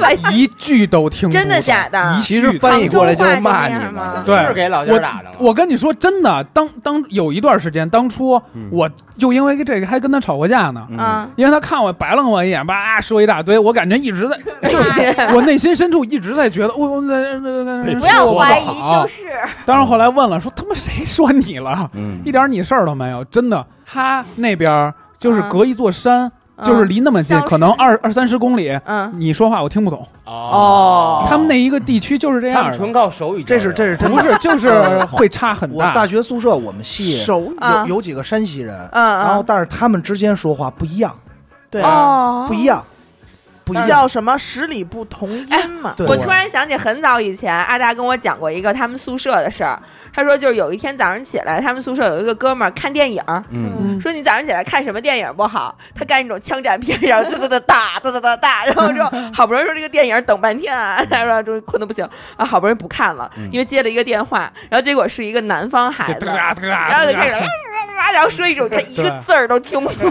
S5: 外星
S7: 一句都听不懂
S5: 真的假的
S7: 一
S1: 其
S7: 句
S1: 实
S7: 都
S1: 翻译过来就是骂你
S5: 广州话就那样
S1: 嘛
S5: 吗。
S7: 对
S9: 是给老家打的吗？
S7: 我跟你说，真的，当当有一段时间，当初
S1: 嗯
S7: 我就因为这个还跟他吵过架呢，
S1: 嗯，
S5: 啊，
S7: 因为他看我白楞我一眼，叭说一大堆，我感觉 一直在，就是我内心深处一直在觉得，我我在。
S3: 不要怀疑，就是是
S7: 当然后来问了，说他妈谁说你了，
S1: 嗯
S7: 一点你事儿都没有，真的。他那边就是
S5: 啊
S7: 隔一座山，就是离那么近
S3: 消，失
S7: 可能二二三十公里，
S5: 嗯，
S7: 你说话我听不懂。
S5: 哦
S7: 他们那一个地区就是这
S9: 他
S7: 样
S9: 们
S7: 的，
S9: 纯靠手语交
S2: 这
S9: 流，
S2: 是这是真
S7: 不
S2: 的。
S7: 是就是会差很
S2: 我
S7: 大。
S2: 大学宿舍我们系
S6: 手语
S5: 啊
S2: 有有几个山西人，
S5: 嗯嗯，
S2: 然后但是他们之间说话不一样，
S6: 对，啊
S5: 哦
S2: 不一。样，不一样。
S6: 叫什么十里不同音
S7: 哎
S6: 嘛。
S2: 对
S5: 我突然想起很早以前，阿达跟我讲过一个他们宿舍的事儿。他说，就是有一天早上起来，他们宿舍有一个哥们儿看电影，
S1: 嗯，
S5: 说你早上起来看什么电影不好？他看那种枪战片，然后哒哒哒哒哒哒哒哒，然后之后好不容易说这个电影等半天啊， 他说终于困得不行啊，好不容易不看了，因为接了一个电话，然后结果是一个南方孩
S7: 就
S5: 子，
S7: 哒哒哒
S5: 然后就开始
S7: 哒。
S5: 然后说一种他一个字儿都听不懂，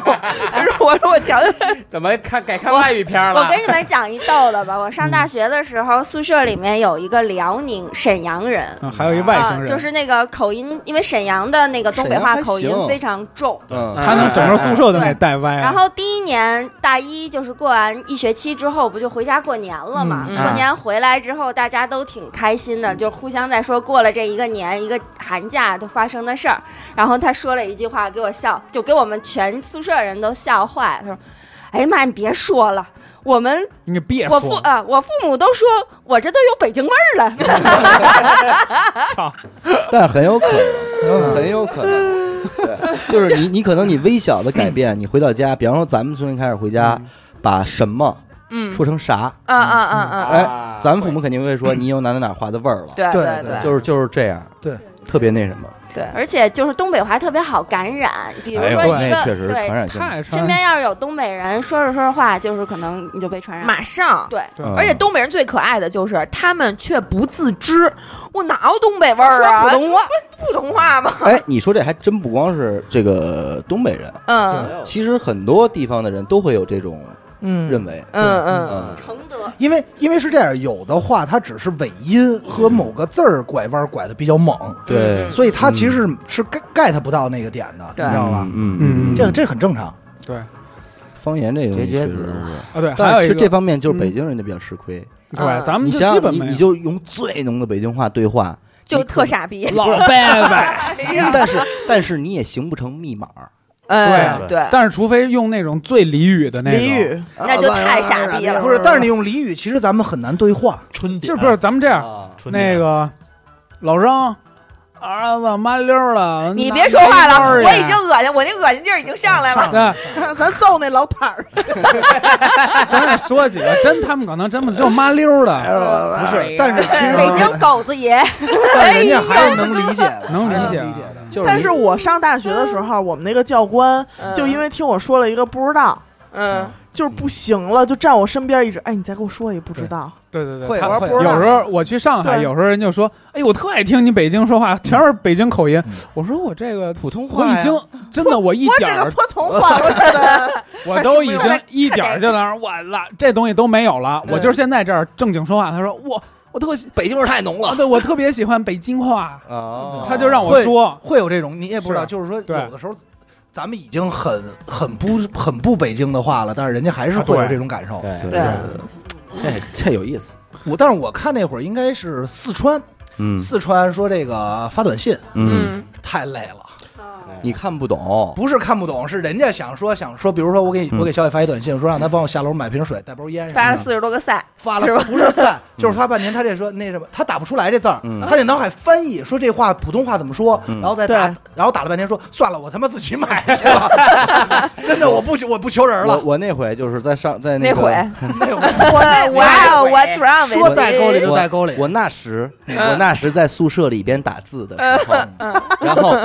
S5: 他说我说我瞧瞧，
S9: 怎么看改看外语片了？
S3: 我给你们讲一逗的吧。我上
S7: 嗯
S3: 大学的时候，宿舍里面有一个辽宁沈阳人，
S7: 啊还有一外星
S3: 啊，
S7: 人，
S3: 就是那个口音，因为沈阳的那个东北话口音
S1: 沈阳还行
S3: 非常重。
S1: 嗯，
S7: 他能整个宿舍都给带
S1: 哎
S7: 歪了。
S3: 然后第一年大一就是过完一学期之后，不就回家过年了嘛？
S5: 嗯
S3: 过年回来之后，大家都挺开心
S1: 嗯
S3: 的，就互相在说过了这一个年、一个寒假都发生的事儿。然后他说了一句话，给我笑，就给我们全宿舍人都笑坏。他说：“哎呀妈，你别说了。”我们
S7: 你别
S3: 我父
S7: 说，
S3: 啊，我父母都说我这都有北京味儿了。
S7: 操，
S1: 但很有可能，很有可能。对，就是你，你可能你微小的改变，你回到家，比方说咱们从今开始回家，把什么
S5: 嗯，
S1: 说成啥，
S5: 啊啊啊啊，
S9: 嗯
S1: 哎，咱们父母肯定会说你有哪哪哪划的味儿了，
S5: 对
S2: 对
S5: 对
S2: 对
S1: 嗯就是就是这样，
S2: 对，
S1: 特别那什么，
S5: 对，
S3: 而且就是东北话特别好感染，比如
S1: 哎呦，
S3: 说一
S1: 那
S3: 个
S1: 确实是传
S3: 对，
S1: 染性的，
S7: 太传
S3: 身边要是有东北人说着说着话，就是可能你就被传染。
S5: 马上。
S3: 对，
S1: 嗯
S5: 而且东北人最可爱的就是他们却不自知，我哪有东北味儿啊？
S3: 说普通话，
S5: 普通话吗？
S1: 哎，你说这还真不光是这个东北人，
S5: 嗯
S1: 其实很多地方的人都会有这种
S2: 嗯
S1: 认为，
S5: 嗯嗯，
S1: 嗯，
S3: 承泽
S2: 因为因为是这样，有的话它只是尾音和某个字儿拐弯拐的比较猛，
S1: 对，
S2: 所以它其实是 get get 不到那个点的，你
S5: 对
S2: 知道吧？
S1: 嗯
S7: 嗯
S2: 这这很正常。
S1: 方言这个东西
S9: 绝绝
S1: 确实
S9: 子
S1: 是
S7: 啊对，还
S1: 但
S7: 有
S1: 是
S7: 一
S1: 其实
S7: 个
S1: 这方面就是北京人就比较吃亏。
S7: 对，咱们
S1: 你
S7: 就
S1: 想
S7: 基
S1: 想，
S7: 本
S1: 你
S7: 没
S1: 你
S7: 有
S1: 就用最浓的北京话对话，
S5: 就特傻逼。
S1: 老
S7: 拜拜。
S1: 但是但是你也形不成密码，
S5: 哎
S4: 对
S5: 对，
S7: 但是除非用那种最俚语的那种，
S6: 俚语，
S5: 那就太傻逼了。
S7: 嗯
S2: 不是，但是你用俚语，其实咱们很难对话。
S4: 春
S7: 就是不是咱们这样，
S4: 春
S7: 那个老张儿子妈溜儿了，
S5: 你
S7: 拿
S5: 别说话
S7: 拿
S5: 了，
S7: 一包
S5: 我
S7: 去
S5: 已经恶心，我那恶心劲儿已经上来了。
S7: 对，
S6: 咱揍那老坦儿，
S7: 咱得说几个，真他们可能真不就妈溜儿的，
S2: 不是，但是其实
S3: 北京狗子爷，
S2: 但人家还是能理解的，
S7: 哎 能
S2: 还是
S7: 理解啊
S2: 理解的。
S1: 就是
S6: 但是我上大学的时候，我们那个教官嗯就因为听我说了一个不知道，
S5: 嗯，
S6: 就是不行了，就站我身边一直，哎，你再给我说一个不知道，
S7: 对对
S2: 会
S7: 对，他
S2: 玩
S6: 我
S2: 会
S6: 说不知
S7: 有时
S6: 道，
S7: 候我去上海，
S6: 对
S7: 有时候人就说：“哎呦，我特爱听你北京说话，全是北京口音。”我说：“我这个
S1: 普通话
S7: 我已经真的，我一
S6: 我
S7: 点
S6: 这个
S7: 儿
S6: 泼童话，我觉得
S7: 我都已
S5: 还
S7: 经一点儿就那儿，我了，这东西都没有了。我就是现在这儿正经说话。”他说：“我我 特喜
S9: 北京味儿太浓
S7: 啊，
S9: 了。
S7: 对我特别喜欢北京话。”
S1: 啊
S7: 他就让我说，
S2: 会有这种，你也不知道，
S7: 是
S2: 就是说
S7: 对
S2: 有的时候。咱们已经很很不很不北京的话了，但是人家还是会有
S7: 对
S2: 这种感受。
S1: 对
S5: 对
S1: 这这有意思，
S2: 我但是我看那会儿应该是四川，
S1: 嗯
S2: 四川说这个发短信
S1: 嗯，
S5: 嗯
S2: 太累了，
S1: 你看不懂，
S2: 不是看不懂，是人家想说想说，比如说我给
S1: 嗯
S2: 我给小野发一短信，说让他帮我下楼买瓶水，带包烟什么的，
S5: 发 了四十多个赛，
S2: 发了不是散，就是发半天，他这说那什么，他打不出来这字儿
S1: 嗯，
S2: 他得脑海翻译，说这话普通话怎么说，
S1: 嗯
S2: 然后再打
S6: 对，
S2: 然后打了半天说算了，我他妈自己买去吧， 真的我不我不求人
S1: 我
S2: 了，
S1: 我那回就是在上在
S5: 那
S1: 个
S5: 会
S2: 那会儿
S5: 我我
S9: 我
S5: 我 what's wrong with
S2: 说代沟里嗯就代沟里，
S1: 我那时我那时在宿舍里边打字的时候，
S5: 嗯
S1: 然后。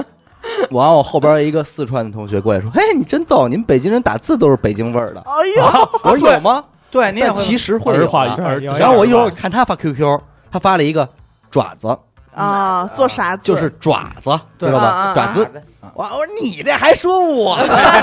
S1: 完，我后边一个四川的同学过来说：“嘿，你真逗，你们北京人打字都是北京味儿的。
S6: 哎呦，”
S1: 我说：“有吗
S2: 哦对？”你也
S1: 但
S2: 会
S1: 其实会
S4: 儿
S1: 有
S4: 化
S1: 的
S7: 对
S4: 儿
S7: 有
S1: 然后我一会儿看他发 QQ，他发了一个爪子，
S6: 啊，做啥字？
S1: 就是爪子，知道
S5: 啊啊
S1: 吧？
S5: 啊
S1: 爪子。我我说你这还说我呢？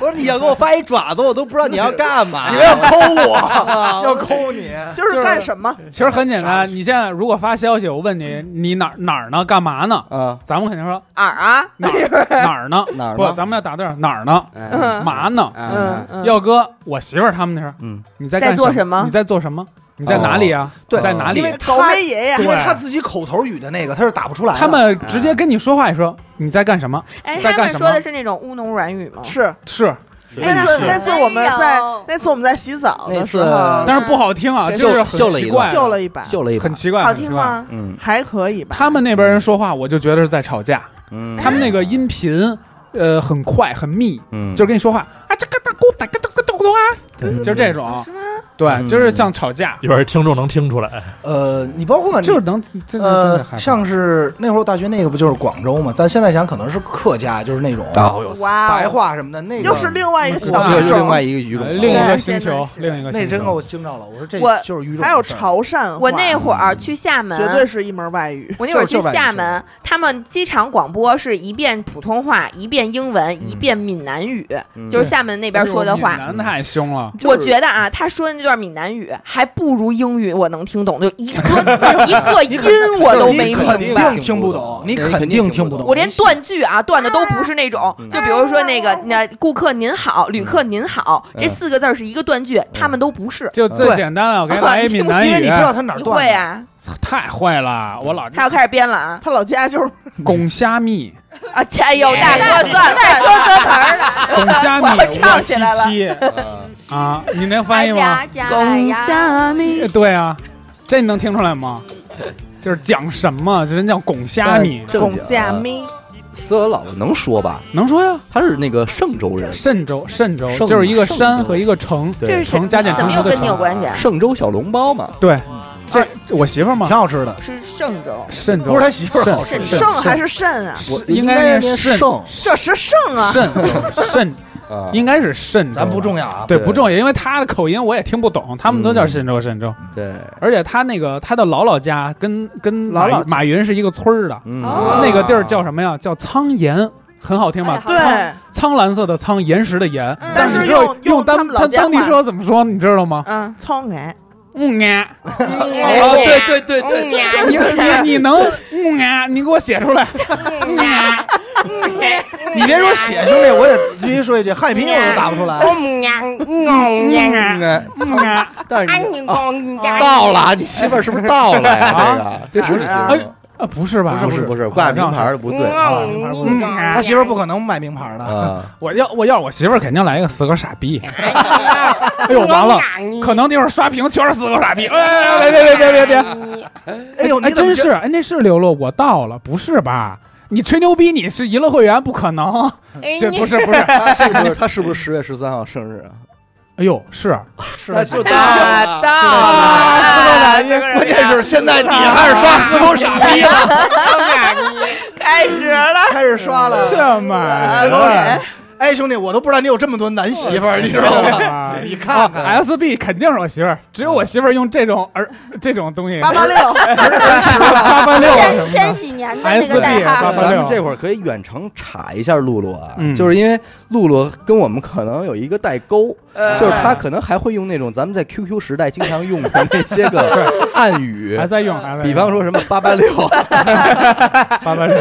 S1: 我说你要给我发一爪子，我都不知道你要干嘛
S2: 你。们要抠我，要 抠你，
S6: 就是干什么？
S7: 其实很简单。你现在如果发消息，我问你你哪儿哪儿呢？干嘛呢？
S1: 啊，
S7: 咱们肯定说
S5: 哪儿啊？
S7: 哪儿哪儿呢？
S1: 哪儿
S7: 不
S1: 呢，
S7: 咱们要打字儿哪儿呢？
S9: 嗯
S7: 嘛呢？
S5: 嗯
S9: 嗯，
S5: 嗯，
S7: 耀哥，我媳妇儿他们那儿，
S1: 嗯，
S7: 你在干
S5: 在做
S7: 什
S5: 什么
S7: 你在做什么？你在哪里啊？
S2: 哦对
S7: 在哪里
S2: 因？为
S6: 倒
S2: 他
S6: 霉爷爷，
S2: 因为
S7: 对
S2: 他自己口头语的那个他是打不出来的，
S7: 他们直
S2: 哎
S7: 接跟你说话也说你在干什么？
S5: 哎，
S7: 在
S5: 他们
S7: 干什么
S5: 说的是那种乌侬软语吗？
S6: 是
S7: 是，
S6: 哎那次
S5: 是
S6: 那次我们在
S3: 哎呦
S6: 那次我们在洗澡
S1: 那
S6: 的时
S1: 次
S5: 嗯
S6: 候
S7: 但是不好听啊，
S1: 秀
S7: 就是很奇怪，
S6: 秀了一把，
S1: 秀了一把
S7: 很，奇怪，
S5: 好
S7: 很
S5: 听
S7: 奇怪？
S5: 吗？
S1: 嗯
S6: 还可以吧？
S7: 他们那边人说话，我就觉得是在吵架。
S1: 嗯，
S7: 他们那个音频，呃，很快很密，
S1: 嗯，
S7: 就是跟你说话啊，这个大咕大个大个大咕咚啊，就是这种，对，
S1: 嗯
S7: 就是像吵架，
S4: 一会儿听众能听出来，
S2: 呃，你包括你
S7: 就是能真的
S2: 呃，像是那会儿我大学那个不就是广州嘛？咱现在想可能是客家，就是那种
S1: 哦
S6: 哇
S2: 白
S6: 哦，
S2: 话什么的，那个
S6: 又是另外一个
S7: 我
S6: 小
S7: 觉
S1: 又
S7: 得
S6: 语
S1: 是另
S6: 种
S1: 外，一个语种
S7: 呃
S1: 了，
S7: 另一
S6: 对
S7: 个星球，
S5: 真的是
S7: 另一个
S2: 那
S7: 星
S2: 真给
S7: 球，
S2: 我惊着了。我说这
S5: 我
S2: 就是语种，
S6: 还有潮汕话，
S5: 我那会儿去厦门，
S6: 绝对是一门外语。
S5: 我那会儿
S2: 就是
S5: 去
S2: 就是外语
S5: 厦门，他们机场广播是一遍普通话，一遍英文，一遍闽南语，
S1: 嗯
S5: 就是厦门那边说的
S7: 闽
S5: 话。
S7: 南太凶了，
S5: 我觉得啊，他说的那段闽南语还不如英语我能听懂，就一个字儿一个音我都没
S2: 你
S5: 明
S2: 肯
S5: 白。
S2: 定听不懂，
S1: 你
S2: 你
S1: 肯定听
S2: 肯定
S1: 不
S2: 听不
S1: 懂
S2: 懂。
S5: 我连断句啊，断的都不是那种，就比如说那个那顾客您好，旅客您好，这四个字儿是一个断句，他们都不是。
S7: 就最简单了，我给你来一闽 南
S2: 因为
S7: 语
S2: 你不，知道他哪儿
S5: 你
S2: 断
S5: 会
S2: 的，
S5: 啊？
S7: 太坏了，我老
S5: 他要开始编了 啊
S6: 他老家就是
S7: 拱虾米，
S5: 啊！切哎呦，大哥，算了，再说歌词儿了。
S7: 拱虾米，
S5: 我唱起来了
S7: 我七七，啊，你能翻译吗？
S3: 家家
S5: 拱
S3: 呀，
S5: 虾米
S7: 呃对啊，这你能听出来吗？就是讲什么，这人叫拱虾米，
S1: 正
S6: 拱
S1: 经
S6: 下
S1: 啊
S6: 咪，
S1: 斯文老能说吧？
S7: 能说呀？
S1: 他是那个嵊州人，
S7: 嵊州，嵊州
S1: 嵊州
S7: 就是一个山和一个城，
S5: 这是谁
S7: 城加减
S5: 怎
S7: 乘
S5: 么
S7: 除
S5: 又
S7: 的
S5: 跟你有
S7: 城。
S5: 关系啊？
S1: 嵊州小笼包嘛。
S7: 对，这这我媳妇儿嘛
S2: 挺，好吃的，
S5: 是嵊州，
S7: 嵊州
S2: 不是他媳妇儿好吃
S5: 是。
S7: 是
S6: 剩还是肾啊？
S1: 我
S7: 应
S1: 该
S7: 该
S1: 是
S7: 是
S1: 念
S7: 慎
S1: 圣
S6: 这是肾啊！
S7: 嵊嵊
S1: 啊，
S7: 应该是嵊州，
S2: 咱不重要啊，
S7: 对
S1: 对嗯
S7: 不重要，因为他的口音我也听不懂，他们都叫嵊州嵊州，
S1: 对，
S7: 而且他那个他的姥姥家跟跟马
S6: 姥姥家
S7: 马云是一个村儿的，
S1: 嗯，
S5: 哦
S7: 那个地儿叫什么呀？叫苍岩，很好听吧？
S5: 哎
S6: 对，
S7: 苍蓝色的苍，岩石的岩，
S5: 嗯
S7: 但
S6: 但是
S7: 你知道
S6: 用
S7: 用
S6: 用他
S7: 当
S6: 们老
S7: 他
S6: 家
S7: 当地
S6: 话
S7: 说怎么说，你知道吗？
S5: 嗯，
S6: 葱哎，
S7: 嗯啊，
S5: 哎
S9: 哦，对对对对对，
S5: 嗯
S7: 你你你能嗯啊？你给我写出来， 嗯啊，
S2: 你别说写兄弟，我得必须说一句，汉语拼音我都打不出来。
S7: 嗯啊，嗯啊。
S1: 但是你到了啊，你媳妇儿是不是到了呀？这个，这是你媳妇
S7: 哎
S1: 儿
S7: 啊，不是吧？
S1: 吗，不是不是，挂名牌儿的不对
S2: 啊
S1: 啊
S2: 名牌不
S7: 嗯
S2: 能
S7: 啊
S6: 哎
S2: 他媳妇儿不可能买名牌的，
S1: 啊！
S7: 我要我要我媳妇儿肯定来一个死个傻逼， 哎呦完了，可能那会儿刷屏全是死个傻逼，哎别别别别别别，
S2: 哎呦，
S7: 哎
S2: 你怎
S7: 真
S2: 么
S7: 是哎那是刘乐我到了，不是吧？你吹牛逼你是娱乐会员不可能，这不是不是，哎
S1: 他是不是他是不是十月十三号生日啊？
S7: 呦是
S2: 是
S9: 那就
S5: 大
S6: 啊
S9: 大。
S5: 到
S7: 啊
S5: 这个
S9: 关键是现在你开始刷死狗傻逼了，
S5: 开始了，
S2: 开始刷了。
S7: 这么
S2: 死狗傻！哎，兄弟，我都不知道你有这么多男媳妇儿，你知道吗？
S7: 啊
S2: 你看看，
S7: S B 肯定是我媳妇儿，只有我媳妇儿用这种儿这种东西，
S6: 八八六，
S7: 八八六什么
S3: 千千
S7: 的，
S3: 禧年的那个代
S7: SB
S3: 号
S7: 八八。
S1: 咱们这会儿可以远程查一下露露啊
S7: 嗯，
S1: 就是因为露露跟我们可能有一个代沟，
S5: 呃
S1: 就是她可能还会用那种咱们在 QQ 时代经常用的那些 个暗语
S7: 还，在用，还在用
S1: 比方说什么八八六，啊
S7: 八八六。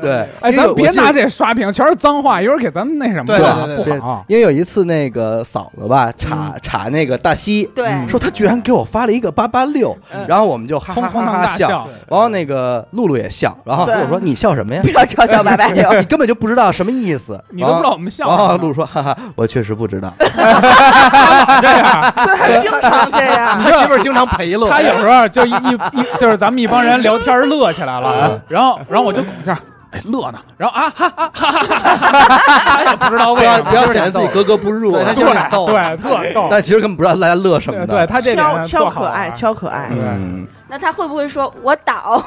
S1: 对，
S7: 哎，
S1: 因为
S7: 咱
S1: 我
S7: 别
S1: 记得
S7: 拿这刷屏，全是脏话，一会儿给咱们那什么
S2: 对
S7: 了
S2: 对对
S1: 对
S7: 不好。嗯
S1: 因为有一次那个嫂子吧，查查那个大西，
S3: 对，
S1: 说他居然给我发了一个八八六，
S7: 嗯
S1: 然后我们就哈
S7: 疯
S1: 哈
S7: 狂
S1: 哈
S7: 大
S1: 哈笑，
S7: 笑，
S1: 然后那个露露也笑，然后
S6: 对
S1: 我说你笑什么 呀
S5: 不？要嘲笑八 八六，
S1: 你根本就不知道什么意思，
S7: 你都不知道我们笑
S1: 然后。然后
S7: 什
S1: 露
S7: 么
S1: 露说：“哈哈，我确实不 知道。
S7: 啊 这样。
S6: 对，还经常这 样。
S2: 他媳妇儿经常陪乐。
S7: 他有时候就一一一就是咱们一帮人聊天乐起来了，然后然后我就拱一下，哎乐呢，然后啊哈哈哈哈哈哈，他也不知道”
S1: 不
S7: 为
S1: 要
S7: 什
S1: 不
S7: 么，
S1: 要显得自己格格不入啊，
S2: 对他
S7: 对
S2: 媳妇儿也逗
S7: 对特逗，
S1: 但其实根本不知道大家乐什么
S7: 对
S1: 的
S7: 对。他这点
S6: 敲
S7: 呢
S6: 敲
S7: 特好啊
S6: 可爱，
S7: 玩
S6: 敲可爱，
S1: 嗯，
S3: 那他会不会说“我倒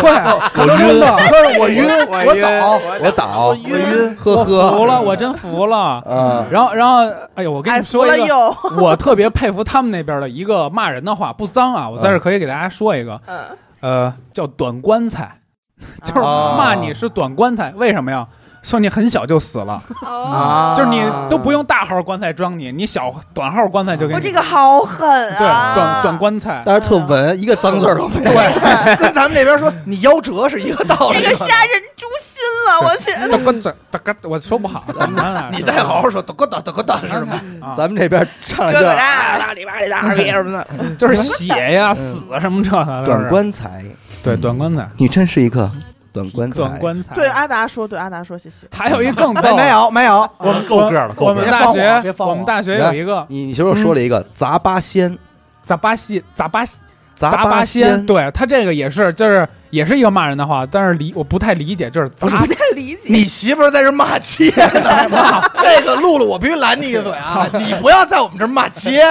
S2: 会，可能真的，但是我晕，我倒，
S1: 我倒，我
S6: 晕，
S1: 呵
S7: 我服
S1: 呵，
S7: 了，我真服了。
S1: 嗯，
S7: 然后然后哎呦，我跟
S6: 哎，
S7: 你
S6: 服
S7: 说一
S6: 了
S7: 个，
S6: 又，
S7: 我特别佩服他们那边的一个骂人的话，不脏啊，我在这儿可以给大家说一个，
S5: 嗯
S7: 呃，叫短棺材，就是骂你是短棺材，为什么呀？说你很小就死了，”？
S3: 哦，
S9: 啊
S7: 就是你都不用大号棺材装你，你小短号棺材就给
S5: 我
S7: 你。
S5: 这个好狠
S7: 对，
S5: 啊！
S7: 短短 棺材，
S1: 但是特文，一个脏字儿都没有。
S2: 跟咱们这边说你夭折是一个道理
S5: 这。个啊杀人诛心了，我去！
S7: 大哥这大哥，我说不好，
S2: 你再好好说，抖个抖抖个抖是吗？
S7: 啊
S1: 咱们这边上来
S5: 哥
S1: 就
S5: 哥大
S9: 大里边里大二逼什么的，
S7: 就是血呀、死啊什么这的，都是
S1: 短棺材，
S7: 对短棺材，
S1: 你真是一个短棺材。
S7: 短棺 材。
S6: 对，哎阿达说，对阿达说，谢谢。
S7: 还有一更
S2: 没
S7: 逗，
S2: 没有没有，
S6: 啊
S7: 我们
S4: 够个儿了够
S7: 我
S4: 个儿
S7: 们
S4: 了
S7: 大
S2: 别放我别
S7: 学，
S2: 放我
S7: 我们大学有一个
S1: 你你媳妇儿说了一个杂八仙，
S7: 咋巴西咋巴西
S1: 杂
S7: 八
S1: 仙，
S7: 对他这个也是，就是也是一个骂人的话，但是理我不太理解，就是
S5: 我
S7: 杂
S5: 不太理解。
S2: 你媳妇儿在这骂街 呢。这个露露，我必须拦你一嘴啊！ 你不要在我们这儿骂 街，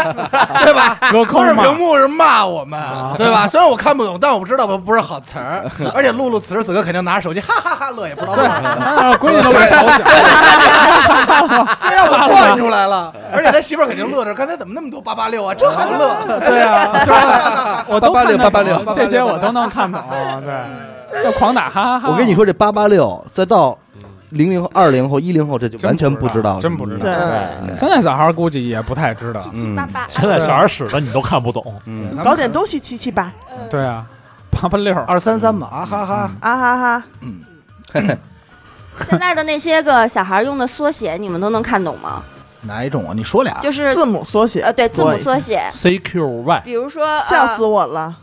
S2: 对吧？
S7: 落
S2: 控
S7: 空
S2: 制
S7: 嘛。
S2: 屏幕是骂啊我们，对吧？虽然我看不懂，但我知道不不是好词 儿。而且露露此时此刻肯定拿着手机，哈哈哈乐，也不 知道为什么，
S7: 啊，闺女都没吵起来，
S2: 这让我惯出来 了。而且他媳妇儿肯定乐着，刚才怎么那么多八八六啊？真好乐，
S7: 对啊，
S2: 哈哈哈哈
S7: 我都看得懂
S1: 886
S2: 886
S7: 这些我都能看懂，对，要狂打哈哈哈。
S1: 我跟你，说，这八八六再到零零后、二零后、一零后，这就
S7: 真
S1: 完全
S7: 不
S1: 知道，嗯
S7: 真不知道
S6: 对
S7: 现在小孩估计也不太知道，
S3: 七七八八，
S4: 现
S6: 啊
S4: 在小孩使的你都看不懂，
S1: 嗯，
S6: 搞点东西七七八，
S3: 嗯
S7: 对啊，八八六，
S2: 二三三嘛，啊哈哈。
S6: 啊哈哈，
S3: 现在的那些个小孩用的缩写，你们都能看懂吗？
S2: 哪一种啊？你说俩
S3: 就是
S6: 字母缩写
S3: 呃，，对，字母缩写，
S4: CQY
S3: 比如说
S6: 笑死我了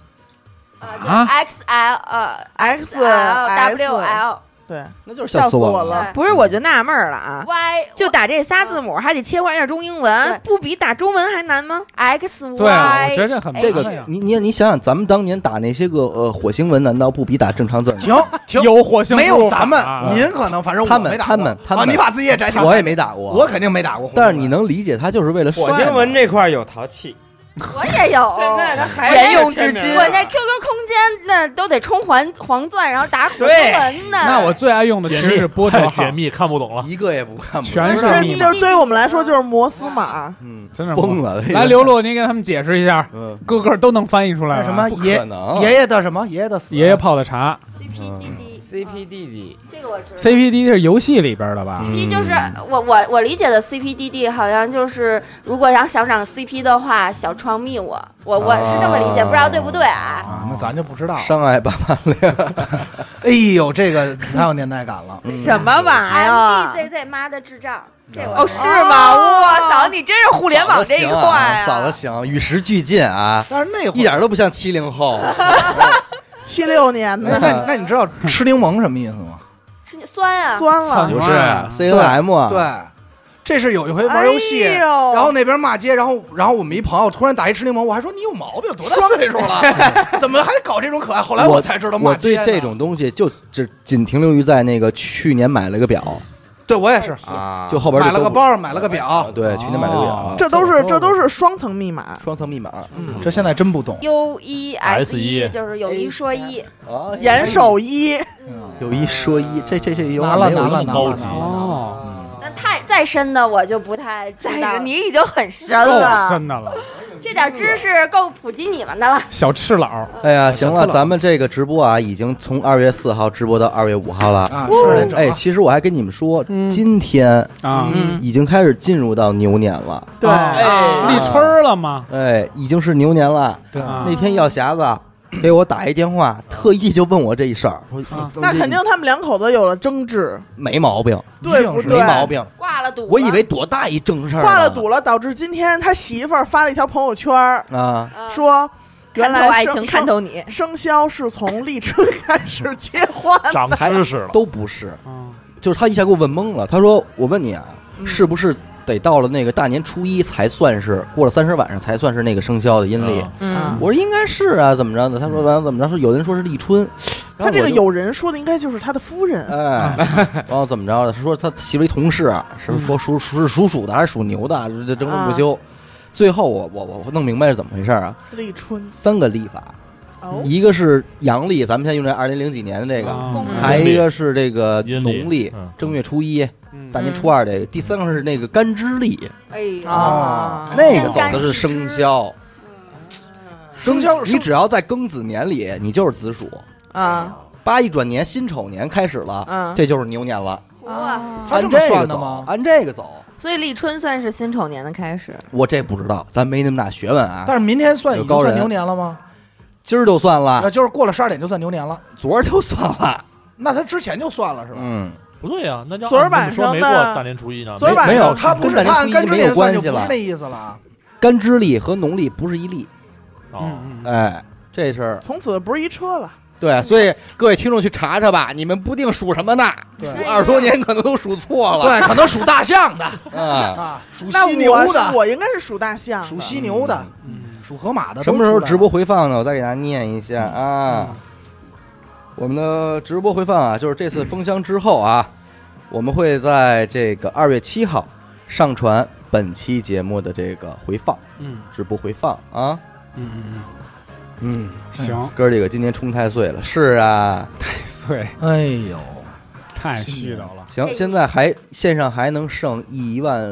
S3: 呃
S7: 啊
S3: ，X L 呃
S6: ，X
S3: ，L W
S6: S
S3: L
S6: 对，
S1: 那就是
S6: 笑
S1: 死
S6: 我
S1: 了。
S3: 了
S5: 不是，我就纳闷儿了啊，
S3: ，Y
S5: 就打这仨字母，还得切换一下中英文
S3: 对，
S5: 不比打中文还难吗？
S3: X
S7: 对啊，我觉
S3: Y，
S7: 得这很麻
S1: 这
S7: 烦呀
S1: 个，你你你想想，咱们当年打那些个呃火星文，难道不比打正常字吗？
S2: 停停，
S7: 有火星
S2: 没
S7: 输
S2: 有
S7: 入法
S2: 咱们
S7: 啊，
S2: 您可能反正我
S1: 他们
S2: 没打
S1: 他
S2: 过
S1: 们他们
S2: 啊你把自己也摘掉，
S1: 我也没打过，
S2: 我肯定没打过。
S1: 但是你，能理解他就是为了帅
S9: 火
S1: 嘛
S9: 星文这块有淘气，哎
S3: 我也有。
S9: 现在他还
S5: 沿用至今
S3: 我
S9: 啊
S3: 那 QQ 空间那都得充黄黄钻，然后打火星
S9: 对
S3: 文呢。
S7: 那我最爱用的其
S4: 解
S7: 实
S4: 密
S7: 是波折
S4: 太
S7: 号
S4: 解，密，看不
S2: 啊
S4: 懂了。
S1: 一个也不看不懂，
S7: 全是
S6: 这
S7: 密
S6: 就
S7: 码，
S6: 是对于我们来说就是摩斯码，
S1: 嗯，
S7: 真是
S1: 疯。了。这个
S7: 来，刘，璐，您给他们解释一下，
S1: 嗯，
S7: 个个都能翻译出来
S2: 那
S7: 吧
S2: 什么
S1: 不可
S2: 爷
S1: 能，啊
S2: 爷爷的什么爷爷的死啊
S7: 爷爷泡的茶
S3: CPDD
S9: CP 弟弟
S3: 这个我知道。
S7: ，CPD 是游戏里边的吧？
S3: CP 就是我我我理解的 CPDD 好像就是，如果要想长 CP 的话，小窗密我，我我是这么理解，
S1: 啊
S3: 不知道对不对啊？
S2: 啊，那咱就不知道。
S1: 伤害爸爸
S2: 哎呦，这个太有年代感了。
S1: 嗯
S5: 什么玩意
S3: 哎 M D
S5: 儿？
S3: Z Z 妈的智障，这我
S5: 哦，
S3: 知
S5: 是
S3: 道
S5: 吗？
S6: 哦
S5: 哇，嫂，你真是互联网这一块啊！
S1: 嫂子行，与时俱进啊，
S2: 但是那 会
S1: 一
S2: 儿，
S1: 点都不像七零后。啊
S6: 七六年
S2: 那
S6: 的
S1: 嗯
S2: 那那你知道吃柠檬什么意思吗？
S3: 是酸啊，
S6: 酸
S7: 操
S6: 了
S7: 你，
S1: 不是
S7: 啊
S1: C N M 啊，
S2: 对，这是有一回玩游戏，
S6: 哎呦
S2: 然后那边骂街，然后然后我们一朋友突然打一吃柠檬，我还说你有毛病，多大岁数 了，怎么还搞这种可爱？后来
S1: 我
S2: 才知道
S1: 我
S2: 骂
S1: 对
S2: 街呢
S1: 这，种东西就只仅停留于在那个去年买了个表，
S2: 对我也是，
S9: 啊，
S1: 就后边就
S2: 买了个
S1: 都不，
S2: 包，买了个表，
S1: 对，去年买了个表，
S6: 这都是这都是双层密码。
S1: 双层密码，
S2: 嗯这现在真不懂。
S3: U E S
S4: SE
S3: 就是有一说一，
S1: 啊
S6: 严守一，
S1: 有一说一，这这这有
S2: 拿了
S1: 没有
S2: 拿了
S1: 意义
S2: 拿了，拿了
S7: 哦，
S3: 但太再深的我就不太知
S5: 在
S3: 道
S5: 这
S3: 了。
S5: 哎你已经很深
S7: 够
S5: 了，
S7: 深的了，
S3: 这点知识够普及你们的了。
S7: 小赤佬，
S1: 哎呀，行
S2: 小
S1: 了，
S2: 刺
S1: 咱们这个直播啊，已经从二月四号直播到二月五号了。
S2: 啊，是来着啊
S1: 哎，其实我还跟你们说，
S7: 嗯
S1: 今天
S7: 啊，
S9: 嗯
S1: 已经开始进入到牛年了，
S6: 对，
S7: 哎
S9: 哎，
S7: 立春儿了吗？
S1: 哎，已经是牛年了。
S2: 对
S7: 啊
S1: 那天药匣子给我打一电话，特意就问我这一事儿，我
S7: 啊
S6: 那肯定他们两口子有了争执，
S1: 没毛病，
S6: 对不
S2: 一定是
S1: 没
S6: 对？啊
S1: 毛病。
S3: 挂了赌，
S1: 我以为多大一正事儿呢，
S6: 挂了赌了，导致今天他媳妇儿发了一条朋友圈儿，
S1: 啊，
S3: 嗯
S6: 说原
S5: 看透
S6: 来
S5: 爱
S6: 生
S5: 情看
S6: 生
S5: 透你，
S6: 生肖是从 立春开始切换的，
S4: 长知识了，
S1: 都不是，
S7: 啊
S1: 就是他一下给我问懵了。他说：“我问你啊，
S6: 嗯
S1: 是不是得到了那个大年初一才算是过了三十晚上才算是那个生肖的阴历？”
S6: 嗯
S4: 嗯
S1: 我说应该是啊，怎么着的？他说完了怎么着？说有人说是立春，然后
S6: 他这
S1: 我
S6: 个
S1: 就
S6: 有人说的应该就是他的夫人，
S1: 哎，然后怎么着的？是说他媳妇儿一同事，是不是说属属是属鼠的还是属牛的？这这争论不休。最后我我我我弄明白是怎么回事儿啊？
S6: 立春
S1: 三个历法，
S6: 哦，
S1: 一个是阳历，咱们现在用这二零零几年的这个，
S7: 啊
S3: 嗯
S1: 还有一个是这个
S4: 阴
S1: 农
S4: 历
S1: 历，正月初一、
S7: 嗯
S1: 大年初二这个，第三个是那个干支历，
S3: 哎
S2: 啊
S3: 呀，
S5: 啊
S1: 那个走的是生肖。
S2: 生肖
S1: 你只要在庚子年里，你就是子鼠。
S5: 啊
S1: 八一转年，辛丑年开始了，
S5: 嗯
S1: 这就是牛年了。
S5: 啊
S3: 哇，
S2: 他这
S1: 按
S2: 么
S1: 这
S2: 算
S1: 个
S2: 的
S1: 走
S2: 吗？
S1: 按这个走，
S5: 所以立春算是辛丑年的开始，
S1: 我这不知道，咱没那么大学问啊。
S2: 但是明天算已
S1: 有
S2: 经
S1: 高人
S2: 算牛年了吗？
S1: 今儿就算
S2: 啊，
S1: 了，
S2: 就是过了十二点就算牛年了。
S1: 昨儿就算了。
S2: 那他之前就算了是吧？
S1: 嗯，
S4: 不对呀，那叫
S6: 昨儿
S4: 按这么
S6: 晚
S4: 说
S6: 上
S4: 没过
S6: 呢
S4: 大年初一呢，
S6: 昨儿
S4: 没
S6: 晚
S1: 没有
S6: 上
S2: 他不是
S1: 跟
S2: 他按
S1: 干
S2: 干支
S1: 支
S2: 年
S1: 有
S2: 算
S1: 关
S2: 就
S1: 系
S2: 不是
S1: 了
S2: 那。意思了啊。
S1: 干支历和农历不是一历，
S4: 哦，
S7: 嗯
S1: 哎，这事儿
S6: 从此不是一车了，
S1: 对，所以各位听众去查查吧，你们不定属什么呢，
S2: 对
S1: 数哎二十多年 可能都数错了。
S2: 对，可能属大象的
S1: 啊，
S2: 啊，属
S6: 那
S2: 犀牛
S6: 我
S2: 的，
S6: 我应该是属大象的，
S2: 属犀牛的，
S7: 嗯
S2: 属河马的。
S1: 什么时候
S2: 都出来了嗯
S1: 直播？回放呢？我再给大家念一下啊。我们的直播回放啊，就是这次封箱之后啊，我们会在这个二月七号上传本期节目的这个回放，
S7: 嗯
S1: 直播回放啊。
S7: 嗯嗯
S1: 嗯，
S7: 嗯，行，
S1: 哥儿几个今年冲太岁了，是啊。
S7: 岁
S2: 哎呦，
S7: 太絮叨了，
S1: 行，现在还线上还能剩一万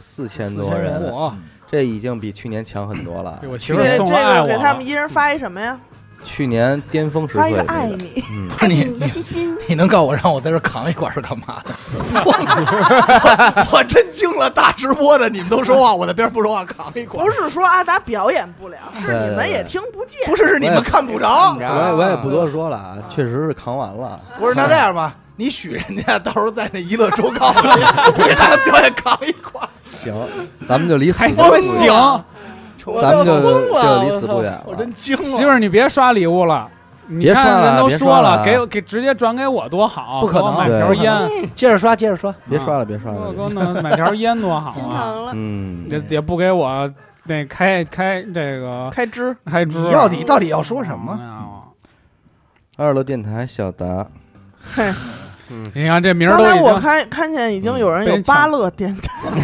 S1: 四千多
S2: 4000
S1: 人
S2: 人，
S7: 我
S1: 这已经比去年强很多了
S7: 给。我媳妇儿
S6: 这
S7: 送
S6: 这
S7: 了爱
S6: 个
S7: 我
S6: 给
S7: 了，
S6: 他们一人发一什么呀？
S1: 去年巅峰时
S6: 发
S1: 刻
S6: 一
S1: 也
S6: 个
S1: 是
S6: 爱你，
S2: 那
S3: 你
S2: 你
S3: 心心，
S2: 你能告我让我在这儿扛一管是干嘛 的？我我真惊了，大直播的你们都说话，我在边儿不说话扛一管
S6: 不，是说阿达表演不了，是
S1: 对
S6: 你们
S1: 对
S6: 也
S1: 对
S6: 听不见。
S2: 不是是你们看不着
S1: 我。也我也不多说了啊，确实是扛完了。
S2: 不是，那这样吧，你许人家，到时候在那娱乐周告诉你，我给大家表演扛一管。
S1: 行，咱们就离死
S7: 还
S1: 不远
S7: 真哎行，
S1: 咱们就
S2: 我都疯了
S1: 就离死不远了
S2: 我真惊了。
S7: 媳妇儿你别刷礼物了，你
S1: 别
S7: 看
S1: 刷了
S7: 人都
S1: 别
S7: 说
S1: 刷了
S7: 给我给直接转给我多好，
S2: 不可能
S7: 给我买条
S1: 对
S7: 烟，
S2: 接着刷，接着刷。
S1: 别刷了，别
S6: 嗯
S1: 刷
S7: 我
S1: 了
S7: 给。我弄买条烟多好
S3: 心
S7: 啊！
S3: 疼了。
S1: 嗯，
S7: 也也不给我那开开这个
S6: 开支
S7: 开支
S2: 你
S7: 啊，
S2: 到底到底要说什么？
S7: 么？
S1: 二楼电台小达，
S7: 你看这名儿
S6: 刚
S7: 都
S6: 才
S7: 已
S6: 我
S7: 经
S6: 看看见已经有人
S7: 被
S6: 有
S7: 人抢
S6: 巴乐电台，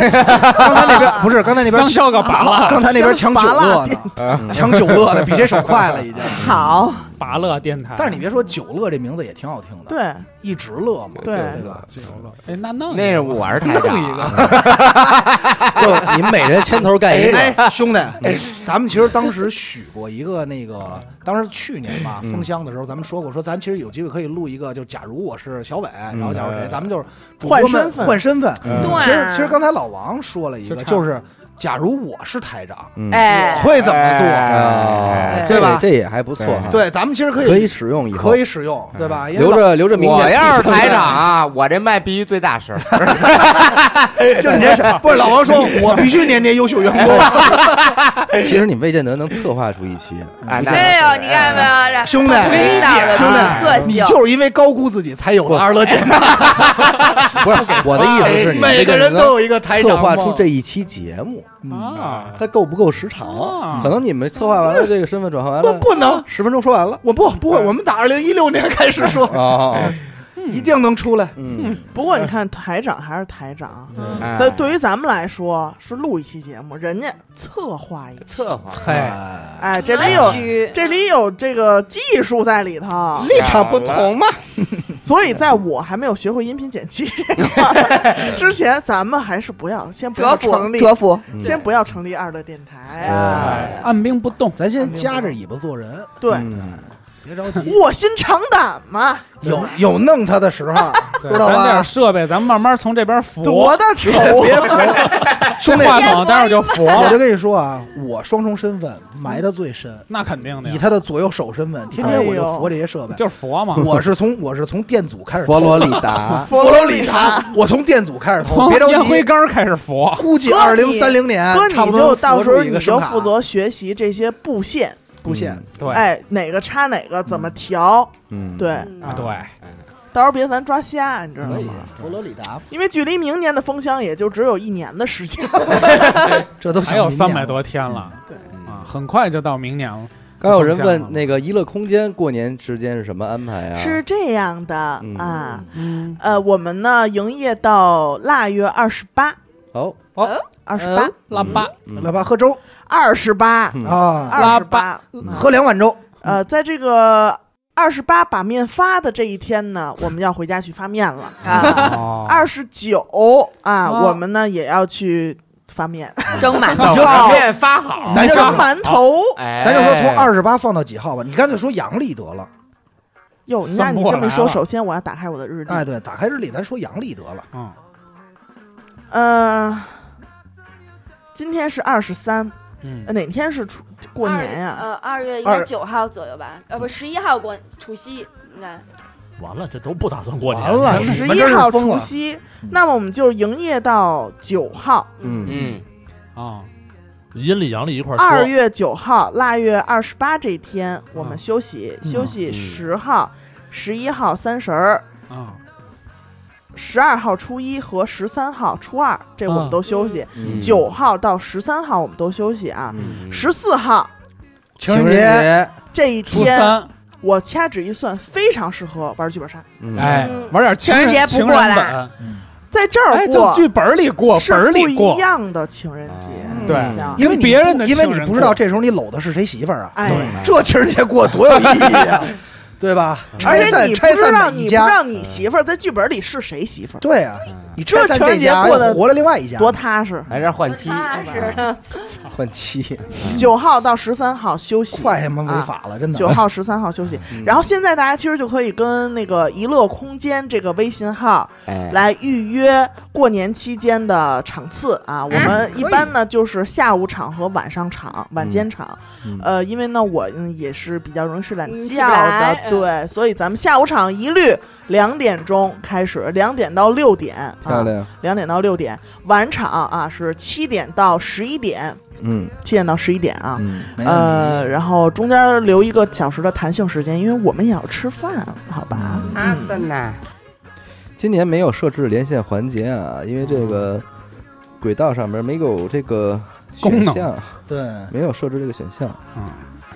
S2: 刚才那 边不是，刚才那边
S7: 香消个拔了，
S2: 刚才那边抢酒乐
S6: 香
S2: 呢，抢酒乐呢，比谁手快了已经。
S5: 好，
S7: 拔乐电台。
S2: 但是你别说酒乐这名字也挺好听的，，
S6: 对
S2: 一直乐嘛，
S6: 对
S2: 对吧？
S7: 哎，那弄
S9: 那是我是台
S2: 弄一
S9: 长，
S2: 个，
S1: 就你们每人牵头干一个。
S2: 哎，兄弟，哎，咱们其实当时许过一个那个，当时去年吧
S1: 嗯
S2: 封箱的时候，咱们说过，说咱其实有机会可以录一个，就假如我是小伟，然后假如谁，咱们就是主播
S6: 换
S2: 们
S6: 身份
S2: 换身份。
S1: 嗯
S5: 对
S2: 其实其实刚才老王说了一个，
S7: 就差
S2: 就是假如我是台长，
S1: 嗯，
S5: 哎，
S2: 会怎么做？
S1: 啊
S5: 哎，
S1: 这
S2: 对吧
S1: 这也还不错哈。，
S2: 对，咱们其实可
S1: 可
S2: 以
S1: 以使用以嗯后，
S2: 可以使用，对吧？因为
S1: 留着留着明年。
S9: 我要是台长，啊，我这麦必须最大声。
S2: 就你这事 儿，不是老王说，我必须年年优秀员工。
S1: 其实你未见得能策划出一期。
S9: 哎，那
S5: 对呀，你看到没有？
S2: 兄弟
S5: 领导的
S2: 兄弟
S5: 特
S2: 你
S5: 性，
S2: 就是因为高估自己，才有了二乐电台。
S1: 不 是我的意思是，你
S2: 每
S1: 这
S2: 个人
S1: 人
S2: 都有一个台长
S1: 策划
S2: 梦
S1: 出这一期节目，
S7: 啊，
S1: 它够不够时长
S7: 啊？
S1: 可能你们策划完了这个身份转换完
S2: 不
S1: 了，
S2: 不能，
S1: 十分钟说完了。
S2: 我不不会，我们打二零一六年开始说，
S1: 哦，
S2: 一定能出来。
S1: 嗯，
S6: 不过你看台长还是台长，
S9: 哎
S6: 在对于咱们来说是录一期节目，人家策划一期，
S9: 策划
S2: 嗨，
S6: 哎，这里有
S3: 有
S6: 这里有这个技术在里头，
S2: 嗯
S1: 立场不同嘛。
S6: 所以在我还没有学会音频剪辑这块 儿之前，咱们还是不要先不
S5: 折
S6: 要
S5: 服
S6: 成 立，
S5: 折服，
S2: 嗯
S6: 先不要成立二乐电台，啊
S1: 哎，
S7: 按兵不动。
S2: 咱先夹着尾巴做人，
S6: 对，
S1: 嗯
S2: 别着急。
S6: 卧薪尝胆嘛，
S2: 有有弄他的时 候，
S7: 对
S2: 知道
S7: 咱点
S2: 吧？
S7: 设备，咱们慢慢从这边扶。
S6: 多大仇
S2: 别
S6: 啊！
S2: 服，
S7: 这
S2: 兄弟，
S7: 话筒待会儿就扶
S2: 我
S7: 了
S2: 就，跟你说啊，我双重身份埋的最深，
S7: 那肯定的呀
S2: 以，他的左右手身份，天天我就
S6: 哎呦
S2: 服这些设备。
S7: 就是佛嘛。
S2: 我是从我是从电阻开始
S1: 佛
S2: 偷
S1: 罗里达，
S2: 佛罗里 达，我从电阻开始偷，
S7: 从
S2: 别着
S7: 烟灰
S2: 急，
S7: 缸开始扶。
S2: 估计
S6: 哥
S2: 二
S6: 你
S2: 零三零年
S6: 哥，
S2: 差不
S6: 你
S2: 多
S6: 就到时
S2: 佛
S6: 候
S2: 罗里一
S6: 你
S2: 个
S6: 就
S2: 声卡
S6: 负责学习这些布线，
S2: 布线。
S7: 对
S6: 哎，哪个插哪个，怎么调？
S1: 嗯，
S6: 对，
S7: 啊
S6: 啊
S7: 对，
S6: 到时候别咱抓瞎，你知道吗？
S2: 佛罗里达，
S6: 因为距离明年的封箱也就只有一年的时间。
S2: 这都
S7: 还有三百多天了，
S6: 对
S2: 嗯
S7: 啊，很快就到明年了。
S1: 刚有人问那个娱乐空间过年时间是什么安排啊？
S6: 是这样的
S1: 嗯
S6: 啊，
S7: 嗯，
S6: 呃，我们呢营业到腊月二十八，
S1: 哦，
S6: 二十八，
S7: 呃腊八
S1: 嗯
S2: 来吧，喝粥
S6: 二十八，
S1: 嗯
S2: 啊，
S6: 二
S7: 腊
S6: 十八。
S7: 嗯
S2: 喝两碗粥。
S6: 呃，在这个二十八把面发的这一天呢，我们要回家去发面了。
S5: 啊，
S7: 哦
S6: 二十九啊，
S7: 哦
S6: 我们呢也要去发面，
S5: 蒸满
S7: 你
S2: 就
S9: 把面哎发好，
S2: 咱就
S6: 蒸馒头。
S9: 哎，
S2: 咱就说从二十八放到几号吧，你干脆说阳历得了。
S6: 哟，
S7: 算
S6: 那你
S7: 不
S6: 这么一
S7: 来
S6: 说，
S7: 了
S6: 首先我要打开我的日历。
S2: 哎，对，打开日历，咱说阳历得了。
S7: 嗯，
S6: 呃，今天是二十三，
S7: 嗯
S6: 呃哪天是初过年啊呀、
S3: 呃，二月应该
S2: 二
S3: 九号左右吧，呃，不，十一号过除夕应该。
S6: 嗯
S4: 完了，这都不打算过年
S2: 完了，
S6: 十
S2: 你们
S6: 一
S2: 真是
S6: 号
S2: 疯
S6: 除
S2: 了。
S6: 夕，那么我们就营业到九号，
S1: 嗯，
S9: 嗯，
S7: 啊，
S4: 阴历阳历一块儿说。
S6: 二月九号，腊月二十八这一天我们休息，休息十号、十一号、三十儿、
S7: 啊，
S6: 十二号初一和十三号初二，这我们
S7: 啊
S6: 都休息。
S1: 嗯
S6: 九、号到十三号我们都休息啊。
S1: 嗯
S6: 十四号
S2: 情人节，
S6: 这一
S7: 初
S6: 天，
S7: 三
S6: 我掐指一算，非常适合玩剧本杀，
S1: 嗯
S7: 哎
S3: 嗯
S7: 玩点情
S5: 情人节
S7: 人
S5: 不
S7: 情
S5: 过
S7: 人
S5: 啦
S7: 本，
S6: 在这儿
S7: 哎，就
S6: 过
S7: 剧本里过，
S6: 是
S7: 本儿
S6: 不
S7: 里过
S6: 一，样的情人节。
S7: 对
S5: 嗯行
S2: 因为你
S7: 跟别人的
S2: 不因为
S7: 情
S2: 你
S7: 人
S2: 不知道
S7: 过
S2: 这时候你搂的是谁媳妇儿啊？
S6: 哎
S2: 对这情人节过多有意义呀，对吧？
S1: 嗯
S6: 嗯而
S2: 拆
S6: 且
S2: 散
S6: 你不
S2: 拆
S6: 知道，
S2: 散每
S6: 你
S2: 一
S6: 不知
S2: 家，嗯
S6: 道你媳妇儿在剧本里是谁媳妇儿，
S2: 对啊，你拆散
S6: 这情人节
S2: 家
S6: 过得
S2: 又活了另外一家，
S6: 多踏实。
S9: 还是换妻，
S3: 踏实的，
S1: 换妻，
S6: 九号到十三号休息，
S2: 快他妈
S6: 啊
S2: 违法了，真的。
S6: 九号、十三号休息。
S1: 嗯
S6: 然后现在大家其实就可以跟那个“一乐空间”这个微信号
S9: 哎，
S6: 来预约过年期间的场次
S1: 嗯
S6: 啊。我们一般呢就是下午场和晚上场、晚
S1: 嗯
S6: 间场。呃，因为呢我嗯也是比较容易睡懒
S3: 嗯起不
S6: 觉的
S3: 来，嗯
S6: 对，所以咱们下午场一律两点钟开始，两点到六点
S1: 漂
S6: 啊，
S1: 亮，
S6: 两点到六点。晚场啊是七点到十一点，
S1: 嗯
S6: 七点到十一点啊。
S1: 嗯，
S2: 没问题
S6: 呃，然后中间留一个小时的弹性时间，因为我们也要吃饭，好吧？
S2: 嗯
S6: 嗯
S5: 啊的
S9: 嗯
S5: 呢，
S1: 今年没有设置连线环节啊，因为这个轨道上面没有这个
S7: 嗯功
S1: 选
S7: 能
S1: 项，
S2: 对，
S1: 没有设置这个选项。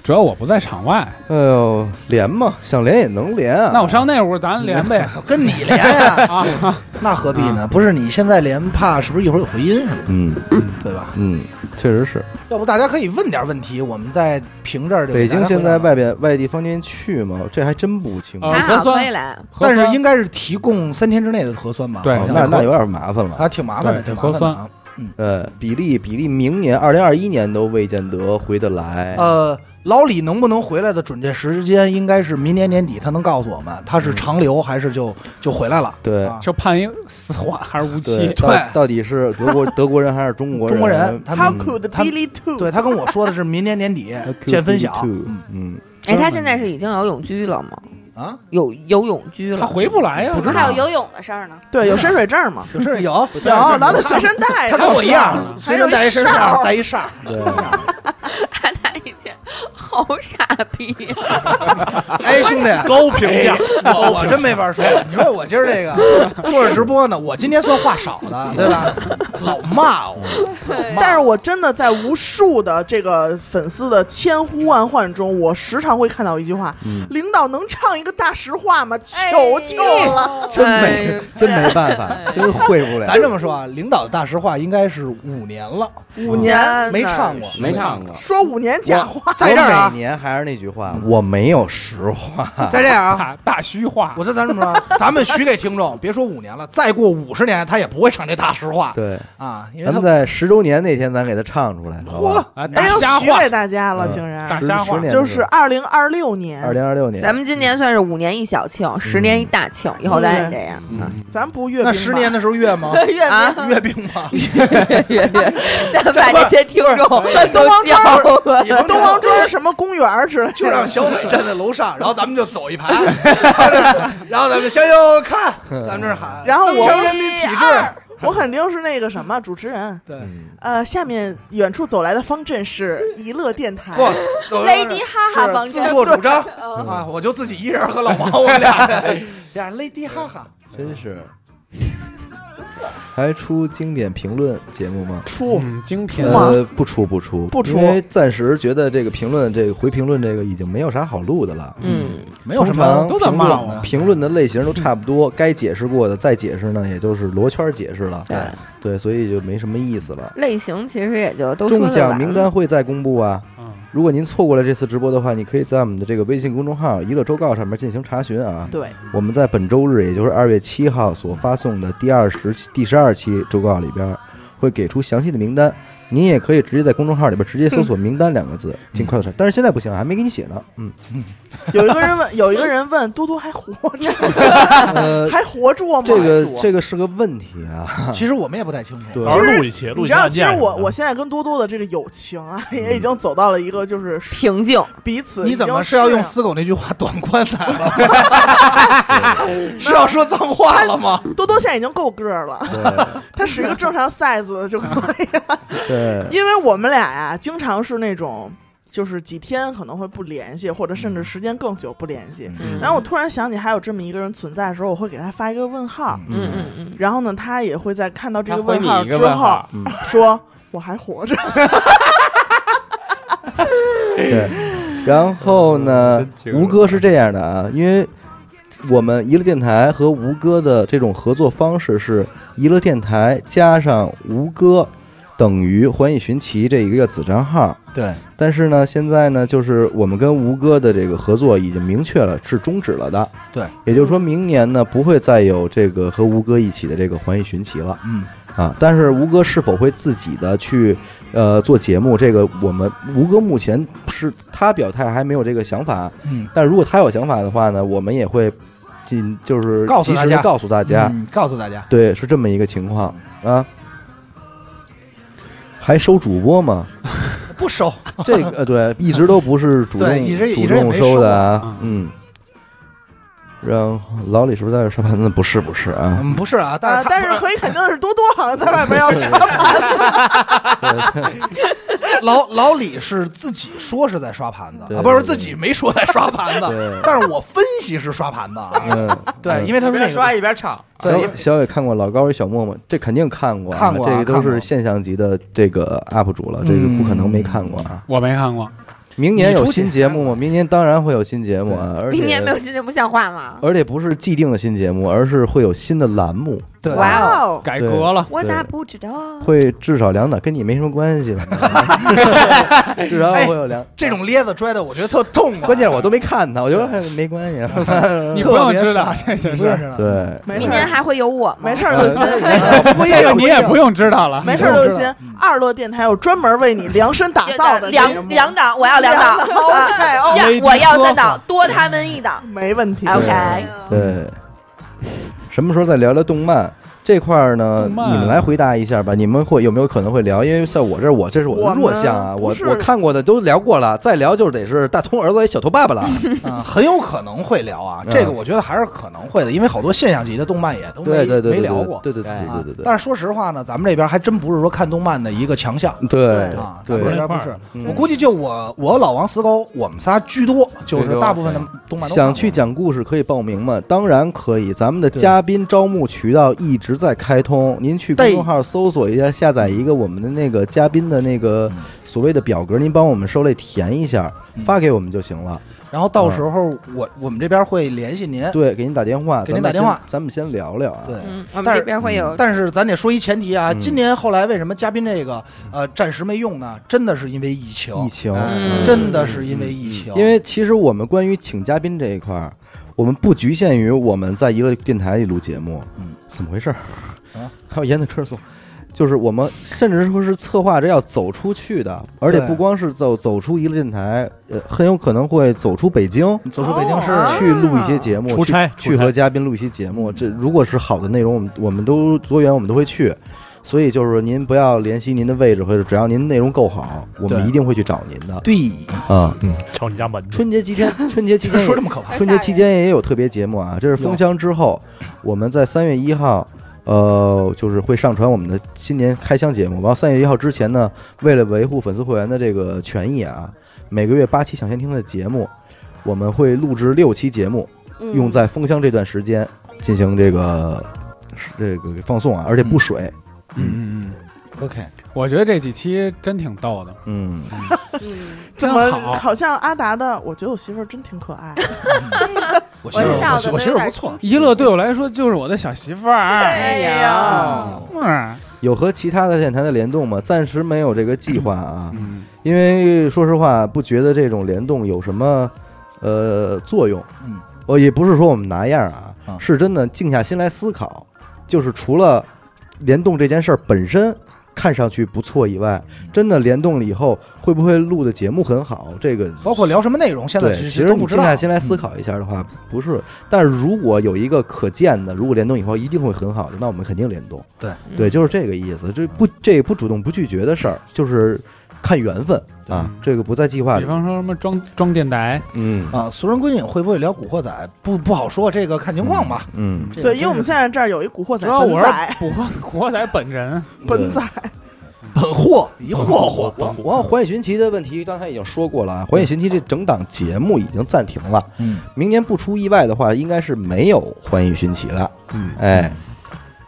S7: 主要我不在场外，
S1: 哎呦，连嘛，想连也能连啊。
S7: 那我上那屋儿咱连呗
S2: 跟你连呀、
S7: 啊！
S2: 那何必呢？不是你现在连，怕是不是一会儿有回音什么
S1: 嗯
S2: 的，对吧？
S1: 嗯，确实是。
S2: 要不大家可以问点问题，我们在屏这儿就
S1: 北
S2: 给大家啊
S1: 京现
S2: 回答
S1: 在外边外地方便去吗？这还真不清楚。
S7: 啊
S5: 还
S7: 核
S5: 好可
S7: 酸
S5: 以来，
S2: 但是应该是提供三天之内的核酸吧？
S7: 对
S2: 好像
S1: 哦那那有点麻烦了。
S2: 啊，挺麻烦的，挺
S7: 对
S2: 麻烦
S7: 核
S2: 的
S7: 酸
S2: 啊。
S1: 呃，比利比利明年二零二一年都未见得回得来。
S2: 呃，老李能不能回来的准确时间应该是明年年底，他能告诉我们他是长留还是就就回来了。
S1: 对
S2: 啊
S7: 就判一死缓还是无
S1: 对，
S7: 期？
S1: 到
S2: 对
S1: 到底是德 国德国人还是中国人？
S2: 中国人他
S6: ，How
S1: 嗯
S2: 们
S6: could
S2: 他
S6: Billy too？
S2: 对他跟我说的是明年年底见分晓。嗯
S1: 嗯，
S5: 哎，他现在是已经有永居了吗？
S2: 啊，
S5: 有有永居了，
S7: 他回不来呀，
S2: 不知
S3: 还
S2: 道
S3: 有游泳的事儿呢。
S6: 对有深水证吗？
S2: 有事有
S6: 有，然后随身带啊
S2: 他
S6: 着，
S2: 跟我一样，随身带一身上带一扇。
S1: 对，
S5: 他俩以前好傻逼呀，
S2: 哎，兄弟，
S4: 高评价，
S6: 哎
S2: 我我真没法说，你说我今儿这个做着直播呢，我今天算话少的，对吧？老骂我，
S6: 但是我真的在无数的这个粉丝的千呼万唤中，我时常会看到一句话：“
S2: 嗯
S6: 领导能唱一个大实话吗？
S5: 哎
S6: 求求了！”
S5: 了
S1: 真没真没办法，真会不了。
S2: 咱这么说啊，领导大实话应该是五年了，
S6: 五
S5: 年
S2: 没唱过，
S9: 没唱过。
S6: 说五年假话，
S2: 在这儿
S1: 我
S2: 啊嗯
S1: 每，年还是那句话，我没有实话。
S2: 再这样啊，
S7: 大大虚化
S2: 我。说咱这么 说，咱们许给听众，别说五年了，再过五十年他也不会唱这大实话
S1: 对，
S2: 啊，因为
S1: 咱
S2: 他
S1: 们在十周年那天，咱给他唱出来。好吧
S2: 嚯，
S7: 啊，大
S6: 哎
S7: 瞎
S6: 呦，许
S7: 话
S6: 给大家了，
S1: 嗯
S6: 竟
S7: 大
S6: 然
S1: 十
S7: 瞎话
S1: 十年
S6: 就是二零二六
S1: 二
S6: 年，
S1: 零二六年，
S5: 咱们今年算是五年一小庆，十年一大庆，以后咱也这样。
S6: 咱不阅兵
S2: 那
S6: 吧
S2: 十年 的时候阅吗？
S5: 啊，
S2: 阅兵 吗？
S5: 月月，咱把这些听众都叫过
S2: 你甭
S6: 东王庄什么公园儿之 类的，
S2: 就让小美站在楼上， 然后咱们就走一排，然后咱们向右看，咱们这儿喊，
S6: 然后我
S2: 强人民体制，
S6: 我肯定是那个什么主持人。
S2: 对，
S1: 嗯
S6: 呃，下面远处走来的方阵是娱乐电台，
S2: 不走
S3: 雷迪哈哈
S2: 是
S3: 帮
S2: 自作主张啊，
S3: 嗯
S2: 我就自己一人和老王我们 俩人，这样 Lady 哈哈，
S1: 真是。还出经典评论节目吗？
S6: 出
S7: 嗯，经出
S6: 出吗
S1: 呃，不出不出
S6: 不出
S1: 因为暂时觉得这个评论，这个回评论这个已经没有啥好录的了。
S5: 嗯，
S2: 没
S1: 通常
S7: 都在
S1: 评
S7: 骂
S1: 论
S7: 我
S1: 评论的类型都差不多，该解释过的再解释呢，也就是罗圈解释了。对对，所以就没什么意思了。
S5: 类型其实也就都说
S1: 中
S5: 得
S1: 奖
S5: 完
S1: 名
S5: 了。
S1: 单会再公布啊。
S7: 嗯
S1: 如果您错过了这次直播的话，你可以在我们的这个微信公众号“娱乐周告”上面进行查询啊。
S6: 对，
S1: 我们在本周日，也就是二月七号所发送的第二十期、第十二期周告里边，会给出详细的名单。您也可以直接在公众号里边直接搜索“名单”两个字进快手上，但是现在不行，还没给你写呢。嗯，
S6: 有一个 人问，有一个人问，嘟嘟还活着，
S1: 呃，
S6: 还活着吗？
S1: 这个这个是个问题啊。
S2: 其实我们也不太清楚，
S1: 对
S4: 到时候录一期，录
S6: 你
S4: 一
S6: 知
S4: 期
S6: 道，
S4: 案
S6: 其实
S4: 件。
S6: 我我现在跟多多的这个友情啊，
S1: 嗯
S6: 也已经走到了一个就是
S5: 平静，
S6: 彼此
S2: 你怎
S6: 已
S2: 么
S6: 经啊
S2: 是要用
S6: 适
S2: 死狗那句话短棺材了吗？ 是要说脏话了吗？
S6: 应多多现在已经够个儿了，
S1: 对
S6: 他使一个正常 size 的就可以了。
S1: 对，
S6: 因为我们俩呀、经常是那种就是几天可能会不联系，或者甚
S2: 嗯
S6: 至时间更久不联系。
S5: 嗯
S6: 然后我突然想起还有这么一个人存在的时候，我会给他发一个问号，
S5: 嗯嗯嗯，
S6: 然后呢，他也会在看到这
S9: 他回
S6: 问
S9: 你
S6: 号
S9: 一个
S6: 之
S9: 问
S6: 后
S2: 嗯
S9: 号，
S6: 说我还活着。
S1: 对，然后呢，吴哥是这样的啊，因为我们娱乐电台和吴哥的这种合作方式是娱乐电台加上吴哥等于欢喜寻奇这一个子账号。
S2: 对，
S1: 但是呢，现在呢，就是我们跟吴哥的这个合作已经明确了是终止了的。
S2: 对，
S1: 也就是说明年呢不会再有这个和吴哥一起的这个欢喜寻奇了。
S2: 嗯，
S1: 啊，但是吴哥是否会自己的去呃做节目，这个我们吴哥目前是他表态还没有这个想法，
S2: 嗯，
S1: 但如果他有想法的话呢，我们也会尽就是
S2: 告诉
S1: 及
S2: 大
S1: 时地
S2: 家
S1: 告诉大家，
S2: 嗯告诉大家，
S1: 对，是这么一个情况啊。还收主播吗？
S2: 不收，
S1: 这个呃，对，一直都不是主动
S2: 对一直
S1: 主
S2: 一直也
S1: 动
S2: 没
S1: 收
S2: 收
S1: 的啊
S7: 啊，
S1: 嗯。然后老李是不是在这刷盘子？不是，不是啊，
S2: 嗯，不是啊，但
S6: 啊
S2: 是，他
S6: 但是可以肯定的是，多多好像在外边要
S1: 对
S2: 老老李是自己说是在刷盘子
S1: 对
S2: 啊，不是自己没说在刷盘
S1: 对
S2: 子，但是我分析是刷盘子啊。
S1: 嗯，
S2: 对，因
S1: 为
S2: 为他说
S9: 一边
S2: 那
S9: 刷
S2: 个
S9: 一边唱，
S2: 对因为
S1: 小小伟看过老高与小沫沫，这肯定看过啊，
S2: 看过啊
S1: 这个都
S2: 看过
S1: 是现象级的这个 UP 主了，这个不可能没看过啊。
S7: 我没看过，
S1: 明年有新节
S2: 嗯你
S1: 目
S2: 出
S1: 吗？
S2: 去
S1: 明年当然会有新节目啊，而且
S5: 明年没有新节目像话吗？
S1: 而且不是既定的新节目，而是会有新的栏目，
S2: 对
S5: 哇
S6: 哇
S5: 哦，
S6: 哦，
S7: 改革了，
S5: 我咋不知道啊？
S1: 会至少两档，跟你没什么关 系吧？ 至
S2: 哎
S1: 少会有两。
S2: 这种咧子拽的，我觉得特 痛啊。
S1: 关键我都没看他，我觉得哎没关系。
S7: 你不
S2: 特
S7: 用
S2: 别
S7: 知道
S2: 傻
S7: 这些
S2: 不认识
S7: 事，
S2: 了。
S1: 对，
S6: 没
S5: 明
S6: 事
S5: 年
S6: 儿，
S5: 还会有我吗？
S6: 没事儿，
S2: 嗯
S6: 刘鑫，
S1: 哎
S7: 这个你也不用知道了。
S6: 没事儿，刘
S2: 嗯
S6: 鑫。二乐电台有专门为你量身打造的节
S5: 两
S6: 目
S5: 两档，我要两档，啊
S6: 对，哦
S5: 这
S7: 没
S5: 样我要
S7: 说
S5: 三档，多他们一档。
S6: 没问题。
S5: OK，
S1: 对，什么时候再聊聊动漫这块儿呢？
S7: 动漫
S1: 你们来回答一下吧。你们会有没有可能会聊？因为在我这儿，我这是我
S6: 我
S1: 的
S6: 们
S1: 弱项啊。
S6: 不
S1: 我
S6: 是
S1: 我看过的都聊过了，再聊就得是大通儿子与小头爸爸了。
S2: 啊，很有可能会聊啊，
S1: 嗯
S2: 这个我觉得还是可能会的，因为好多现象级的动漫也都没
S1: 对对对，
S2: 没聊过。
S1: 对对对
S2: 啊
S1: 对对对
S2: 但是说实话呢，咱们这边还真不是说看动漫的一个强项
S1: 对
S2: 啊，咱
S1: 对
S2: 们这
S1: 对
S2: 边不
S4: 那块
S2: 是
S4: 儿。
S1: 嗯
S2: 我估计就我我老王死狗，我们仨居多，就
S1: 居
S2: 是
S1: 多
S2: 大部分的动漫都看过
S1: 想去讲故事可以报名吗？当然可以，咱们的嘉宾招募渠道一直在开通，您去公众号搜索一下，下载一个我们的那个嘉宾的那个
S2: 嗯
S1: 所谓的表格，您帮我们受累填一下，
S2: 嗯
S1: 发给我们就行了。
S2: 然后到时候我我们这边会联系您，
S1: 对，给您打电话，
S2: 给
S1: 咱们
S2: 您打电
S1: 先
S2: 话，
S1: 咱们先聊聊啊。
S2: 对，
S5: 嗯，我们
S2: 但是
S5: 这边会有
S2: 但是咱得说一前提啊，
S1: 嗯
S2: 今年后来为什么嘉宾这个呃暂时没用呢？真的是因为疫情，
S1: 疫情，
S5: 嗯
S2: 真的是因为疫
S4: 哦
S2: 情，
S1: 因为其实我们关于请嘉宾这一块儿，我们不局限于我们在娱乐电台里录节目，
S2: 嗯，
S1: 怎么回事儿？
S2: 啊，
S1: 还有严的科索，就是我们甚至说是策划着要走出去的，而且
S2: 对
S1: 不光是走走出娱乐电台，呃，很有可能会走出北京
S2: 走出北京市，
S5: 哦
S1: 去录一些节目，
S4: 嗯出
S1: 去
S4: 差
S1: 去
S4: 出差嗯
S1: 和嘉宾录一些节目。这如果是好的内容，我们我们都多元，我们都会去。所以就是您不要怜惜您的位置，或者只要您内容够好，我
S2: 对
S1: 们一定会去找您的
S2: 对，
S4: 嗯
S1: 啊。
S4: 敲你家门去。
S1: 春节期间，春节期间也
S2: 说这么可怕，
S1: 春节期间也有特别节目啊，这是封箱之后，我们在三月一号，呃，就是会上传我们的新年开箱节目。然后三月一号之前呢，为了维护粉丝会员的这个权益啊，每个月八期抢先听的节目，我们会录制六期节目，
S3: 嗯
S1: 用在封箱这段时间进行这个是这个放送啊，而且不水，
S7: 嗯嗯嗯，
S2: OK，
S7: 我觉得这几期真挺逗的，
S1: 嗯，
S3: 嗯
S6: 怎
S7: 真
S6: 么
S7: 好。
S6: 好像阿达的？我觉得我媳妇儿真挺可爱。
S2: 我媳
S3: 我
S2: 妇儿
S3: 笑的
S2: 我
S3: 都
S2: 媳
S3: 有
S2: 妇儿
S3: 点
S2: 不错，
S7: 一乐对我来说就是我的小媳妇儿，
S5: 哎
S3: 呀
S5: 呀，
S7: 嗯
S1: 有和其他的电台的联动吗？暂时没有这个计划啊，
S7: 嗯，
S1: 因为说实话，不觉得这种联动有什么呃作用。
S2: 嗯，
S1: 哦，也不是说我们拿样儿啊，
S2: 啊
S1: 是真的静下心来思考，就是除了联动这件事儿本身看上去不错以外，
S2: 嗯
S1: 真的联动了以后会不会录的节目很好？这个
S2: 包括聊什么内容，现在
S1: 对，
S2: 其
S1: 其
S2: 实
S1: 实
S2: 都
S1: 你
S2: 不知
S1: 静
S2: 道。嗯
S1: 下心来思考一下的话，不是。但是如果有一个可见的，如果联动以后一定会很好的，那我们肯定联动。
S2: 对
S1: 对，就是这个意思。这不这也不主动不拒绝的事儿，就是看缘分啊，这个不在计划
S7: 比
S1: 里。
S7: 方说什么装装电台，
S1: 嗯
S2: 啊，俗人闺女会不会聊《古惑仔》？不不好说，这个看情况吧。
S1: 嗯，
S2: 这个
S6: 对，
S2: 真
S6: 因为我们
S2: 是
S6: 现在这儿有一古惑
S7: 主
S6: 仔
S7: 要我
S6: 本
S7: 是
S6: 仔，
S7: 古惑古惑仔本人，
S6: 本仔
S2: 本货一货货，
S1: 然后环宇寻奇的问题刚才已经说过了啊，环宇寻奇这整档节目已经暂停了，
S2: 嗯，
S1: 明年不出意外的话，应该是没有环宇寻奇了。
S7: 嗯，
S1: 哎，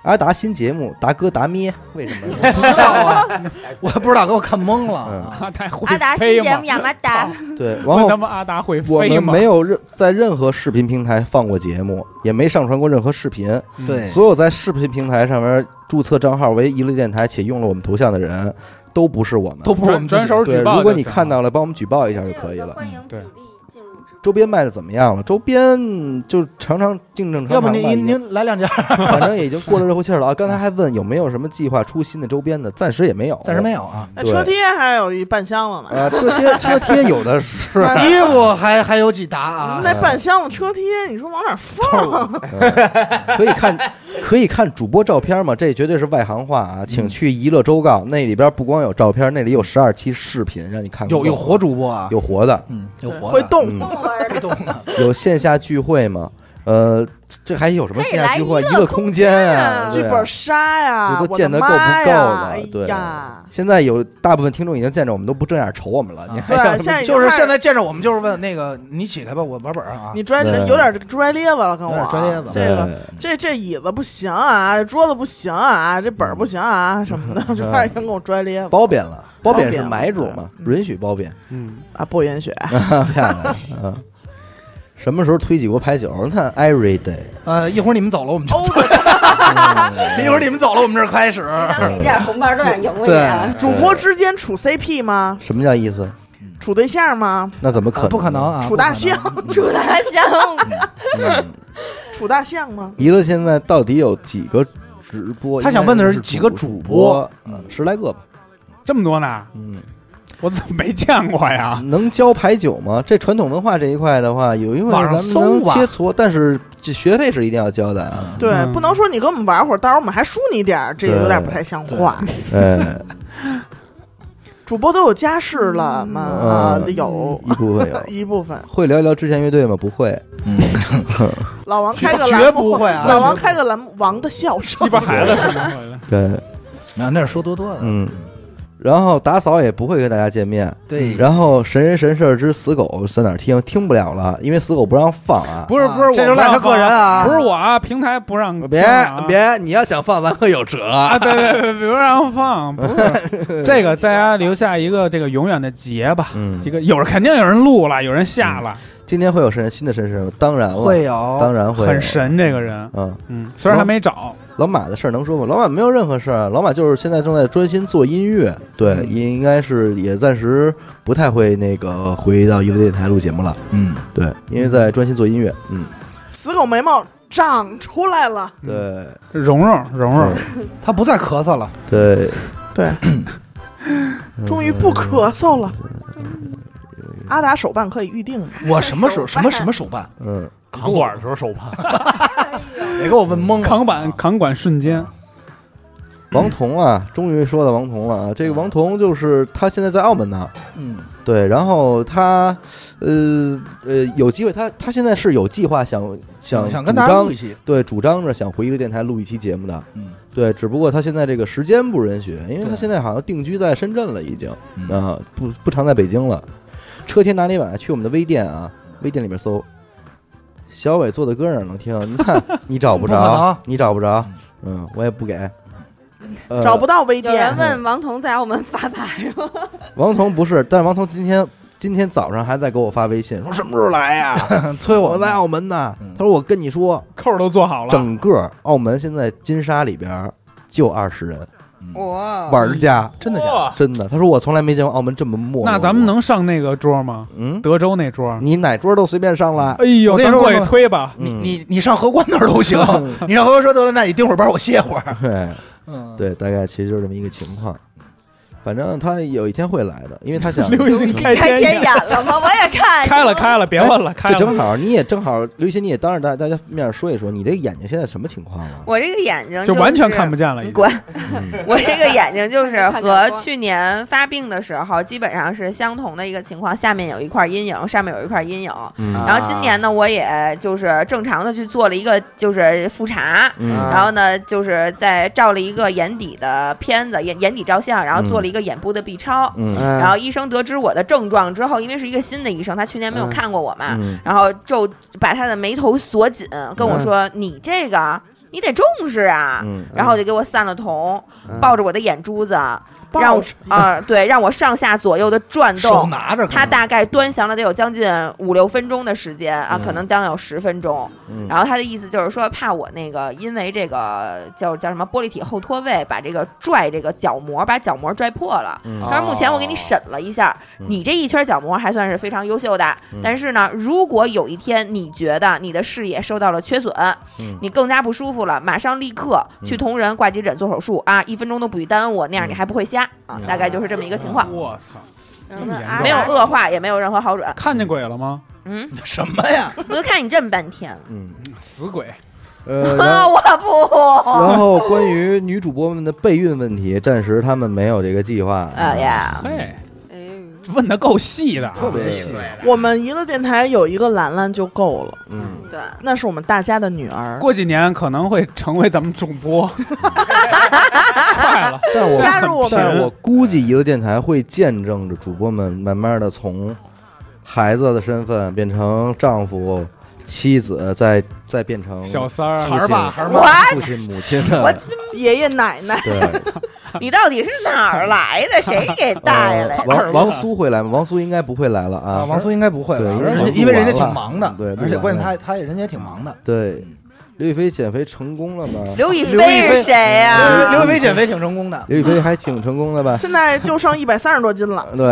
S1: 阿达新节目达哥达咩，为什么 呢？
S2: 笑啊！ 我不知道，给我看懵了啊。
S7: 阿达会
S3: 阿达
S7: 飞
S3: 新节
S7: 吗
S3: 目亚麻达
S7: 操，
S1: 对，然
S7: 问
S1: 后
S7: 他们阿达会
S1: 我
S7: 飞
S1: 们
S7: 吗？
S1: 没有任在任何视频平台放过节目，也没上传过任何视频。
S7: 嗯
S2: 对，
S1: 所有在视频平台上面注册账号为一乐电台且用了我们头像的人，都不是我们。
S2: 都不是我
S7: 转
S2: 们自己
S7: 转手
S1: 对，
S7: 举报就行了。
S1: 如果你看到了，帮我们举报一下就可以了。嗯
S3: 欢迎
S7: 对
S3: 鼓励进入直播
S1: 周边卖的怎么样了？周边就常常正正常常
S2: 要不
S1: 卖
S2: 您您来两家，
S1: 反正也已经过了热乎气儿了啊。刚 才还问有没有什么计划出新的周边的，暂时也没有，
S2: 暂时没有啊。
S6: 哎
S1: 对
S6: 车贴还有一半箱子呢。
S1: 啊。车贴车贴有的是，
S2: 衣服还还有几沓
S6: 你
S2: 啊
S6: 们？那半箱子车贴，你说往哪儿放？
S1: 可以看，可以看主播照片嘛？这绝对是外行话啊！请去娱乐周告，那里边不光有照片，那里有十二期视频让你看。
S2: 有有活主播啊？
S1: 有活的，
S2: 嗯，有活的
S6: 会动
S1: 嗯
S3: 动玩儿的
S2: 会动的。
S1: 有线下聚会嘛？呃，这还有什么
S3: 可以
S1: 线下
S3: 来
S1: 聚
S3: 娱
S1: 会、
S3: 乐
S1: 娱乐空间啊？
S3: 空
S1: 对
S6: 剧
S1: 啊
S6: 本杀呀，
S1: 这都
S6: 我
S1: 见
S6: 的
S1: 得够不
S6: 妈
S1: 够
S6: 呀
S1: 的
S6: 哎
S1: 对
S6: 呀，
S1: 现在有大部分听众已经见着我们都不正眼瞅我们了，你
S2: 啊
S1: 还
S6: 对，
S1: 让
S6: 现在已经
S2: 就是
S6: 开始
S2: 现在见着我们就是问那个你起来吧，我玩本儿啊。
S6: 你拽
S1: 对
S6: 有点拽咧子了，跟
S2: 有点
S6: 我
S2: 拽咧子
S6: 这个这这椅子不行啊，这桌子不行啊，这本儿不行啊，什么的，就开始跟我拽咧 子
S1: 褒贬了，褒贬是
S6: 褒贬了
S1: 买主嘛，允许褒贬。
S9: 嗯，
S6: 啊，不允许。
S1: 漂亮，嗯。什么时候推几锅牌九？那 every day，嗯
S2: 呃，一会儿你们走了，我们
S6: 哦 Oh，
S2: 就一会儿你们走了，我们这儿开 始。啊
S3: 当给这点红包都想赢过你啊！
S6: 主播之间处 CP 吗？
S1: 什么叫意思？
S6: 处对象吗？
S1: 那怎么可
S2: 啊不可能？啊！
S6: 处大象？
S3: 主大象，
S1: 嗯
S6: 处大象吗？
S1: 娱乐现在到底有几个直播？
S2: 他想问的是几个
S1: 主
S2: 主播，
S1: 嗯，十来个吧。
S7: 这么多呢，
S1: 嗯，
S7: 我怎么没见过呀？
S1: 能教牌九吗？这传统文化这一块的话，有一块
S2: 网上
S1: 咱们能
S2: 搜吧
S1: 切磋，但是这学费是一定要交的啊。
S6: 对，
S7: 嗯
S6: 不能说你跟我们玩会儿，到时候我们还输你点儿，这有点不太像话。
S2: 嗯
S1: 哎，
S6: 主播都有家室了吗？啊
S1: 呃，
S6: 有。
S1: 一部分有
S6: 一部分。
S1: 会聊一聊之前乐队吗？不会。
S6: 老王开个
S2: 绝
S6: 栏目，
S2: 不会啊
S6: 老王开个栏目，王的笑声
S7: 鸡。巴孩子是怎么回事？
S1: 对，
S2: 没啊有，那是说多多的。
S1: 嗯。然后打扫也不会跟大家见面。
S2: 对，
S1: 然后神人神事儿之死狗在哪儿听？听不了了，因为死狗不让放啊。
S7: 不是不是，
S2: 这
S7: 我
S2: 就
S7: 不
S2: 赖
S7: 让
S2: 他个人
S7: 放
S2: 啊
S7: 不是我啊，平台不让
S1: 别
S7: 放啊
S1: 别，你要想放，咱可有辙。
S7: 啊，对对对，不让放，不是这个，大家留下一个这个永远的结吧。
S1: 嗯
S7: 这，个有人肯定有人录了，有人下了，
S1: 今天会有神新的神事吗？当然了，
S2: 会有
S1: 当然会有
S7: 很。神这个人，
S1: 嗯，
S7: 嗯，虽然还没找，
S1: 老马的事儿能说吗？老马没有任何事儿，老马就是现在正在专心做音乐，对，也应该是也暂时不太会那个回到娱乐电台录节目了，
S2: 嗯，
S1: 对，因为在专心做音乐，嗯，
S6: 死狗眉毛长出来了，
S1: 对，
S7: 蓉蓉蓉蓉，
S2: 他不再咳嗽了。
S1: 对， 嗯
S6: 终于不咳嗽了。阿达手办可以预定吗？
S2: 我什么时候什么什么手办？
S1: 嗯，
S4: 扛管的时候 手盘，
S2: 别给我问懵了。嗯
S7: 扛板扛管瞬间，
S1: 王彤啊，终于说到王彤了啊，这个王彤就是他现在在澳门呢，
S2: 嗯，
S1: 对，然后他，呃呃，有机会他他现在是有计划想想
S2: 想跟
S1: 主
S2: 大家
S1: 张
S2: 录一期，
S1: 对，主张着想回一个电台录一期节目的，
S2: 嗯，
S1: 对，只不过他现在这个时间不允许，因为他
S2: 对
S1: 现在好像定居在深圳了，已经
S2: 嗯
S1: 啊，不不常在北京了。车天哪里晚？去我们的微店啊，微店里面搜，小伟做的歌哪能听？你看你找不
S2: 不可能
S1: 着，你找不着，嗯，我也不给。呃、
S6: 找不到微
S3: 有
S6: 店，
S3: 人问王彤在澳门发牌吗？
S1: 王彤不是，但是王彤今天今天早上还在给我发微信，说什么时候来呀、
S2: 催我
S1: 我在澳门呢。他说我跟你说，
S7: 扣儿都做好了，
S1: 整个澳门现在金沙里边就二十人
S5: 哇，
S1: 玩家，
S2: 真的假的？
S1: 真的。他说我从来没见过澳门这么没落。
S7: 那咱们能上那个桌吗？
S1: 嗯，
S7: 德州那桌？
S1: 你哪桌都随便上了。
S7: 哎呦，
S2: 我跟你
S7: 咱
S2: 说
S7: 过去推吧，
S2: 你
S1: 嗯
S2: 你你上荷官那儿都行，你上荷官说得了，那你盯会儿班，我歇会儿。
S1: 对
S2: 嗯，
S1: 对，大概其实就是这么一个情况。反正他有一天会来的，因为他想。
S7: 刘雨欣开
S3: 开
S7: 天
S3: 天
S7: 眼，
S3: 眼了吗？我也
S5: 哎
S3: 看
S7: 开了开了，别问了，开
S1: 这正
S7: 了，
S1: 好，你也正好，刘雨欣，你也当着大大家面说一说，你这个眼睛现在什么情况了？
S5: 我这个眼睛
S7: 就完全看不
S5: 见。
S7: 见了，已
S5: 你
S7: 经
S5: 滚！
S1: 嗯
S5: 我这个眼睛就是
S3: 看见
S5: 和
S3: 过
S5: 去年发病的时候基本上是相同的一个情况，下面有一块阴影，上面有一块阴影。
S1: 嗯
S5: 然后今年呢，我也就是正常的去做了一个就是复查，
S1: 嗯
S5: 然后呢就是在照了一个眼底的片子，眼眼底照相，然后
S1: 嗯
S5: 做了一个眼部的 B 超。
S1: 嗯
S9: 然
S5: 然后医生得知我的症状之后，因为是一个新的医生，他去年没有
S9: 嗯
S5: 看过我嘛，
S1: 嗯，
S5: 然后就把他的眉头锁紧，跟我说：“你这个你得重视啊。
S1: 嗯
S5: 然后就给我散了瞳，抱着我的眼珠子，
S6: 抱
S5: 让我
S6: 着
S5: 啊、对，让我上下左右的转
S2: 手
S5: 动。
S2: 拿着，
S5: 他大概端详了得有将近五六分钟的时间啊，可能将近有十分钟。
S1: 嗯
S5: 然后他的意思就是说，怕我那个因为这个叫叫什么玻璃体后脱位，把这个拽这个角膜，把角膜拽破了。
S1: 嗯
S2: 哦
S5: 他说目前我给你 审了一下，
S1: 嗯
S5: 你这一圈角膜还算是非常优秀的。
S1: 嗯
S5: 但是呢，如果有一天你觉得你的视野受到了缺损，
S1: 嗯
S5: 你更加不舒服了，马上立刻
S2: 嗯
S5: 去同仁挂急诊做手术、啊，一分钟都不许耽误，那样你还不会瞎、
S2: 嗯
S5: 啊。大概就是这么一个情况，啊
S7: 我操， 这么严重
S5: 没有恶化，也没有任何好转。
S7: 看见鬼了吗？
S5: 嗯，
S2: 什么呀？
S5: 我就看你这么半天，
S1: 嗯，
S7: 死鬼，
S1: 呃，然后
S5: 啊，我不，
S6: 哦
S1: 然后关于女
S6: 啊
S1: 嗯主播们的备孕问题，暂时他们没有这个计划。
S5: 哎呀，
S7: 嘿，问的够细的啊，
S2: 特别细。
S6: 我们娱乐电台有一个兰兰就够了，
S9: 嗯，
S5: 对，
S6: 那是我们大家的女儿。
S7: 过几年可能会成为咱们主播，快了，
S1: 但我
S6: 加入我们
S1: 但我估计娱乐电台会见证着主播们慢慢的从孩子的身份变成丈夫、妻子，再再变成
S7: 小三儿
S2: 孩，儿吧，孩儿吧，
S5: 我
S1: 父亲、母亲的。
S6: 爷爷奶奶，
S1: 对，
S5: 你到底是哪儿来的？谁给带
S1: 呃
S5: 来
S2: 哦
S5: 的？
S1: 王王苏会来吗？王苏应该不会来了啊。
S2: 王苏应该不嗯会吧
S1: 对因为王苏
S2: 人家因为人家
S1: 完了
S2: 挺忙的，
S1: 对
S2: 而且关键
S1: 忙
S2: 他他也人家也挺忙的。
S1: 对，刘亦菲减肥成功了吗？
S5: 刘亦
S2: 刘亦
S5: 菲
S2: 菲
S5: 是谁呀、
S2: 刘刘亦菲减肥挺成功的，
S1: 刘亦菲还挺成功的吧？
S6: 现在就剩一百三十多斤了，
S1: 对，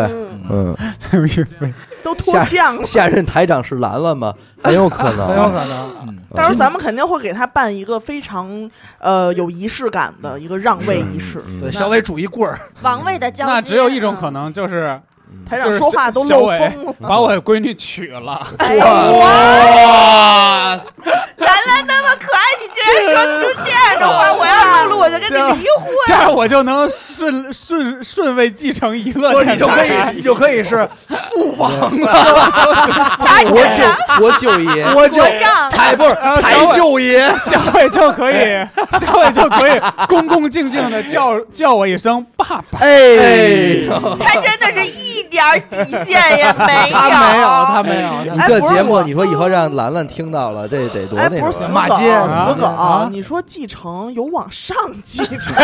S5: 嗯，
S1: 嗯，
S6: 都脱相了。
S1: 下任台长是兰兰吗？很有可能，
S2: 很有可能。嗯，
S1: 啊
S6: 到时候咱们肯定会给她办一个非常呃有仪式感的一个让位仪式。
S1: 嗯
S2: 对，小伟拄一棍儿，
S3: 王位
S5: 啊
S3: 的交啊接，
S7: 那只有一种可能，就是
S6: 台长说话都
S7: 就是
S6: 漏
S7: 小
S6: 风了，
S7: 把我闺女娶了，
S5: 哎哦
S9: 哇，
S5: 兰兰那么可爱，你竟然说出这样的 话，我要露露我就跟
S2: 啊
S5: 你离婚。
S7: 这样我就能顺顺顺位继承一个
S2: 不是
S7: 电
S2: 你
S7: 台，
S2: 就可以，你就可以是父王
S1: 国舅国舅爷，
S2: 国舅
S5: 国丈
S2: 台不是
S7: 然后
S2: 台
S7: 啊小
S2: 舅爷，
S7: 小伟就可以，小伟就可以恭恭敬敬的叫叫我一声爸爸。
S2: 哎，
S5: 他真的是一点儿底线也没有。
S2: 他没有，他没有，
S1: 你
S2: 他
S1: 这节目，你说以后让兰兰听到了，这得多
S6: 哎，
S1: 那
S6: 不
S1: 什么呀
S2: 骂
S6: 是死狗，
S2: 街啊
S6: 死
S7: 啊
S6: 狗，你说继承有往上继承，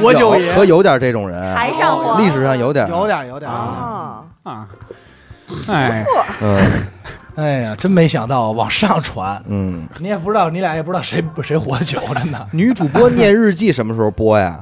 S2: 国舅
S1: 有
S2: 爷
S1: 可有点这种人，啊哦
S3: 还上火
S1: 历史上有点，
S2: 有点有点。
S6: 啊，
S7: 啊，哎，
S1: 嗯
S2: 哎呀，真没想到往上传，
S1: 嗯。
S2: 你也不知道，你俩也不知道谁谁活得久，真的。
S1: 女主播念日记什么时候播呀？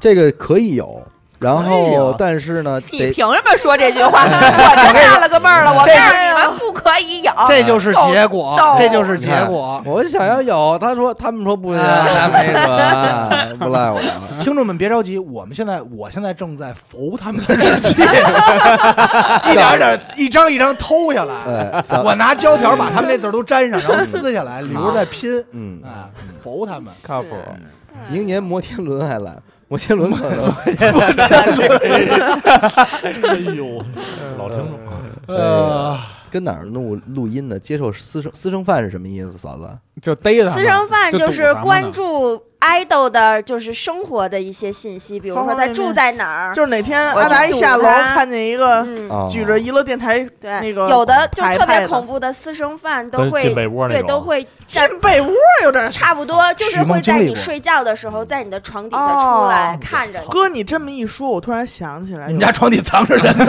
S1: 这个可以有，然
S2: 可以
S1: 后
S2: 有
S1: 但是呢，
S5: 你
S1: 得
S5: 凭什么说这句 话？我这纳了个闷儿了，我告诉你们，不可以有。
S2: 这就是结果
S5: 逗，
S2: 这就是结果。
S1: 我想要有，他说他们说不行，
S2: 啊
S1: 那没辙啊，不赖我。
S2: 听众们别着急，我们现在我现在正在服他们的日记，一点一点，一张一张偷下来。
S1: 哎，找
S2: 我拿胶条把他们那字儿都粘上，然后撕下来，留着再拼。
S1: 嗯，
S2: 啊，服他们。
S1: 靠谱。明年摩天轮还来，摩天轮可能
S4: 哎呦， 老听
S1: 嗯
S4: 众，
S1: 呃，跟哪儿录录音呢？接受私生私生饭是什么意思，嫂子？
S7: 就逮他。
S3: 私生饭
S7: 就堵
S3: 是
S7: 咱们
S3: 关
S7: 呢
S3: 注 idol 的，就是生活的一些信息，比如说他住在哪儿，
S6: 就是哪天
S3: 我
S6: 阿达一下楼
S3: 就堵他
S6: 看见一个
S3: 嗯，
S1: 啊，
S6: 举着娱乐电台
S3: 对，
S6: 那个
S3: 有的就特
S6: 排派
S3: 别
S6: 的
S3: 恐怖的私生饭都
S4: 跟
S3: 会
S4: 进被窝那
S3: 对
S4: 种，
S3: 都会
S6: 进被窝，有点
S3: 差不多，就
S2: 许
S3: 是
S2: 梦
S3: 会
S2: 经
S3: 在
S2: 历
S3: 你
S2: 过
S3: 睡觉的时候，在你的床底下出来
S6: 哦
S3: 看着你。
S6: 哥，你这么一说，我突然想起来，
S2: 你们家床底藏着人呢，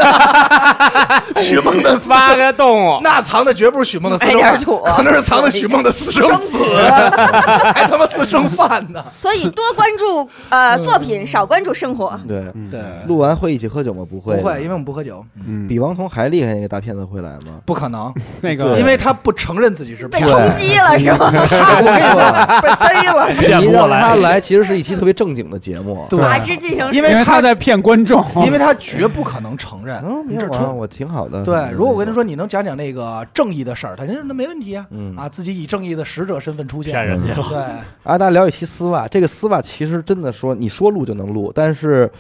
S2: 许梦 的私
S9: 挖个洞，
S2: 那藏的绝不是许梦的私
S5: 买
S2: 生
S5: 点
S2: 饭，
S5: 土。
S2: 可能是藏的许梦的私生子，还他妈私生饭呢。
S3: 所以多关注呃作品，少关注生
S2: 嗯
S3: 活。
S1: 对，
S2: 对，
S1: 录完会一起喝酒吗？不
S2: 不
S1: 会，
S2: 会，因为我们不喝酒，
S7: 嗯，
S1: 比王彤还厉害那个大骗子会来 吗？
S2: 不可能，
S7: 那个，
S2: 因为他不承认自己是
S3: 被
S2: 骗子。
S3: 通缉了是 吗？
S1: 我跟你说，
S6: 被逮了，
S4: 骗
S1: 你
S4: 不过
S1: 让他
S4: 来。
S1: 来，其实是一期特别正经的节目。
S2: 对
S3: 法制进行时
S2: 因
S7: 因
S2: 为
S7: 为
S2: 他
S7: 他在骗观众，
S2: 因为他绝不可能承认。
S1: 嗯，没有
S2: 这
S1: 啊，
S2: 纯
S1: 我挺好的。
S2: 对，如果我跟他
S1: 说，
S2: 说你能讲讲那个正义的事儿，他说那没问题啊，
S1: 嗯
S2: 啊，自己以正义的使者身份出现，
S4: 骗人家了
S2: 对，
S1: 啊，大家聊一期丝袜，这个丝袜其实真的说，你说录就能录，但是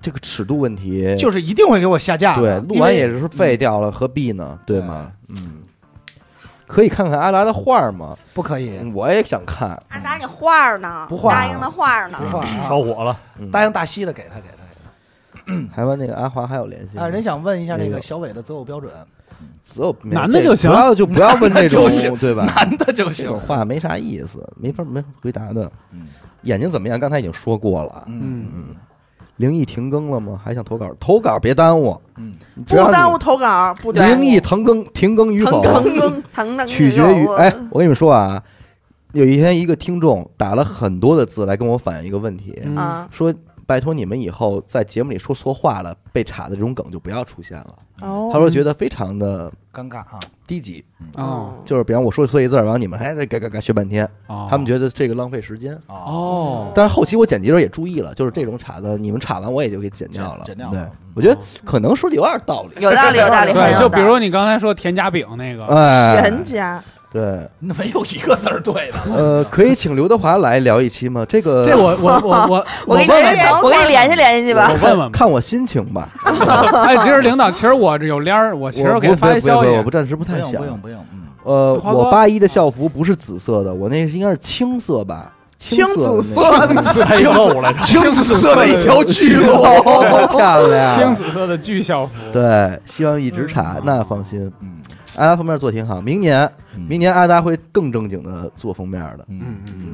S1: 这个尺度问题，
S2: 就是一定会给我下架
S1: 对
S2: 的。
S1: 录完
S2: 因
S1: 也
S2: 为
S1: 是废掉了，何必呢？对吗？嗯，可以看看阿达的画儿吗？
S2: 不可以，
S1: 我也想看。
S3: 阿达，你画儿呢？
S2: 不画
S3: 答应的画儿呢？
S2: 不画啊
S4: 烧火了，
S1: 嗯
S2: 答应大西的给他给他给
S1: 台湾那个阿华还有联系
S2: 他。啊，人想问一下
S1: 嗯
S2: 那
S1: 那
S2: 个
S1: 个
S2: 小伟的择偶标准，
S1: 择偶
S7: 男的
S1: 这
S7: 就行
S1: 不要就不要问这种
S2: 男的就行
S1: 对吧？
S2: 男的就
S1: 这
S2: 行
S1: 种。话没啥意思，没法没法回答的
S2: 嗯。
S1: 眼睛怎么样？刚才已经说过了。
S2: 嗯
S7: 嗯，
S1: 嗯，灵异停更了吗？还想投稿？投稿别耽误，
S2: 嗯，
S1: 不
S6: 不耽误投稿，不耽误
S1: 灵异停更停更与否，
S5: 腾腾腾，
S1: 取决于哎，我跟你们说啊，有一天一个听众打了很多的字来跟我反映一个问题，
S7: 嗯
S5: 啊，
S1: 说拜托你们以后在节目里说错话了被查的这种梗就不要出现了。
S6: 哦
S1: 他说觉得非常的
S2: 尴尬啊，
S1: 低级，
S7: 哦
S1: 就是比方我说错一字儿，然后你们还在嘎嘎嘎学半天，
S7: 哦，
S1: 他们觉得这个浪费时间。
S2: 哦，
S7: 哦，
S1: 但是后期我剪辑的时候也注意了，就是这种查的，你们查完我也就给剪掉了。
S2: 剪剪掉
S1: 对
S2: 了，
S1: 我
S7: 哦
S1: 觉得可能说的有点道理。
S5: 有道理，有道理，
S7: 对，就比如
S5: 说
S7: 哦你刚才说甜夹饼那个，
S1: 哎，
S6: 人家
S1: 对，
S2: 那 没有一个字儿对的。
S1: 呃，可以请刘德华来聊一期吗？这个
S7: 这我我我我
S5: 我
S7: 我
S5: 给
S7: 问
S5: 你
S7: 问
S5: 联，我给你联系联系 去吧。
S7: 我问问吧。
S1: 看我心情吧。
S7: 哎，其实领导，其实我这有帘儿，我其实
S1: 我
S7: 给他发一消息啊
S1: 我，不暂时不
S2: 不
S1: 太
S2: 用
S1: 想
S2: 不。用不用，嗯，
S1: 呃，
S7: 华哥
S1: 我八一的校服不是紫色的，我那是应该是青色吧？青
S6: 青紫
S1: 色的
S4: 太肉来着，
S2: 青紫色的一条巨 龙。
S1: 那个，漂
S10: 青
S1: 亮。
S10: 紫色的巨校服，
S1: 对，希望一直查，那放心。
S2: 嗯，
S1: 阿达封面做挺好，明年明
S2: 明
S1: 年阿达会更正经的做封面的。
S2: 嗯
S3: 嗯，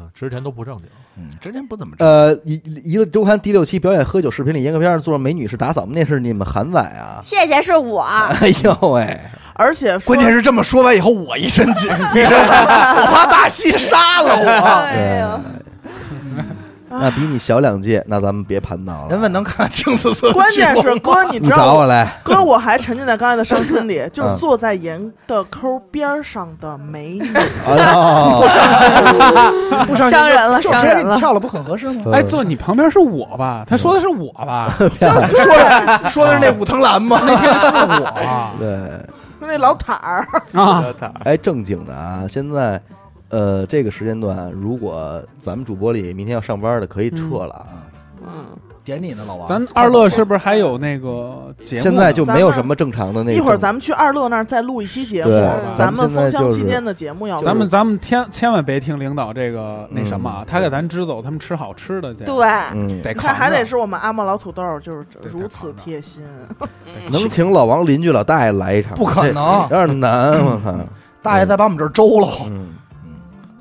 S4: 啊之前都不正经，
S2: 嗯，之前不怎么
S1: 呃，一一个周刊第六期表演喝酒视频里，严格片上做美女是打扫，那是你们韩仔啊！
S3: 谢谢是我，
S1: 哎呦喂，
S6: 而且说
S2: 关键是这么说完以后，我一身 紧，一身我怕大西杀了我。
S5: 哎呦，
S1: 那比你小两届，那咱们别盘道
S2: 人
S1: 了。
S2: 问能看青紫色的巨龙吗，
S6: 关键是哥，你
S1: 你
S6: 知
S1: 找
S6: 道
S1: 我
S6: 我
S1: 来，
S6: 哥，我还沉浸在刚才的伤心里，就是
S1: 嗯
S6: 坐在盐的抠边儿上的美女。
S1: 哎呦
S2: 哦不伤心
S5: 伤人了
S2: 就就直
S5: 伤
S2: 接
S5: 人
S2: 给
S5: 了
S2: 你跳了，不很合适吗？
S7: 哎，坐你旁边是我吧？他说的是我吧？
S2: 说的说的是那武藤兰吗？
S7: 那天是我啊
S1: 对，
S6: 那老塔 儿，
S7: 啊！
S1: 哎，正经的啊，现在，呃，这个时间段，如果咱们主播里明天要上班的，可以撤了啊。
S5: 嗯，
S2: 点你呢，老王。
S7: 咱二乐是不是还有那个节目呢？
S1: 现在就没有什么正常的那种。
S6: 一会儿咱们去二乐那儿再录一期节目
S1: 对，咱
S6: 咱
S1: 们
S6: 们
S1: 现在
S6: 封箱
S1: 就是
S6: 期间的节目要录
S7: 咱们咱们千千万别听领导这个那什么啊
S1: 嗯，
S7: 他给咱支走，他们吃好吃的去，
S3: 对，
S1: 嗯，
S7: 得
S6: 你
S7: 扛
S6: 看
S7: 着
S6: 还得是我们阿莫老土豆，就是
S7: 对
S6: 如此
S7: 得扛着
S6: 贴心。嗯
S1: 能请老王邻居老大爷来一场？
S2: 不可，能，
S1: 有点 难，我靠。
S2: 大爷再把我们这儿周了。
S1: 嗯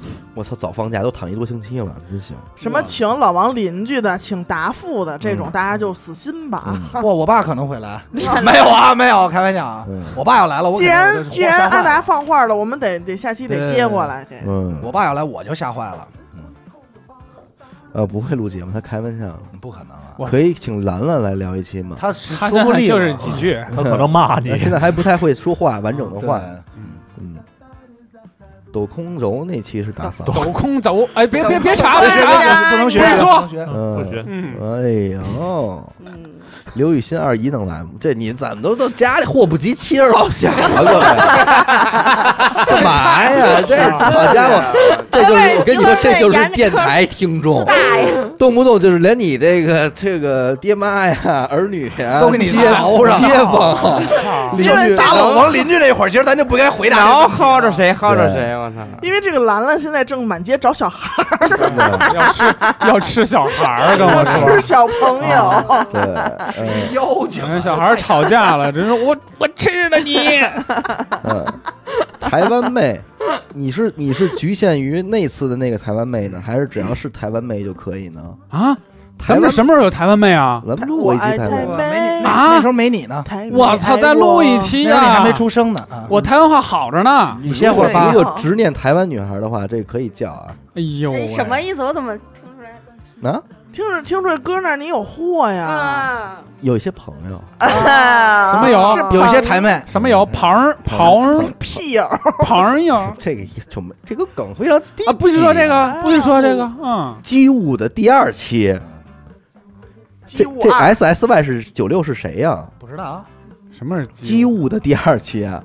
S2: 嗯，
S1: 我操，早放假都躺一多星期了，真行。
S6: 什么请老王邻居的，请答复的这种，
S1: 嗯
S6: 大家就死心吧。
S1: 嗯
S2: 不，我爸可能会来。没有啊，没有，开玩笑啊
S1: 嗯。
S2: 我爸要来 了，我
S6: 既
S2: 可能
S6: 然
S2: 就
S6: 既然
S2: 我吓坏了
S6: 阿达放话了，我们得得下期得接过来给。
S1: 嗯，
S2: 我爸要来，我就吓坏了。
S1: 呃，不会录节目，他开玩笑。
S2: 不可能啊，
S7: 我
S1: 可以请兰兰来聊一期吗？
S2: 他是
S7: 他
S2: 说
S7: 现
S2: 不
S7: 在
S2: 利
S7: 就是
S2: 了
S7: 几句，
S4: 他可能骂你
S1: 呃。现在还不太会说话，完整的话。嗯，抖空轴那期是打扫。
S7: 抖空走，哎，别别别查，
S2: 不
S7: 别
S2: 行，
S7: 查，
S2: 不能学，
S7: 哎别说
S2: 不能学。
S1: 嗯
S4: 不学
S7: 嗯，
S1: 哎呦，
S3: 嗯，
S1: 刘雨欣二姨能来吗？这你怎么都到家里祸不及妻儿老小啊，各位，干嘛呀？这好家伙，这就是我跟你说，这就是电台听众，
S3: 大爷，
S1: 动不动就是连你这个这个爹妈呀、儿女呀
S2: 都给你
S1: 街
S2: 挠上
S1: 街坊、邻
S6: 因为
S1: 居
S6: 这
S2: 打老王邻居那会儿，其实咱就不该回答这
S10: 挠
S2: 个问题。
S10: 薅着谁薅着谁，我操！
S6: 因为这个兰兰现在正满街找小孩
S1: 嗯
S7: 要吃要吃小孩儿，跟我
S6: 儿
S7: 说
S6: 吃。小朋友，
S1: 对，嗯
S2: 妖精
S7: 你，看小孩儿吵架了，真是我我吃了你！
S1: 嗯，台湾妹，你是你是局限于那次的那个台湾妹呢，还是只要是台湾妹就可以呢？
S7: 啊，
S1: 台
S7: 咱
S1: 湾
S7: 们什么时候有台湾妹啊？
S1: 咱们录过一期台
S6: 我爱
S1: 湾
S6: 台
S1: 妹，
S6: 湾
S2: 没你那
S7: 啊
S2: 那时候没你呢，
S6: 太
S7: 我操，再录一期
S2: 那时候你还
S7: 呀！
S2: 没出生呢。啊
S7: 我台湾话好着呢。
S2: 你歇会儿吧
S1: 如。果执念台湾女孩的话，这可以叫啊
S7: 哎呦喂，
S3: 什么意思？我怎么听出来？
S1: 啊！
S6: 听着听着，哥那儿你有货呀？
S3: 啊，
S1: 有一些朋友，
S3: 嗯
S5: 什
S7: 什么
S5: 嗯
S7: 有
S1: 啊
S6: 是朋
S2: 有一些台妹，
S7: 什么有旁儿旁啊儿
S6: 屁友，
S7: 旁儿有啊？
S1: 这个意思就没这个梗非常低级
S7: 不许说这个，不许说这个，嗯。
S1: 机务的第二期，这
S6: 鸡我
S1: 这哎
S6: 二
S1: S S Y 是九六是谁呀、
S2: 不知道啊。
S7: 什么是
S1: 机
S7: 务？
S1: 务的第二期啊。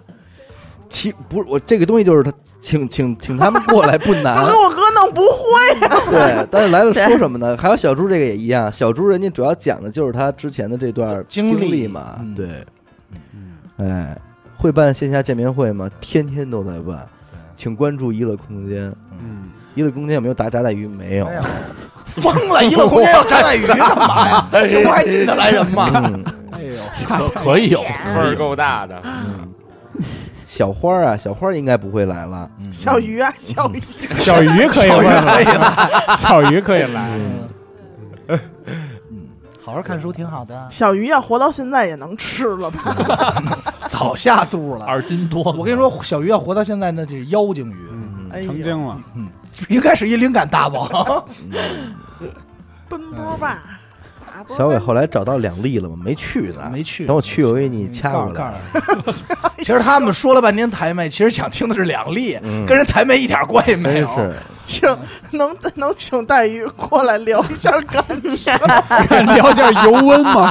S1: 其不是我这个东西就是他，请请请他们过来不难，
S6: 都给我哥 弄不会。
S1: 对，但是来了说什么呢？还有小猪这个也一样，小猪人家主要讲的就是他之前的这段
S2: 经历
S1: 历嘛，
S2: 嗯
S1: 对，哎，会办线下见面会吗？天天都在办，请关注娱乐空间。
S7: 嗯，
S1: 娱乐空间有没有打炸带鱼？没有
S2: 没。有疯了！娱乐空间要炸带鱼干嘛 呀？这不还进得来人吗？
S1: 嗯，
S2: 哎呦，
S4: 可可以有，
S2: 嗯
S10: 味
S4: 可
S10: 儿
S4: 以有
S10: 够大的，
S1: 嗯小花儿啊，小花儿应该不会来了。
S2: 嗯
S6: 小鱼
S1: 嗯
S6: 啊，小鱼，
S7: 小鱼可以来，小鱼可以来。
S2: 好好看书挺好的。啊
S6: 小鱼要活到现在也能吃了吧？
S1: 嗯
S2: 早下肚了。
S4: 二斤多。
S2: 我跟你，说，小鱼要活到现在，那这是妖精鱼，
S7: 嗯，
S6: 哎
S7: 成
S6: 呦
S7: 精了。
S2: 应该是一灵感大王。
S6: 奔波吧，
S1: 嗯小伟后来找到两例了吗？没去呢，
S2: 没去
S1: 等我去，我给你掐
S2: 嗯告
S1: 过
S2: 诉告
S1: 来。
S2: 诉 你。其实他们说了半天台妹，其实想听的是两例，
S1: 嗯
S2: 跟人台妹一点关系没
S1: 真
S2: 有。
S1: 是，
S6: 请能能请黛玉过来聊一下感 受。
S7: 聊一下尤温 嘛，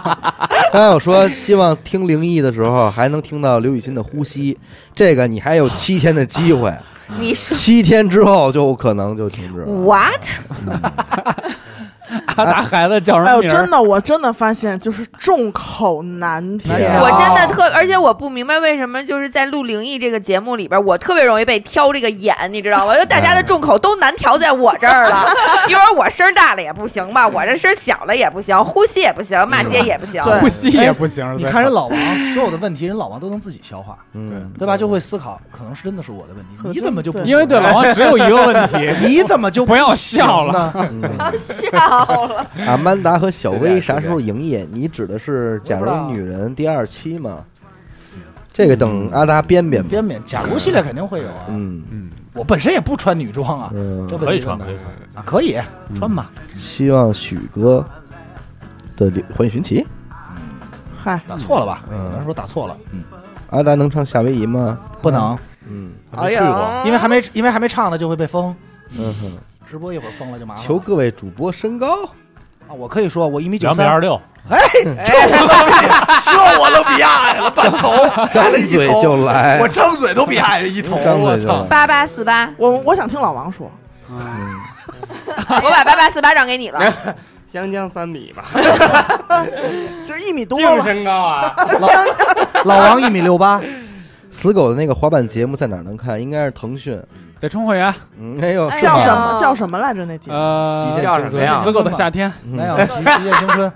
S1: 刚才我说希望听灵异的时候还能听到刘雨欣的呼吸，这个你还有七天的机会，
S5: 你说
S1: 七天之后就可能就停止了。
S2: 啊
S5: what？
S7: 阿达孩子叫什
S6: 哎
S7: 么
S6: 呦，
S7: 名儿
S6: 真？的，我真的发现就是众口难
S1: 难调
S6: 调。
S5: 我真的特，而且我不明白为什么就是在录灵异这个节目里边，我特别容易被挑这个眼，你知道吗？就大家的众口都难调在我这儿了。一会儿我声儿大了也不行吧，我这声儿小了也不行，呼吸也不行，骂街也不行。
S2: 对
S7: 呼吸也不行。
S2: 你看人老王所有的问题，人老王都能自己消化，
S1: 嗯，
S2: 对吧？就会思考，可能是真的是我的问
S6: 可
S2: 题，你怎么就不
S6: 对
S2: 行
S7: 因为对老王只有一个问题，
S2: 你怎么就
S7: 不要笑了
S2: 了？
S1: 嗯
S5: 笑了，
S1: 阿曼达和小
S10: 随
S1: 薇
S10: 便
S1: 啥时候营业？你指的是《假如女人》第二期吗？这个等阿达编嗯编吧。
S2: 编编，假如系列肯定会有啊。
S1: 嗯
S4: 嗯，
S2: 我本身也不穿女装啊，
S1: 嗯
S2: 这，
S4: 可以穿，
S2: 问
S4: 可
S2: 题
S4: 以穿。
S2: 啊，可以穿吧。
S1: 希望许哥的《还寻奇》，
S6: 嗨，
S2: 打错了吧？
S1: 嗯
S2: 有人说打错了，
S1: 阿达能唱夏威夷吗？
S2: 不能，
S1: 嗯
S4: 没去过，
S2: 因为还没因为还没唱呢，就会被封。
S1: 嗯哼，
S2: 直播一会儿封了就麻烦了。
S1: 求各位主播身 高。
S2: 啊，我可以说我一米九
S4: 两米
S2: 三哎
S4: 二，六，
S9: 哎 这我都比矮了半头，矮 了一
S1: 嘴
S9: 头，
S1: 就来
S9: 我，张嘴都比矮了一头，
S1: 张
S9: 我
S1: 嘴就
S9: 操！
S1: 来。
S5: 八八四八，
S6: 我我想听老王说，
S5: 我把八八四八让给你了。
S10: 将将三米吧，
S6: 就是一米多
S10: 净
S6: 吧，
S10: 身高 啊！
S2: 老王一米六八，
S1: 死狗的那个滑板节目在哪儿能看？应该是腾讯。
S7: 得充会员。啊
S1: 嗯，哎呦，
S5: 哎
S1: 这
S6: 叫
S1: 么
S6: 什
S1: 好
S6: 么叫什么来着？那节目
S1: 极
S7: 呃
S1: 限，
S10: 叫什
S1: 青
S10: 么
S1: 春
S10: 呀
S7: 死狗的夏天，
S1: 嗯
S2: 没有《极极限青春》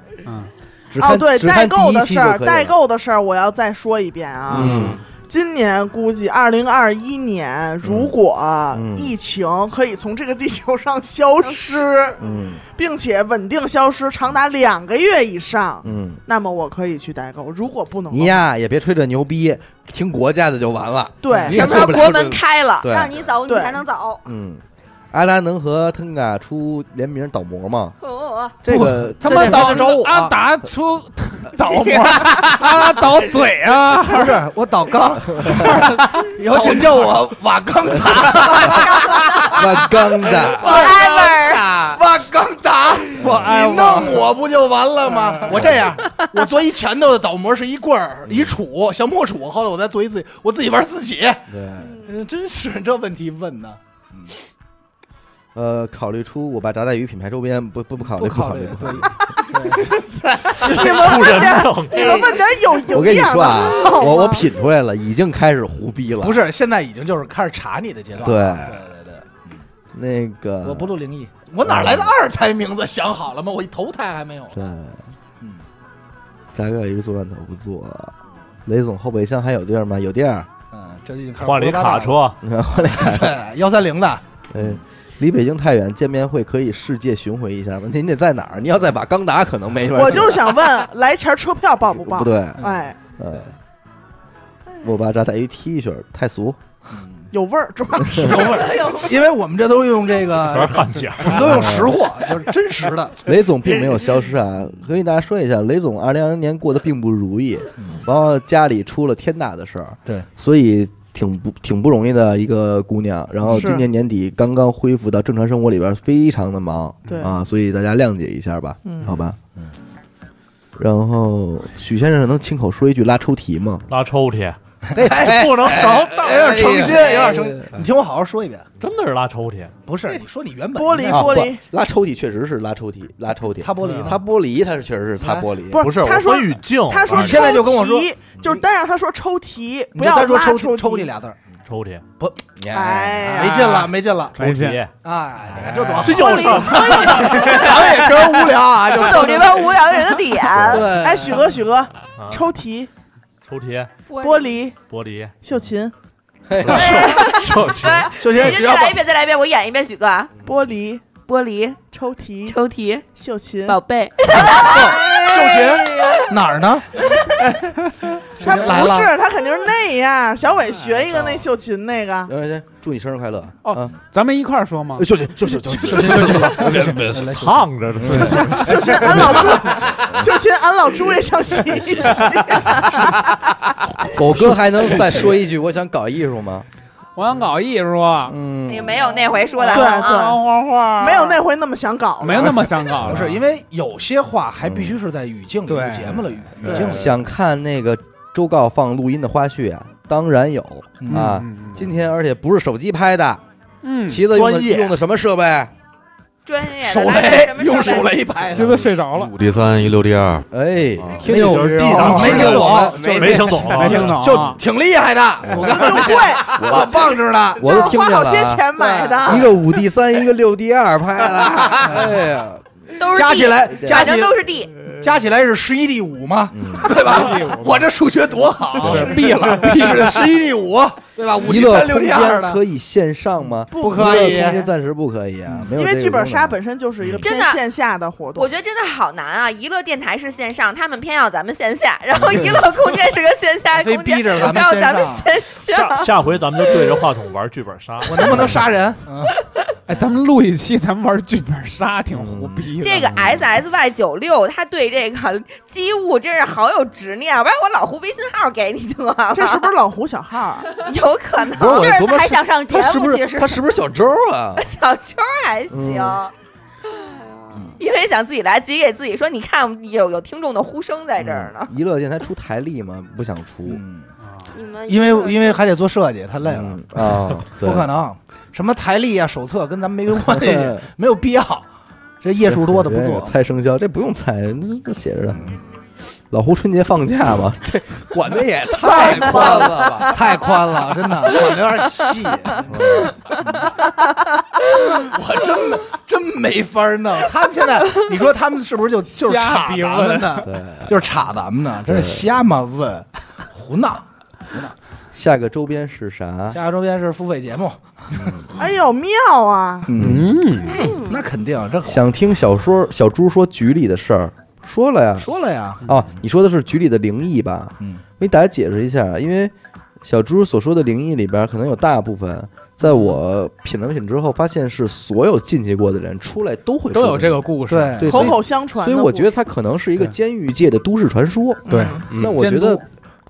S1: 只看
S6: 哦，对，
S1: 只
S6: 代
S1: 看
S6: 购
S1: 第一
S6: 的
S1: 期
S6: 事
S1: 就
S6: 儿，
S1: 可以
S6: 代
S1: 了。
S6: 购的事儿，我要再说一遍啊。
S1: 嗯，
S6: 今年估计二零二一年，如果
S1: 嗯
S6: 疫情可以从这个地球上消失，
S1: 嗯
S6: 并且稳定消失长达两个月以上，
S1: 嗯，
S6: 那么我可以去代购。如果不能的
S1: 你
S6: 话，
S1: 呀也别吹着牛逼，听国家的就完了。你
S6: 对，
S1: 也
S5: 什么
S1: 做
S5: 时候
S1: 不了
S5: 国
S1: 这
S5: 门
S1: 个
S5: 开了？
S1: 对，
S3: 让你走你
S6: 对
S3: 才能走。
S1: 嗯，阿达能和 Tenga 出联名倒模吗？
S3: 哦哦
S1: 这个
S7: 他妈
S2: 这
S7: 倒
S2: 这找我
S7: 阿达出倒模，阿达倒嘴 啊！
S2: 不是我倒缸，
S9: 以后请叫我瓦岗达，
S1: 万刚 的，
S5: ，forever。
S9: 瓦岗达，
S7: 我
S2: 哎
S7: 爱
S9: 你
S7: 我，
S9: 弄我不就完了吗？
S2: 我这样，我做一拳头的倒模是一棍儿，一杵小墨杵，后来我再做一自己，我自己玩自己，
S1: 对，
S2: 嗯真是这问题问的，
S1: 呃，考虑出我把炸带鱼品牌周边，不不不考虑，
S2: 不
S1: 考
S2: 考虑
S1: 不考虑。
S2: 对，
S6: 你们
S4: 不
S6: 问
S4: 人
S6: 点，
S4: 证。
S6: 你们问点有
S1: 我
S6: 营
S1: 跟你
S6: 养
S1: 说啊
S6: 的，好吗
S1: 我我 品出来了，已经开始胡逼了。
S2: 不是现在已经就是开始查你的阶段了，
S1: 对
S2: 对对对。
S1: 那个，
S2: 我不录灵异，我哪来的二胎名字想好了吗？我头胎还没有。
S1: 对，
S2: 嗯，
S1: 炸带鱼做烂头不做。雷总后备箱还有地儿吗？有地儿。
S2: 嗯，这就已经开始
S4: 换了一卡
S2: 胡说
S4: 车，
S1: 然后
S2: 八道了，对，幺三零的，
S1: 嗯，离北京太远，见面会可以世界巡回一下吗？您得在哪儿？你要在瓦岗达，可能没法儿。
S6: 我就想问，来钱车票报不报
S1: 不？对，
S6: 哎，
S1: 呃，我爸炸带鱼 T 恤太俗，
S2: 嗯
S6: 有味儿，主 要是
S2: 等会儿，因为我们这都用这
S4: 全
S2: 个，
S4: 是汗脚。
S2: 我们都用实货，就是真实的。
S1: 雷总并没有消失啊。可以跟大家说一下，雷总二零二零年过得并不如意，然后家里出了天大的事儿，
S2: 嗯对，
S1: 所以挺不挺不容易的一个姑娘。然后
S6: 是
S1: 今年年底刚刚恢复到正常生活里边，非常的忙，
S6: 对
S1: 啊，所以大家谅解一下吧，
S6: 嗯
S1: 好吧。然后许先生能亲口说一句拉抽题吗？
S4: 拉抽屉，不能着道，
S2: 哎有点诚心，有点诚心。你听我好好说一遍，
S4: 真的是拉抽屉。
S2: 不是你说你原本
S6: 玻璃玻璃。
S1: 啊不拉抽屉确实是拉抽屉，拉抽屉，嗯
S2: 擦玻璃吗
S1: 擦玻璃，它是确实是擦玻璃，
S6: 不
S4: 不是，
S6: 他
S4: 我
S6: 说
S4: 说语境，啊
S6: 他说
S2: 你现在就跟我说
S6: 抽题，就是单让他说抽题，
S2: 你
S6: 不
S2: 就
S6: 要
S2: 单说
S6: 拉
S2: 抽
S6: 抽
S2: 屉抽屉
S6: 题。
S2: 俩字儿，
S4: 抽屉，
S1: 你
S6: 哎呀
S2: 没劲了，没劲了。
S4: 抽屉，
S2: 哎，你看这多好，
S4: 这又是
S2: 咱们也确实无聊啊，就
S5: 走这帮无聊的人的点，
S2: 对。
S6: 哎，许哥，许哥，
S4: 啊
S6: 抽题、
S4: 抽屉，
S6: 玻璃、
S4: 玻璃，
S6: 秀琴、
S4: 抽屉，
S2: 就
S5: 哎
S2: 先只
S5: 再
S2: 要
S5: 来一遍，再来一遍，我演一遍，许哥啊，
S6: 玻璃、
S5: 玻璃、
S6: 抽题、
S5: 抽屉、
S6: 秀琴，
S5: 宝贝，
S2: 秀琴哪儿呢？
S6: 他
S2: 来
S6: 不
S2: 了
S6: 是，他肯定是那样。小伟学一个
S4: 哎
S6: 那秀琴那个，
S1: 行行行，哎祝你生日快乐！
S7: 哦
S1: 啊，
S7: 咱们一块儿说
S2: 哎
S7: 吗？
S1: 秀琴，秀琴，秀
S2: 秀琴，秀琴，
S4: 别别烫着呢，
S6: 秀琴，秀琴，俺老朱，秀琴，俺老朱也想学一学。
S1: 狗哥还能再说一句，我想搞艺术吗？
S7: 我想搞艺术，
S1: 嗯
S5: 也没有那回说的，
S6: 对
S5: 啊
S6: 对
S7: 画画画，
S6: 没有那回那么想搞了，
S7: 没有那么想搞 了，
S2: 不是因为有些话还必须是在语境里
S7: 对
S2: 录节目了，语语
S7: 对
S2: 境里
S1: 想看那个周告放录音的花絮啊？当然有
S2: 嗯
S1: 啊，
S7: 嗯
S1: 今天而且不是手机拍的，
S7: 嗯，
S1: 旗子用的
S2: 专业
S1: 用的什么设备？
S5: 专业的
S2: 手
S5: 拿
S2: 雷
S5: 哎什么
S2: 用
S5: 设备
S2: 手雷拍
S7: 旗
S2: 的，
S7: 子睡着了，
S9: 五 D 三一六 D 二，
S1: 哎
S9: 啊，
S1: 听听我们
S4: 那就是
S1: 这
S4: 地上
S1: 没听懂，
S10: 没
S1: 啊
S4: 没听懂，啊
S2: 嗯
S7: 没听懂，
S2: 就挺厉害的，我刚
S6: 就会，
S2: 我放着呢，
S1: 我
S6: 就是
S1: 都听
S6: 花
S1: 见
S6: 好
S1: 了
S6: 些
S1: 啊
S6: 钱买的，
S1: 一个五 D 三，一个六 D 二拍的，哎呀，
S5: 都是
S2: 加起
S5: 地，
S2: 来加
S5: 反
S2: 起
S5: 正
S2: 来
S5: 都是地，
S6: 嗯
S2: 加起来是十一 D 五嘛，
S1: 嗯
S2: 对吧？我这数学多好，
S7: 是毙了，
S2: 是十一 D 五，对吧？五
S1: 娱
S2: D
S1: 乐
S2: 三六
S1: 空
S2: D 二
S1: 间
S2: 的
S1: 可以线上吗？
S2: 不
S1: 娱
S2: 可
S1: 乐
S2: 以，
S1: 空间暂时不可以啊，没有
S6: 因
S1: 这
S6: 为
S1: 个
S6: 剧本
S1: 功
S6: 杀
S1: 能
S6: 本身就是一个
S5: 真
S6: 偏
S5: 的
S6: 线下的活动
S5: 我，觉得真的好难啊！娱乐电台是线上，他们偏要咱们线下，然后娱乐空间是个 线下
S2: 非
S5: 空间，
S2: 逼着咱们
S5: 然后
S2: 线
S5: 咱们
S2: 上
S5: 线
S4: 下
S5: 上。
S4: 下回咱们就对着话筒玩剧本杀，
S2: 我能不能杀人？
S7: 哎，咱们录一期，咱们玩剧本
S2: 嗯
S7: 杀，挺胡逼的。
S5: 这个 S S Y 九六，他对这个机务真是好有执念，要不然我老胡微信号给你得了。
S6: 这是 不是老胡小号啊？
S5: 有可能？
S1: 不是我
S3: 就是
S1: 琢磨
S3: 还
S1: 是
S3: 想上节
S1: 他是不
S3: 目，其
S1: 是
S3: 实
S1: 他是不是小周 啊？
S5: 小周还行。
S2: 嗯
S5: 因为想自己来，自己给自己说，你看有有听众的呼声在这儿呢。
S1: 娱嗯乐电台出台历吗？不想出，
S2: 嗯
S3: 你们
S2: 因为因为还得做设计，太累了，
S1: 嗯啊，对
S2: 不可能。什么台历啊、手册跟咱 们没有关系，
S1: 对
S2: 没有必要。这页数多的不
S1: 人家有
S2: 做，
S1: 猜生肖，这不用猜，这这写着呢。老胡春节放假吧，这管的也太宽了吧。
S2: 太宽了， 真的，管的有点细， 我真没真没法儿弄。他们现在，你说他们是不是就就是
S7: 瞎
S2: 查
S7: 逼
S2: 咱们呢？
S1: 对，
S2: 就是查咱们呢，真是
S1: 对
S2: 瞎嘛问，胡闹。
S1: 下个周边是啥？
S2: 下个周边是付费节目，
S6: 哎呦妙啊！
S2: 嗯，
S7: 嗯，
S2: 那肯定这
S1: 想听小说小猪说局里的事儿，说了呀。
S2: 说了呀，
S1: 哦，你说的是局里的灵异吧？
S2: 嗯，
S1: 我给大家解释一下，因为小猪所说的灵异里边，可能有大部分在我品了品之后，发现是所有进去过的人出来都会
S7: 都
S1: 说
S7: 有这个故事。
S2: 对，
S1: 对，
S6: 口
S1: 所以
S6: 口相传
S1: 所
S6: 的
S1: 以
S6: 故事，
S1: 我觉得它可能是一个监狱界的都市传说。
S7: 对
S6: 嗯
S1: 那我觉
S7: 监
S1: 得
S7: 督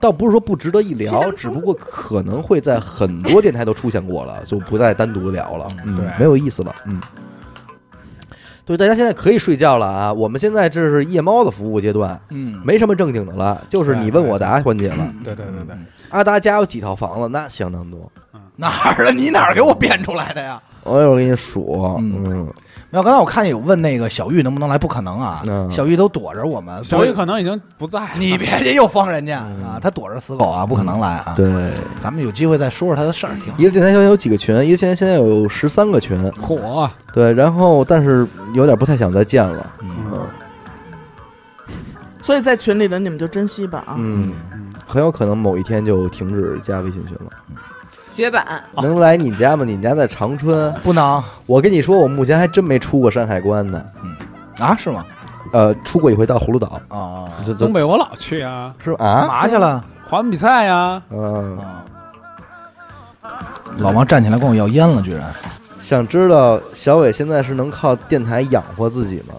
S1: 倒不是说不值得一聊，只不过可能会在很多电台都出现过了，就不再单独聊了，嗯
S7: 对，
S1: 没有意思了，嗯。对，大家现在可以睡觉了啊！我们现在这是夜猫子服务阶段，
S2: 嗯，
S1: 没什么正经的了，就是你问我答环节了。
S7: 对对对对，
S2: 嗯
S1: 阿达家有几套房子？那相当多。
S2: 哪儿啊？你哪儿给我编出来的呀？
S1: 我一会儿给你数，
S2: 嗯
S1: 嗯，
S2: 没有，刚才我看见有问那个小玉能不能来，不可能啊，
S1: 嗯
S2: 小玉都躲着我们，
S7: 小
S2: 所
S7: 雨
S2: 以
S7: 可能已经不在 了。
S2: 你别介又封人家啊，他躲着死狗啊，不可能来啊。
S1: 对。
S2: 咱们有机会再说说他的事儿，挺好。
S1: 一个电台现在有几个群？一个现在现在有十三个群，
S7: 火，
S1: 对。然后，但是有点不太想再见了，
S2: 嗯，
S6: 所以在群里的你们就珍惜吧啊！
S1: 嗯，很有可能某一天就停止加微信群了。
S5: 绝版，
S1: 能来你家吗？你家在长春。
S2: 不能
S1: 我跟你说，我目前还真没出过山海关呢。
S2: 啊？是吗？
S1: 呃，出过一回到葫芦岛，
S2: 啊，
S1: 这这
S7: 东北我老去啊，
S1: 是
S2: 干
S1: 啊，
S2: 嘛去了？
S7: 滑板比赛啊呀，
S1: 嗯，
S2: 哦老王站起来跟我要烟了，居然。
S1: 想知道小伟现在是能靠电台养活自己吗？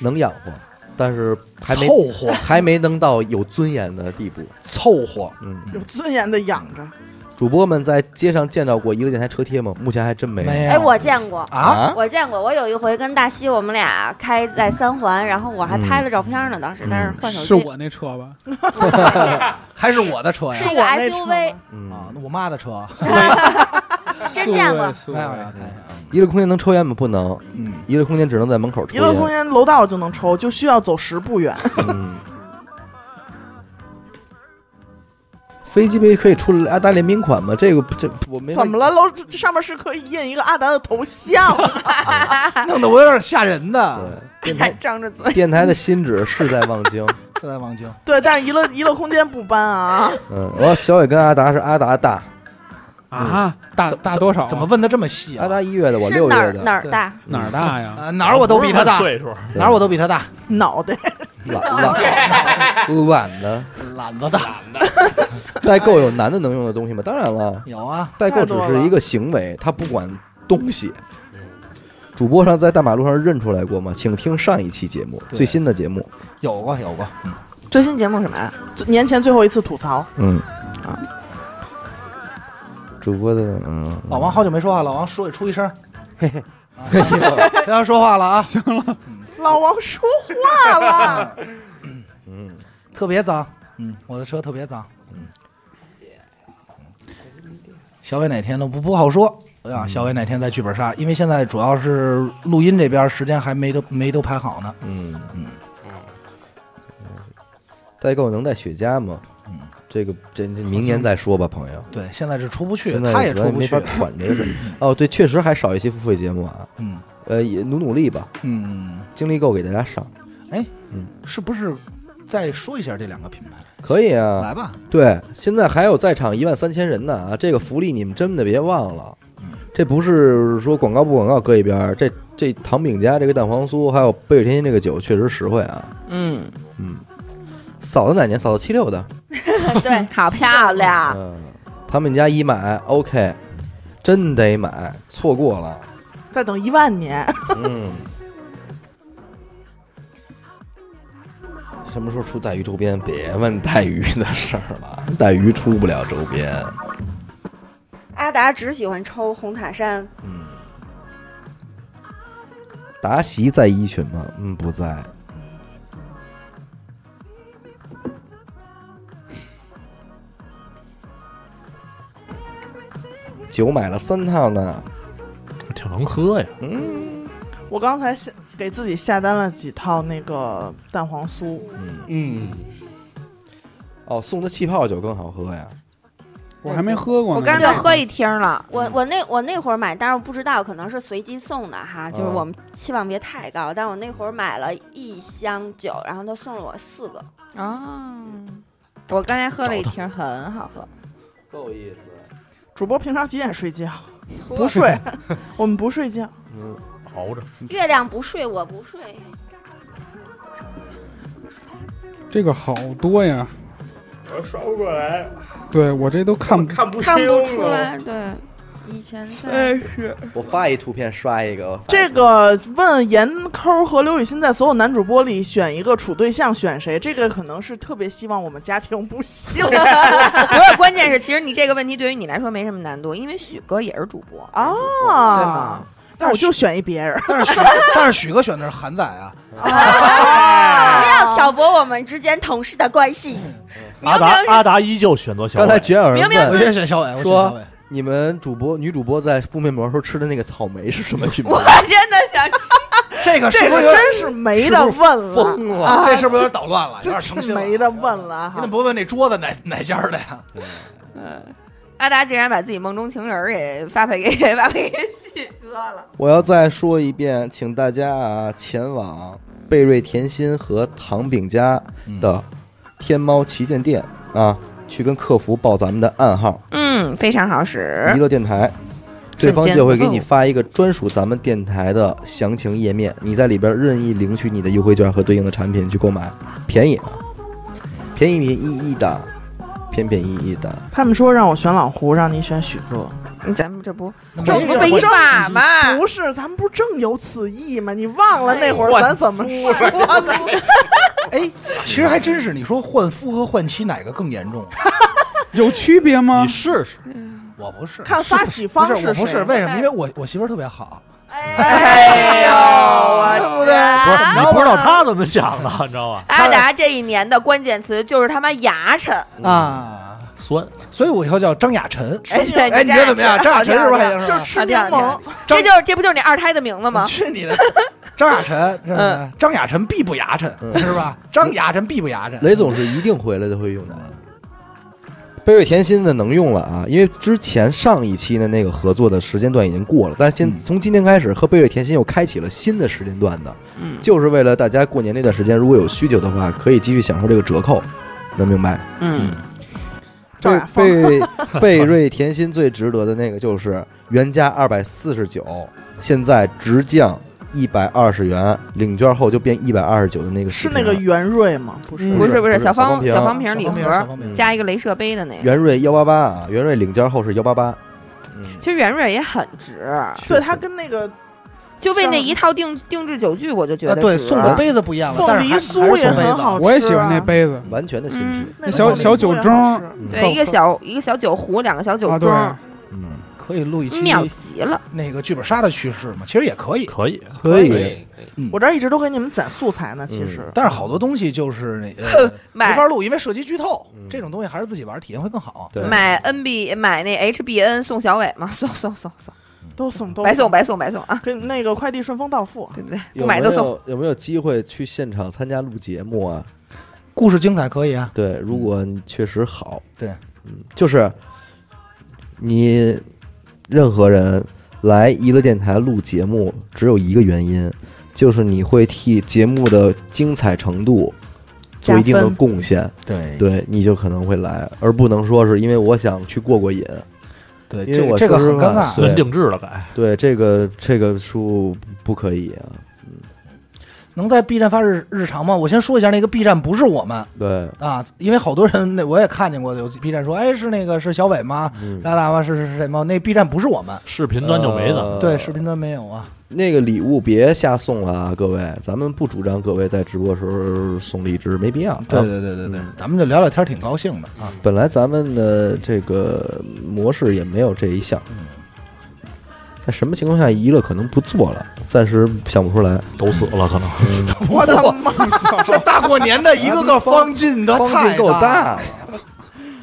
S1: 能养活，但是还没
S2: 凑合，
S1: 还没能到有尊严的地步。
S2: 凑合。
S1: 嗯，
S6: 有尊严的养着，
S1: 主播们在街上见到过一个电台车贴吗？目前还真没有。
S2: 没有。
S3: 哎，我见过。
S2: 啊，
S1: 啊，
S3: 我见过，我有一回跟大西，我们俩开在三环，然后我还拍
S1: 嗯
S3: 了照片呢，当时但是换手
S7: 是
S3: 机，
S7: 我那车吧？
S2: 还是我的车呀
S3: 是。一
S6: 我
S3: 个
S6: 那车
S3: SUV，
S6: 吗
S2: 啊
S1: 嗯，，
S2: 那我妈的车。
S3: 真见过，
S7: 是
S2: 没有呀
S7: 我。
S2: 哎呀
S1: 娱乐空间能抽烟吗？不能，
S2: 嗯，
S1: 娱乐空间只能在门口抽
S6: 娱
S1: 烟。
S6: 乐空间楼道就能抽，就需要走十步远。
S1: 嗯，飞机杯可以出阿达联名款吗？这个这我没法
S6: 怎么了？楼这上面是可以印一个阿达的头像的，
S2: 弄得我有点吓人的。哎
S1: 对，电
S5: 还
S1: 台。
S5: 张着嘴
S1: 电台的新址是在望 京。
S2: 这在望京，
S6: 对，但是娱乐娱乐空间不搬啊，
S1: 嗯，我小伟跟阿达是阿达大，
S7: 啊，大
S2: 怎
S7: 大多少啊？
S2: 怎么问的这么细
S1: 阿
S2: 啊？
S1: 达一月的，我
S3: 是
S1: 六
S3: 哪
S1: 月
S3: 儿哪
S1: 的，
S3: 儿大？
S7: 哪儿大呀？
S2: 啊，哪儿我都比他大
S4: 不， 是问岁数，
S1: 对
S2: 哪儿我都比他大，
S6: 脑袋
S1: 懒懒懒的。
S2: 懒子大。
S1: 代购有男的能用的东西吗？当然了，
S2: 有啊，
S1: 代购只是一个行为，他不管东西。主播上在大马路上认出来过吗？请听上一期节目，
S2: 对
S1: 最新的节目。
S2: 有过有过。
S5: 最新节目什么呀？
S6: 年前最后一次吐槽，
S1: 嗯，主播的， 嗯，
S2: 老王好久没说话，老王说出一声，嘿嘿，
S1: 嗯
S2: 不要说话了啊！行了，
S6: 老王说话了，
S2: 特别脏，嗯，我的车特别脏，嗯，小伟哪天都不不好说，对吧？小伟哪天在剧本杀，因为现在主要是录音这边时间还没都没都排好呢，
S1: 嗯嗯。代购能带雪茄吗？
S2: 嗯
S1: 这个这这明年再说吧，朋友。
S2: 对，现在是出不去，
S1: 现在
S2: 他也
S1: 主要
S2: 出不
S1: 没
S2: 去
S1: 法，管这个 事。哦，对，确实还少一期付费节目啊。
S2: 嗯，
S1: 呃，也努努力吧，
S2: 嗯，
S1: 精力够给大家上，
S2: 哎，是不是再说一下这两个品牌？
S1: 可以啊。
S2: 来吧，
S1: 对，现在还有在场一万三千人呢啊！这个福利你们真的别忘了，这不是说广告不广告搁一边儿，这这糖饼家这个蛋黄酥，还有贝尔天心这个酒确实实惠啊。
S5: 嗯，
S1: 嗯，嫂子哪年？嫂子七六的，
S3: 对，
S5: 好漂亮，
S1: 嗯，他们家一买 OK，真得买，错过了，
S6: 再等一万年，
S1: 嗯。什么时候出带鱼周边？别问带鱼的事儿了，带鱼出不了周边。
S3: 阿达只喜欢抽红塔山，
S1: 达西在一群吗？嗯，不在。酒买了三套呢，
S4: 挺能喝呀。
S6: 我刚才下给自己下单了几套那个蛋黄酥，
S4: 嗯，
S1: 哦，送的气泡酒更好喝呀。
S7: 我还没喝过
S5: 我
S7: 呢。
S5: 刚才
S3: 对
S5: 都喝一听了，
S3: 我我那我那会儿买，但是我不知道，可能是随机送的哈，就是
S2: 哦
S1: 嗯
S3: 我们期望别太高。但我那会儿买了一箱酒，然后他送了我四个，
S5: 哦，我刚才喝了一听，很好喝。
S1: 够意思。
S6: 主播平常几点睡觉？不睡，我们不睡觉。
S1: 嗯，
S4: 熬着。
S3: 月亮不睡，我不睡。
S7: 这个好多呀，
S9: 我刷不过来，
S7: 对我这都看不
S9: 看不清
S5: 看不出
S9: 了。
S5: 来，对，以前在
S1: 我发一图片刷一个。哦
S6: 这个问严抠和刘雨欣在所有男主播里选一个处对象，选谁？这个可能是特别希望我们家庭不 行
S5: 不是，关键是其实你这个问题对于你来说没什么难度，因为许哥也是主播，对
S6: 啊
S5: 吗。？
S6: 那我就选一别人，
S2: 但是许 但是许哥选的是韩仔啊，
S5: 啊
S3: 不要挑拨我们之间同事的关系。
S4: 阿达阿达依旧选择小
S1: 刚才
S4: 伟，
S1: 居然有人
S5: 明明
S2: 我
S1: 问
S5: 自
S2: 先选小伟，我选
S1: 说
S2: 小伟。
S1: 你们主播女主播在敷面膜时候吃的那个草莓是什么品牌
S5: 我？真的想吃，
S2: 这个
S6: 这
S2: 是不
S6: 个
S2: 是有点
S6: 真是没得问了，
S1: 疯
S2: 啊这是不是有点捣乱了？有点成
S6: 真是
S2: 心了。
S6: 没
S2: 你
S6: 得问了
S2: 怎么
S6: 哈。
S2: 不问那桌子哪哪家的呀？
S5: 阿达竟然把自己梦中情人儿给发配给 发配给许哥了，
S1: 我要再说一遍，请大家啊前往贝瑞甜心和糖饼家的天猫旗舰店啊，去跟客服报咱们的暗号
S5: 嗯，非常
S1: “
S5: 好
S1: 娱
S5: 使，
S1: 乐电台”，对
S5: 瞬
S1: 方
S5: 间
S1: 就会给你
S5: 哦
S1: 发一个专属咱们电台的详情页面，你在里边任意领取你的优惠券和对应的产品去购买，便宜啊，便宜便宜的，便便宜宜的。
S6: 他们说让我选老胡，让你选许哥，
S2: 嗯
S5: 咱们这不
S2: 这
S5: 这不被骂吗？
S6: 不是，咱们不正有此意吗？你忘了那会儿咱怎么说的？
S2: 哎，其实还真是，你说换夫和换妻哪个更严 重？
S7: 有区别吗
S4: 你？试试，
S2: 我不是，
S6: 看发起
S2: 不
S6: 方
S2: 是
S6: 式
S2: 我不是
S6: 谁
S2: 为什么？因为我我媳妇儿特别好，
S5: 哎呦，
S6: 啊
S2: 对
S5: 我啊
S2: 不对？
S4: 不是你不知道他怎么想的，你知道吧？
S5: 阿达这一年的关键词就是他妈牙碜，
S6: 嗯
S2: 啊，
S4: 酸，
S2: 所以我以后叫张雅晨。
S5: 哎对
S2: 哎，你觉得怎么样？
S5: 你
S2: 张
S5: 这
S2: 雅晨
S5: 样
S2: 是不是还行？
S6: 就是
S2: 吧
S6: 是吃
S5: 啊
S6: 柠
S5: 这样
S6: 檬，
S5: 这就是这不就是你二胎的名字 吗？
S2: 去你的！张雅晨，是不
S6: 嗯
S2: 是？张雅晨必不牙碜，是吧？张雅晨必不牙碜。
S1: 雷总是一定回来就会用的。贝瑞甜心的能用了啊，因为之前上一期的那个合作的时间段已经过了，但是现、
S2: 嗯
S1: 从今天开始和贝瑞甜心又开启了新的时间段的，就是为了大家过年这段时间如果有需求的话，可以继续享受这个折扣，能明白？
S5: 嗯，
S6: 照
S1: 贝
S6: 样放
S1: 贝 贝瑞甜心最值得的那个就是原价二百四十九，现在直降一百二十元，领券后就变一百二十九的那个视
S6: 是
S1: 频
S6: 那个
S1: 了
S6: 圆润吗？不是，
S5: 不是不
S1: 不是
S5: 是小
S1: 小方
S5: 方嗯
S1: 瓶
S5: 小方
S2: 小
S5: 瓶礼
S2: 方面儿小
S5: 盒
S2: 方
S6: 嗯
S2: 面儿
S5: 加一个镭射杯的那个，
S1: 元瑞幺八八啊，元瑞领券后是幺八八，嗯。
S5: 其实圆润也很值，
S6: 对，它跟那个
S5: 就为那一套定定制酒具，我就觉
S2: 啊，
S5: 得
S2: 对，
S5: 值
S2: 送的杯子不一样了，
S6: 凤
S2: 但
S6: 梨
S2: 是还还
S6: 酥
S2: 是
S6: 也
S2: 送杯
S6: 很
S2: 子。
S6: 好吃，
S7: 我也喜欢那，杯子，
S1: 完全的新品。
S5: 嗯
S6: 那个
S7: 小
S6: 凤梨
S7: 小
S6: 酥也
S7: 酒
S6: 好
S7: 盅
S6: 吃
S5: 对一个小一个小酒壶，两个小酒
S7: 啊对
S5: 盅，
S1: 嗯，
S2: 可以录一期
S5: 秒急了，
S2: 那个剧本杀的趋势嘛，其实也可以。
S4: 可以，
S1: 可
S2: 可
S1: 以
S2: 以，
S6: 我这儿一直都给你们攒素材呢，其实。
S2: 但是好多东西就是 呃
S5: 买
S2: 没法录，因为涉及剧透，这种东西还是自己玩儿体验会更好。
S1: 嗯对
S5: 买 NB 买那 HBN 送小伟嘛，送送送送，
S6: 都送都
S5: 白送白送白送啊！
S6: 给那个快递顺丰到付。
S5: 对不对？
S1: 有
S5: 不
S1: 没
S5: 买都送。
S1: 有有没有机会去现场参加录节目啊？
S2: 故事精彩可以啊，
S1: 对，如果你确实好，
S2: 对，
S1: 嗯，就是你任何人来娱乐电台录节目，只有一个原因，就是你会替节目的精彩程度做一定
S6: 加
S1: 的
S6: 分
S1: 贡献，
S2: 对
S1: 对，你就可能会来，而不能说是因为我想去过过瘾。
S2: 对，
S1: 因为
S2: 这
S1: 我
S2: 这个
S1: 说
S2: 很
S1: 实
S2: 尴
S1: 话
S2: 尬。
S4: 私人定制了改。
S1: 对，这个这个数不可以啊。
S2: 能在 B 站发日日常吗？我先说一下，那个 B 站不是我们
S1: 对，
S2: 啊，因为好多人那我也看见过，有 B 站说，哎，是那个是小伟吗？
S1: 嗯，
S2: 拉达吗？是是是谁吗？那 B 站不是我们，
S4: 视频端就没的，
S1: 呃
S2: 对，视频端没有啊。
S1: 那个礼物别瞎送了啊，各位，咱们不主张各位在直播时候送荔枝，没必要。
S2: 对
S1: 啊
S2: 对对对对
S1: 嗯，
S2: 咱们就聊聊天儿，挺高兴 的啊。
S1: 本来咱们的这个模式也没有这一项，在什么情况下娱乐可能不做了，暂时想不出来。
S4: 都死了可能。
S6: 我的妈！
S2: 这大过年的，一个个方进的
S1: 方
S2: 太
S1: 劲够
S2: 大
S1: 大
S2: 了，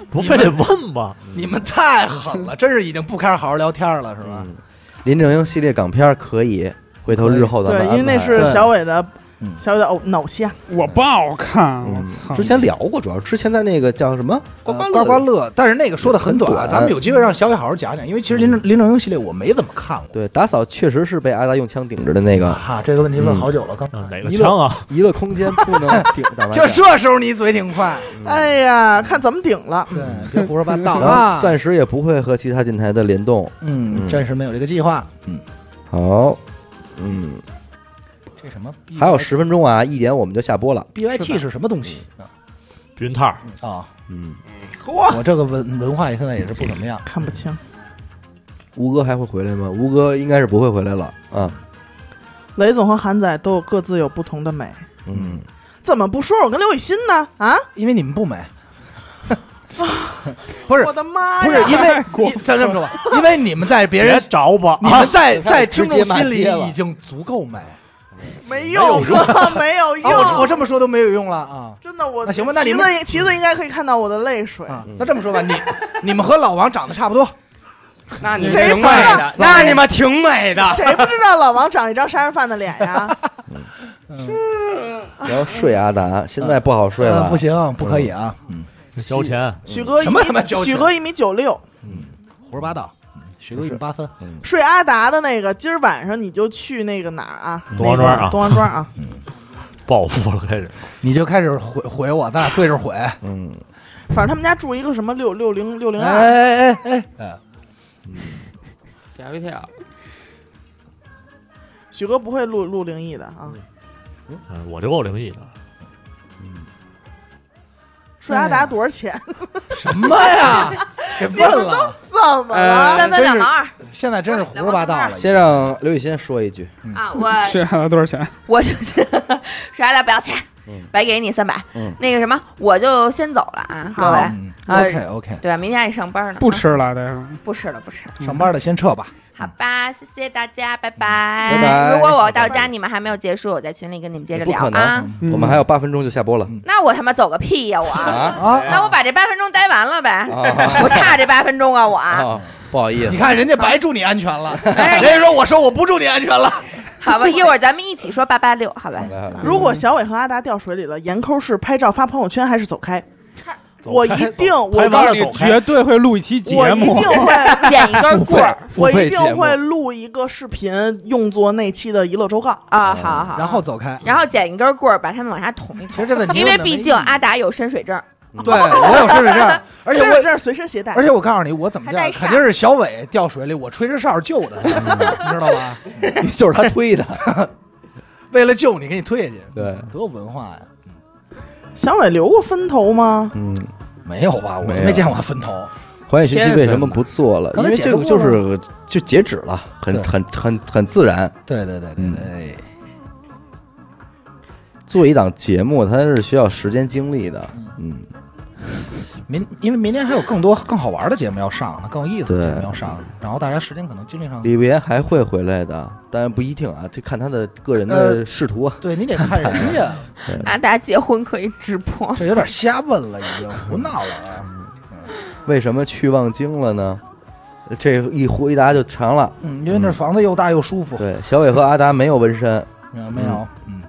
S4: 不非得问吗？
S2: 你们太狠了，真是已经不开始好好聊天了，是吧？
S1: 嗯，林正英系列港片可以，回头日后咱们
S6: 对，因为那
S1: 安排
S6: 是小伟的
S2: 嗯
S6: 小伟的偶脑线。
S7: 我不好看，啊我
S1: 嗯
S7: 操！
S1: 之前聊过，主要之前在那个叫什么
S2: 呱
S1: 呱
S2: 呱
S1: 乐，
S2: 呱呃乐，但是那个说的很
S1: 很
S2: 短，
S1: 短
S2: 咱们有机会让小伟好好讲讲，因为其实林正林正英系列我没怎么看过。
S1: 对，打扫确实是被阿达用枪顶着的那个，
S2: 啊，这个问题问好久了，刚
S4: 嗯
S2: 才
S4: 哪个枪啊？
S1: 娱乐空间不能顶打麻
S2: 就
S1: 将。
S2: 这时候你嘴挺快，
S6: 哎呀，看怎么顶了。
S2: 对，别胡说八道
S1: 然后
S2: 啊。
S1: 暂时也不会和其他电台的联动。
S2: 嗯，
S1: 嗯
S2: 暂时没有这个计划。嗯，
S1: 好，嗯，
S2: 这什么？
S1: 还有十分钟啊，一点我们就下播了。
S2: BYT 是什么东西啊？
S4: 避孕套，
S2: 啊，
S1: 嗯，
S2: 我这个文文化现在也是不怎么样。
S6: 看不清，
S1: 吴哥还会回来吗？吴哥应该是不会回来了啊。
S6: 雷总和韩仔都有各自有不同的美，
S1: 嗯，
S6: 怎么不说我跟刘雨欣呢？啊，
S2: 因为你们不美。不是
S6: 我的妈
S2: 不是
S6: 哎呀！
S2: 因为你咱这么说吧，因为你们在别人
S4: 别找吧 啊
S2: 你们在在
S1: 直
S2: 听
S1: 接
S2: 众
S1: 骂
S2: 心里
S1: 街了
S2: 已经足够美啊！
S6: 没用，哥，没有用。
S2: 我我这么说都没有用了啊！
S6: 真的我
S2: 那行吧那你
S6: 旗
S2: 们
S6: 子旗子应该可以看到我的泪水。
S2: 啊，那这么说吧，你你们和老王长得差不多，
S9: 那你
S6: 谁
S9: 挺美
S6: 拍
S9: 的，那你们挺美的。
S6: 谁不知道老王长一张杀人犯的脸呀？
S1: 然后睡阿达，现在不好睡了，
S2: 呃不，行，不可以啊！嗯，
S4: 交钱，
S6: 许哥一
S2: 什么他妈矫
S6: 米，
S2: 情
S6: 许哥一米九六，
S2: 胡说八道，学个一米八分，
S6: 睡阿达的那个，今儿晚上你就去那个哪儿啊？
S4: 东王庄啊
S6: 那个东王庄啊！
S4: 报复了开始。
S2: 你就开始毁毁我，咱俩对着毁。
S1: 嗯，
S6: 反正他们家住一个什么六六零六零
S2: 哎
S6: 二，
S2: 哎哎哎哎，
S9: 吓我一跳！
S6: 许哥不会录录灵异的啊。
S4: 嗯，我就够灵异的，
S6: 睡阿达多 少钱？
S2: 什么呀？给问了，呃
S6: 怎么
S1: 啊
S6: 了？
S5: 三分两毛二
S2: 现在真是胡说八道了。
S1: 先让刘雨欣说一句，
S5: 啊！ 我
S7: 血压多少钱？
S5: 我就耍赖不要钱，白给你三百
S1: 嗯。
S5: 那个什么，我就先走了啊，各
S6: 好
S5: 位。
S2: OK OK，
S5: 对吧？明天还得上班呢，
S7: 不
S5: 啊
S7: 吃了，得是
S5: 不吃了，不吃了。
S2: 上班的先撤吧。
S5: 好吧，谢谢大家，拜拜。
S1: 拜拜
S5: 如果我到家你们还没有结束，我在群里跟你们接着
S1: 不
S5: 聊
S1: 可
S5: 啊。嗯
S1: 能，
S7: 嗯
S1: 我们还有八分钟就下播了
S5: 那我他妈走个屁呀、我！
S1: 啊
S2: 啊，
S5: 那我把这八分钟待完了呗，
S1: 啊
S5: 我差这八分钟啊，我。
S1: 啊！不好意思
S2: 你，看人家白祝你安全了，
S5: 哎
S2: 人家说我说我不祝你安全了。
S5: 好吧，一会儿咱们一起说八八六，好吧？
S1: 好嘞好嘞
S2: 嗯
S6: 如果小伟和阿达掉水里了，严抠是拍照发朋友圈还是走开？
S4: 走
S6: 我
S4: 开
S6: 一定，我
S4: 拍
S6: 一
S4: 完了
S6: 我
S4: 走开
S7: 绝对会录一期节
S6: 一定
S7: 目。
S6: 会，
S5: 捡一根棍儿
S1: 付
S6: 我
S1: 费
S6: 一
S1: 节目
S6: 定会录一个视频，用作那期的娱乐周告。
S5: 啊，
S2: 哦
S5: 好好。
S2: 然后走开。
S5: 然后捡一根棍儿，把他们往下捅一
S2: 其实
S5: 捅，
S2: 这问题
S5: 因
S2: 问
S5: 为
S2: 得没
S5: 毕
S2: 意
S5: 竟
S2: 义
S5: 阿达有深水证。
S2: 对我有身份证，而且
S6: 这
S2: 我
S6: 这是随身携带，
S2: 而且我告诉你，我怎么
S5: 还
S2: 叫，
S5: 带哨
S2: 肯定是小伟掉水里，我吹着哨救的，你知道吧？
S1: 就是他推的，
S2: 为了救你，给你推下去，
S1: 对，
S2: 多有文化呀！
S6: 小伟留过分头吗？
S1: 嗯，
S2: 没有吧？我都
S1: 没有
S2: 没见过分头。
S1: 环宇学习为什么不做了？因
S2: 刚才
S1: 为这个
S2: 解释
S1: 就
S2: 过
S1: 是就截止了，很
S2: 对
S1: 很很很自然。
S2: 对对对对对，
S1: 嗯做一档节目，它是需要时间精力的，嗯，
S2: 明因为明年还有更多更好玩的节目要上呢，更有意思的节目要上，然后大家时间可能精力上，
S1: 李维还会回来的，但不一定啊，这看他的个人的仕途啊。
S2: 对你得看人家，
S5: 阿达结婚可以直播，
S2: 这有点瞎问了，已经胡闹了啊。
S1: 为什么去望京了呢？这一回答就长了。
S2: 嗯，因为那房子又大又舒服，
S1: 对，小伟和阿达没有纹身，
S2: 嗯，没有，嗯，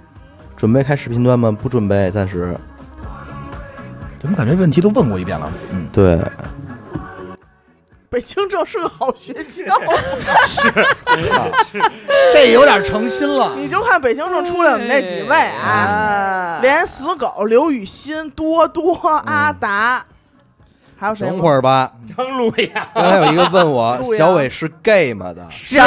S1: 准备开视频端吗？不准备，暂时。
S2: 怎么感觉问题都问过一遍了？嗯，
S1: 对，
S6: 北京政是个好学 校，
S1: 哎啊
S2: 这有点诚心了。
S6: 你就看北京政出来我们这几位
S2: 哎
S6: 啊，
S1: 嗯
S5: 啊，
S6: 连死狗、刘雨欣、多多、阿达，还有谁
S1: 等
S6: 吗？
S1: 会儿吧。
S9: 张路呀，
S1: 刚才有一个问我
S6: 陆，阳
S1: 小伟是 gay 吗的？
S5: 是是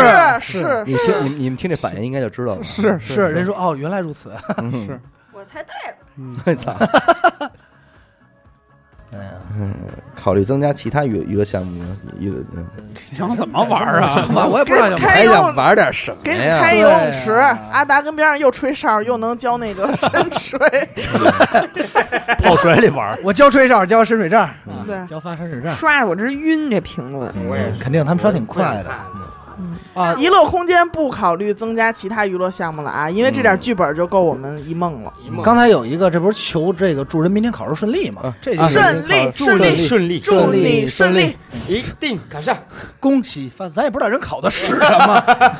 S6: 啊是是
S1: 你听，你们你们听这反应应该就知道了。
S7: 是
S2: 是，人说哦，原来如此。
S1: 嗯
S7: 是
S3: 我猜对了，
S1: 操！
S2: 哎呀，
S1: 考虑增加其他娱娱乐项目吗？娱乐嗯
S7: 想怎么玩儿啊？
S2: 我我也不知道想
S6: 开
S1: 还
S6: 游
S1: 想玩点什么
S6: 给你
S1: 呀
S6: 开？游泳池，
S2: 对啊
S6: 阿达跟边上又吹哨，又能教那个深水，
S4: 泡水里玩儿，
S2: 我教吹哨，教深水证，
S6: 对，
S2: 嗯教发深水证，
S5: 刷着我直晕这评论，
S8: 我也
S2: 肯定他们刷挺快的。
S9: 嗯
S2: 啊，
S6: 娱乐空间不考虑增加其他娱乐项目了啊，因为这点剧本就够我们一梦了。
S9: 一梦
S2: 刚才有一个，这不是求这个祝人明天考试顺利吗
S1: 啊？
S2: 这
S1: 啊
S2: 就是
S6: 顺利
S1: 祝
S6: 顺
S1: 你
S6: 利，
S9: 顺利，
S6: 祝你
S1: 顺
S6: 顺
S1: 利
S6: 利。
S9: 一定赶上。
S2: 恭喜发，咱也不知道人考的是什么。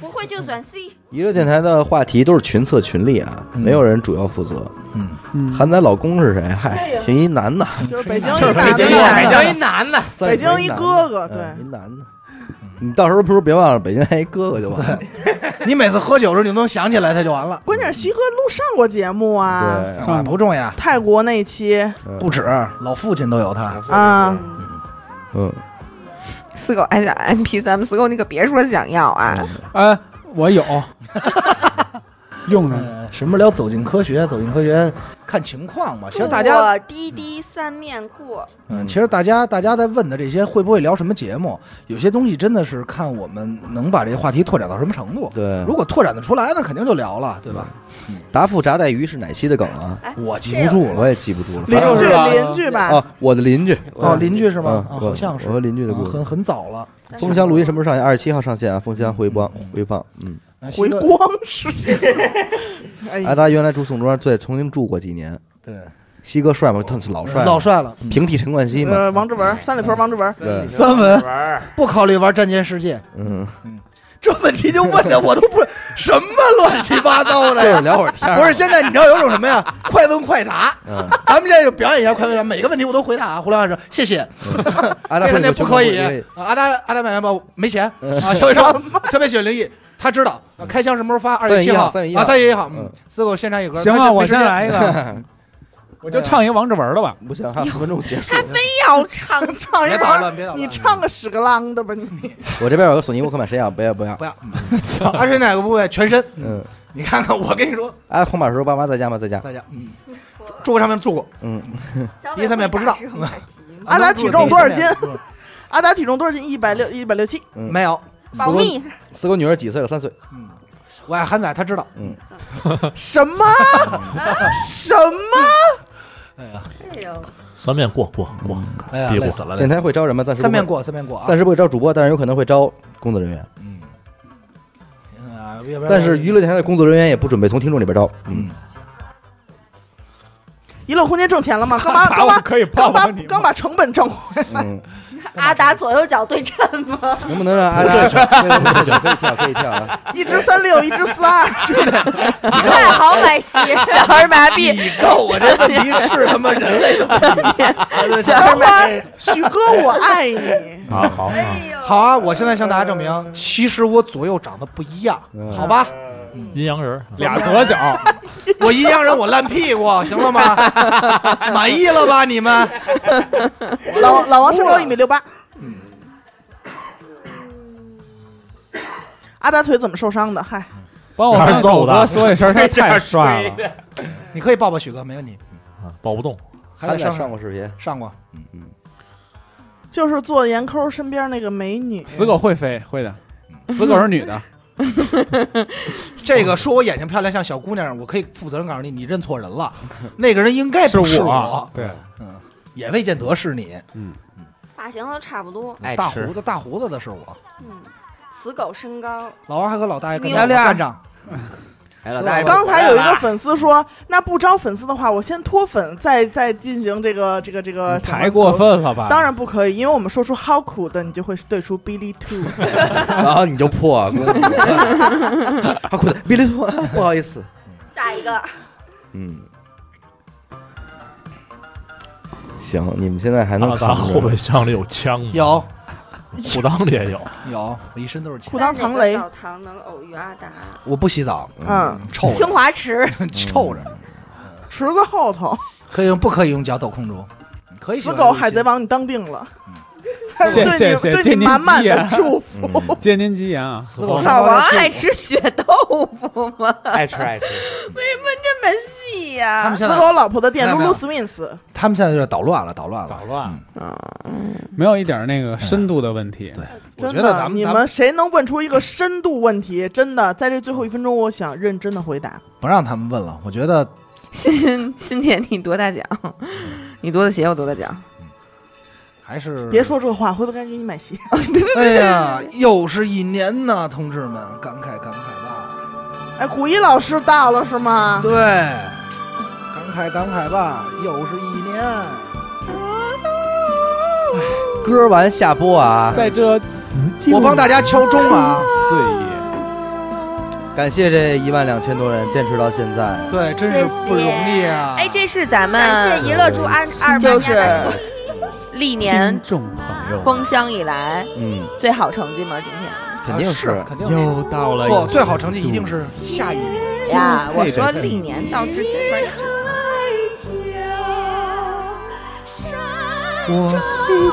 S3: 不会就选 C。
S1: 娱乐电台的话题都是群策群力啊，
S2: 嗯
S1: 没有人主要负责。
S2: 嗯，
S7: 嗯
S1: 韩仔老公是谁？嗨，是一男的，
S6: 就是北京一
S2: 就是
S6: 大
S2: 北京
S6: 哥
S2: 一
S9: 北京一男的，
S6: 北京一哥哥对
S1: 嗯一男的。你到时候不是别忘了北京还一哥哥就完了。
S2: 你每次喝酒的时候，你都能想起来他就完了。
S6: 关键是西哥录上过节目啊，
S1: 对，
S7: 上
S2: 不重要，
S6: 泰国那期
S2: 不止老父亲都有他。
S6: 啊，
S1: 嗯，
S5: 四狗哎还想 MP 三，四狗你可别说想要啊，
S2: 嗯
S7: 哎，我有，用着呢。
S2: 嗯，什么聊走进科学？走进科学看情况吧。其实大家，
S3: 我滴滴三面过，
S2: 嗯，其实大家大家在问的这些会不会聊什么节目？有些东西真的是看我们能把这个话题拓展到什么程度。
S1: 对
S2: 如。果拓展的出来，那肯定就聊了，对吧？
S1: 答复炸带鱼是哪期的梗啊？
S2: 我记不住了。
S1: 我也记不住了。
S6: 邻
S1: 反正
S6: 居
S1: 是吧
S6: 邻居吧，
S1: 哦，我的邻居
S2: 哦，邻居是吗
S1: 嗯？
S2: 啊，
S1: 我
S2: 好像是
S1: 我和邻居的
S2: 啊
S1: 故事
S2: 很。很早了。
S1: 封箱录音什么时候上线？二十七号上线啊！封箱回播
S2: 嗯
S1: 回放，嗯，
S2: 哎
S6: 回
S2: 西哥
S6: 光是，哎
S1: 阿
S6: 呀，
S1: 达原来住宋庄，对，曾经住过几年。
S2: 对，
S1: 西哥帅吗？他是老帅，
S2: 哦
S1: 嗯
S2: 老，帅呃了，
S1: 平替陈冠希嘛。
S6: 呃，王志文，三里屯王志文，
S1: 对，
S2: 三文
S9: 玩
S2: 不考虑玩战舰世界，
S1: 嗯，
S2: 这问题就问的我都 不什么乱七八糟的
S1: 就是
S2: 呀。
S1: 聊会儿天儿。啊
S2: 不是，现在你知道有种什么呀？快问快答，
S1: 嗯，
S2: 咱们现在就表演一下快问快答，每个问题我都回答啊。胡老师，谢谢。
S1: 阿达
S2: 那
S1: 会
S2: 那
S1: 有
S2: 不
S1: 全国
S2: 可以
S1: 会 议，嗯
S2: 啊！阿达阿达买蓝包 没钱啊！小伟超特别喜欢灵异，他知道啊开箱什么时候发？二月七号，
S1: 三月一号
S2: 啊，三月一号，
S1: 嗯
S2: 嗯，四狗现场一歌。
S7: 行
S2: 没
S7: 啊，
S2: 事
S7: 我先。
S2: 没时间
S7: 来一个，我就唱一王志文的吧。
S1: 不行，还有十分
S2: 哎
S1: 钟结束。
S5: 要唱
S6: 唱一
S2: 别捣乱，别捣乱。
S6: 首，你唱个屎个啷的吧你。
S1: 我这边有个索尼沃克曼，谁要？啊不要不要
S2: 不。要？嗯阿水哪个部位？全身。
S1: 嗯，
S2: 你看看，我跟你说，
S1: 哎，红马叔爸妈在家吗？在家。
S2: 大家，嗯，坐过上面坐过，
S1: 嗯，
S3: 小
S2: 第一三面不知道
S3: 伟会打是很急 吗
S6: 阿达体重多少斤？
S2: 嗯
S6: 阿达体重多少斤？一百六，一百六七。
S1: 嗯
S2: 没有，
S3: 保密，
S1: 四哥女儿几岁了？三岁。
S2: 我爱韩仔，他知道。
S6: 什么？什么？
S2: 哎呀，
S3: 哎呦，
S4: 三面过过过，
S2: 哎呀，
S4: 比
S2: 累
S4: 过
S2: 死了，累
S1: 电
S2: 死了
S1: 台会招人吗？暂时不
S2: 三
S1: 会
S2: 面，过，三面过啊
S1: 暂。时不会招主播，但是有可能会招工作人员。
S2: 嗯，啊要不然
S1: 但是娱乐电台的工作人员也不准备从听众里边招。 嗯，
S6: 娱乐空间挣钱了吗？刚 把刚
S7: 我
S6: 把
S7: 可以
S6: 刚
S7: 帮
S6: 把
S7: 帮你吗。
S6: 刚把成本挣回来。
S1: 嗯，
S3: 阿达左右脚对称 吗？
S1: 能不能让阿达可以跳，可以 跳啊！
S6: 一只三六，一只四二，
S3: 太好 买鞋，
S5: 小儿麻痹，
S2: 你告我这问题是他妈人类的问题啊对。
S6: 许哥我爱你。
S8: 好好
S3: 哎呦，
S2: 好啊，我现在向大家证明，其实我左右长得不一样，
S1: 嗯
S2: 好吧？
S4: 阴阳人儿，
S7: 俩左脚，
S2: 我一样人，我烂屁股，行了吗？满意了吧，你们？
S6: 老老王身高一米六八。
S7: 嗯
S6: 阿达腿怎么受伤的？嗨，
S7: 帮我跟狗
S4: 哪儿
S7: 哥
S4: 揍
S7: 说一声，他太帅了。
S9: 了，
S2: 你可以抱抱许哥，没问题。
S4: 啊抱不动，
S2: 还
S1: 他
S2: 在
S1: 在
S2: 上
S1: 上过视频，
S2: 上过，
S6: 就是坐岩抠身边那个美女。
S7: 死狗会飞，会的。死狗是女的，
S2: 这个说我眼睛漂亮像小姑娘，我可以负责任告诉你，你认错人了。那个人应该哎不
S9: 是
S2: 我
S9: 我，
S2: 对，嗯，也未见得是你。
S3: 发型都差不多，
S9: 爱
S2: 大
S9: 哎吃
S2: 胡子大胡子的是我，
S3: 嗯，死狗身高，
S2: 老王还和老大爷跟着
S5: 聊
S2: 我
S5: 聊
S2: 干仗，
S9: 哎，老大爷，
S6: 刚才有一个粉丝说，那不招粉丝的话，我先脱粉，再再进行这个这个这个。
S7: 太过。分了吧？
S6: 当然不可以，因为我们说出 how 苦的，你就会对 出 Billy Two。
S1: 然后你就 破，
S2: 啊
S1: 他裤子啊 别理我，不好意思，
S3: 下一个
S1: 嗯，行，你们现在还能
S4: 啊
S1: 看
S4: 咱
S1: 出
S4: 后
S1: 来
S4: 备箱里有枪吗？
S2: 有
S4: 裤裆里也有。
S2: 有，我一身都是钱
S6: 裤。裆藏雷
S3: 在哪个澡堂能偶遇阿达，
S5: 哦
S2: 我不洗澡，
S6: 嗯，
S2: 臭着
S3: 清华池
S2: 臭着，
S6: 池子后头，
S2: 可以用不可以用脚抖空中？可以喜
S6: 死
S2: 欢
S6: 狗
S2: 这些
S6: 海贼王，你当定了。还有
S7: 谢
S6: 对
S7: 谢
S6: 你
S7: 谢
S6: 对
S7: 借
S6: 你
S7: 您啊
S6: 满满
S7: 吉
S6: 的
S7: 言
S6: 祝 福。
S1: 嗯
S7: 借您吉言啊，
S2: 死狗身
S5: 老
S2: 高
S5: 王
S2: 要
S5: 爱
S2: 去
S5: 吃血豆腐 吗？
S9: 爱吃爱吃，
S5: 这么细
S2: 他
S5: 呀、
S2: 们
S6: 死
S2: 现在
S6: 狗老婆的店
S2: 没有
S6: Lulu
S2: 没有
S6: Smith，
S2: 他们现在就是捣乱了，捣乱了啊
S7: 捣。乱了，嗯没有一点那个深度的问题。
S2: 我
S6: 真
S2: 觉得
S6: 的
S2: 咱，们
S6: 你
S2: 咱们
S6: 们谁能问出一个深度问题？真的，在这最后一分钟，我想认真的回答。
S2: 不让他们问了，我觉得
S5: 欣欣欣姐，你多大奖？你多大鞋？我多大奖？
S2: 还是
S6: 别。说这话，回头该给你买鞋。
S2: 哎呀，又是一年呐，同志们，感慨感慨吧。
S6: 哎，古一老师到了是吗？
S2: 对，感慨感慨吧，又是一年。
S1: 歌完下播啊！
S7: 在这辞旧
S2: 我帮大家敲钟啊。
S7: 岁月，
S1: 感谢这一万两千多人坚持到现在，
S2: 对，真是不容易啊。
S5: 哎，这是咱
S3: 感
S5: 们嗯
S3: 谢一乐猪安二
S5: 就
S3: 八
S5: 是
S3: 年的
S5: 历
S7: 听
S5: 年
S7: 众朋友，
S5: 封箱以来
S1: 嗯，
S5: 最好成绩吗？今天
S1: 肯定
S2: 啊
S1: 是
S2: 是肯定是
S7: 又到了
S2: 不最好成绩一定是下一年。
S5: 呀，我说
S7: 这个
S5: 历年到至今为止，
S7: 我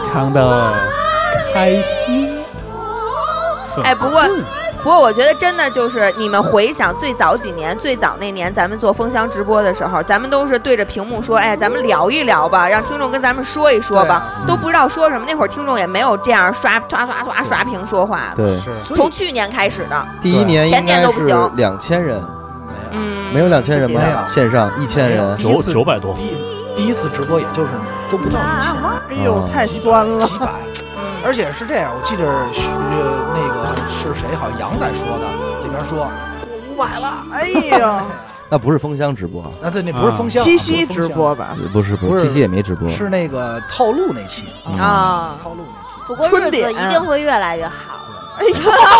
S7: 非常的开心。
S1: 嗯
S7: 嗯
S5: 哎不过不过我觉得真的就是你们回想最早几年，最早那年咱们做封箱直播的时候，咱们都是对着屏幕说，哎，咱们聊一聊吧，让听众跟咱们说一说吧，都
S1: 嗯
S5: 不知道说什么。那会儿听众也没有这样刷刷刷刷刷屏说话的，
S1: 对，哎
S2: 是
S5: 从去年开始的，
S1: 第一年
S5: 前
S1: 应
S5: 年
S1: 该
S5: 都不
S1: 是
S5: 行
S1: 两千人，
S5: 嗯，
S1: 没有两千人
S5: 不记得
S1: 吧？
S2: 了
S1: 线上一千人，
S2: 第一
S4: 九
S2: 次
S4: 九百多
S2: 第第一次直播也就是都不到一千，
S6: 哎呦，太酸了。
S2: 几百。而且是这样，我记得是呃那个是谁，好像杨仔说的，里边说我五百了。
S6: 哎呦，
S1: 那不是封箱直播，
S2: 啊，对，那不是封箱，
S6: 七夕
S2: 不是封
S6: 直
S2: 箱
S6: 播吧？
S1: 不是
S2: 不
S1: 不
S2: 是
S1: 是，七夕也没直播，
S2: 是那个套路那期，
S6: 嗯
S2: 嗯
S5: 啊，
S2: 套路那期。
S3: 不过
S6: 春
S3: 日子
S6: 典
S3: 一定会越来越好。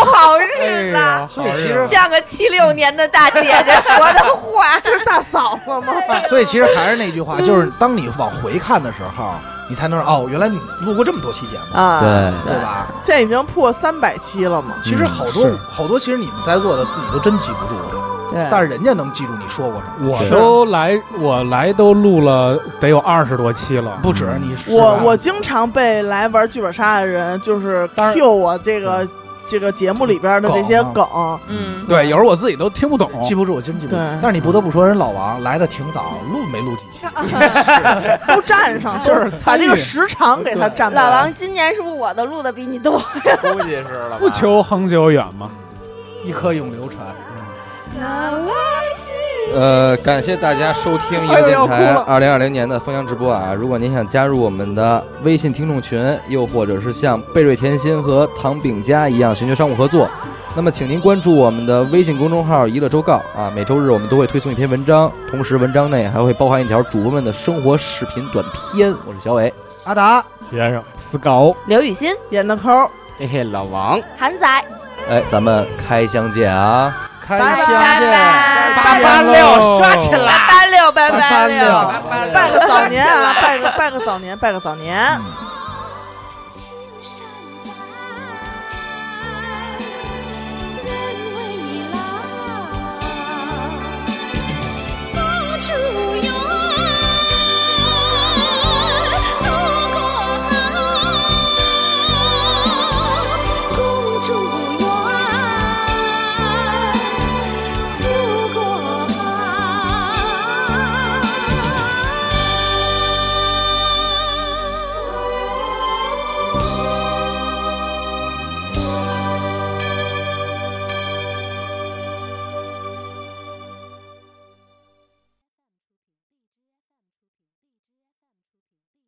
S5: 好
S9: 哎
S5: 日子。
S2: 所以其实，
S5: 像个七六年的大姐姐说的 话，
S6: 这是大嫂了吗？
S2: 哎所以其实还是那句话，就是当你往回看的时候，你才能说哦，原来你录过这么多期节目，
S5: 啊，
S1: 对
S2: 对吧？
S6: 现在已经破三百期了嘛。
S2: 其实好多
S7: 是
S2: 好多，其实你们在座的自己都真记不住了，但
S5: 对，
S2: 是人家能记住你说过什么，
S7: 我
S1: 是
S7: 都来，我来都录了得有二十多期了。
S2: 不止你是
S6: 我
S2: 吧
S6: 我经常被来玩剧本杀的人就是
S2: 当然
S6: Q 我这个这个节目里边的这些
S2: 梗
S6: 梗，
S5: 嗯，
S7: 对，有时候我自己都听不懂。
S2: 哦记不住，我真记不住。
S6: 对
S2: 但是你不得不说，人老王来的挺早，录没录几期？
S6: 都占上，
S7: 就是
S6: 把
S7: 参与
S6: 这个时长给他占满。
S3: 老王，今年是不是我的录的比你多？
S9: 估计是了吧。
S7: 不求恒久远嘛，
S2: 一颗永流传。
S1: 呃，感谢大家收听一个电台二零二零年的封箱直播啊！如果您想加入我们的微信听众群，又或者是像贝瑞甜心和唐饼家一样寻求商务合作，那么请您关注我们的微信公众号“娱乐周告”啊，每周日我们都会推送一篇文章，同时文章内还会包含一条主播们的生活视频短片。我是小伟，
S2: 阿达，
S4: 先生，
S7: 死狗。
S5: 刘雨欣，
S6: 演的抠，
S9: 嘿嘿，哎老王，
S3: 韩仔，
S1: 哎，咱们开箱见啊！
S2: 开
S6: 拜
S2: 箱见。
S9: 八八六刷起来，
S5: 八八六，拜
S2: 八八六
S5: 六。
S9: 八
S6: 拜个早年啊，拜个拜个早年，拜个早年。
S11: 人未老，当初。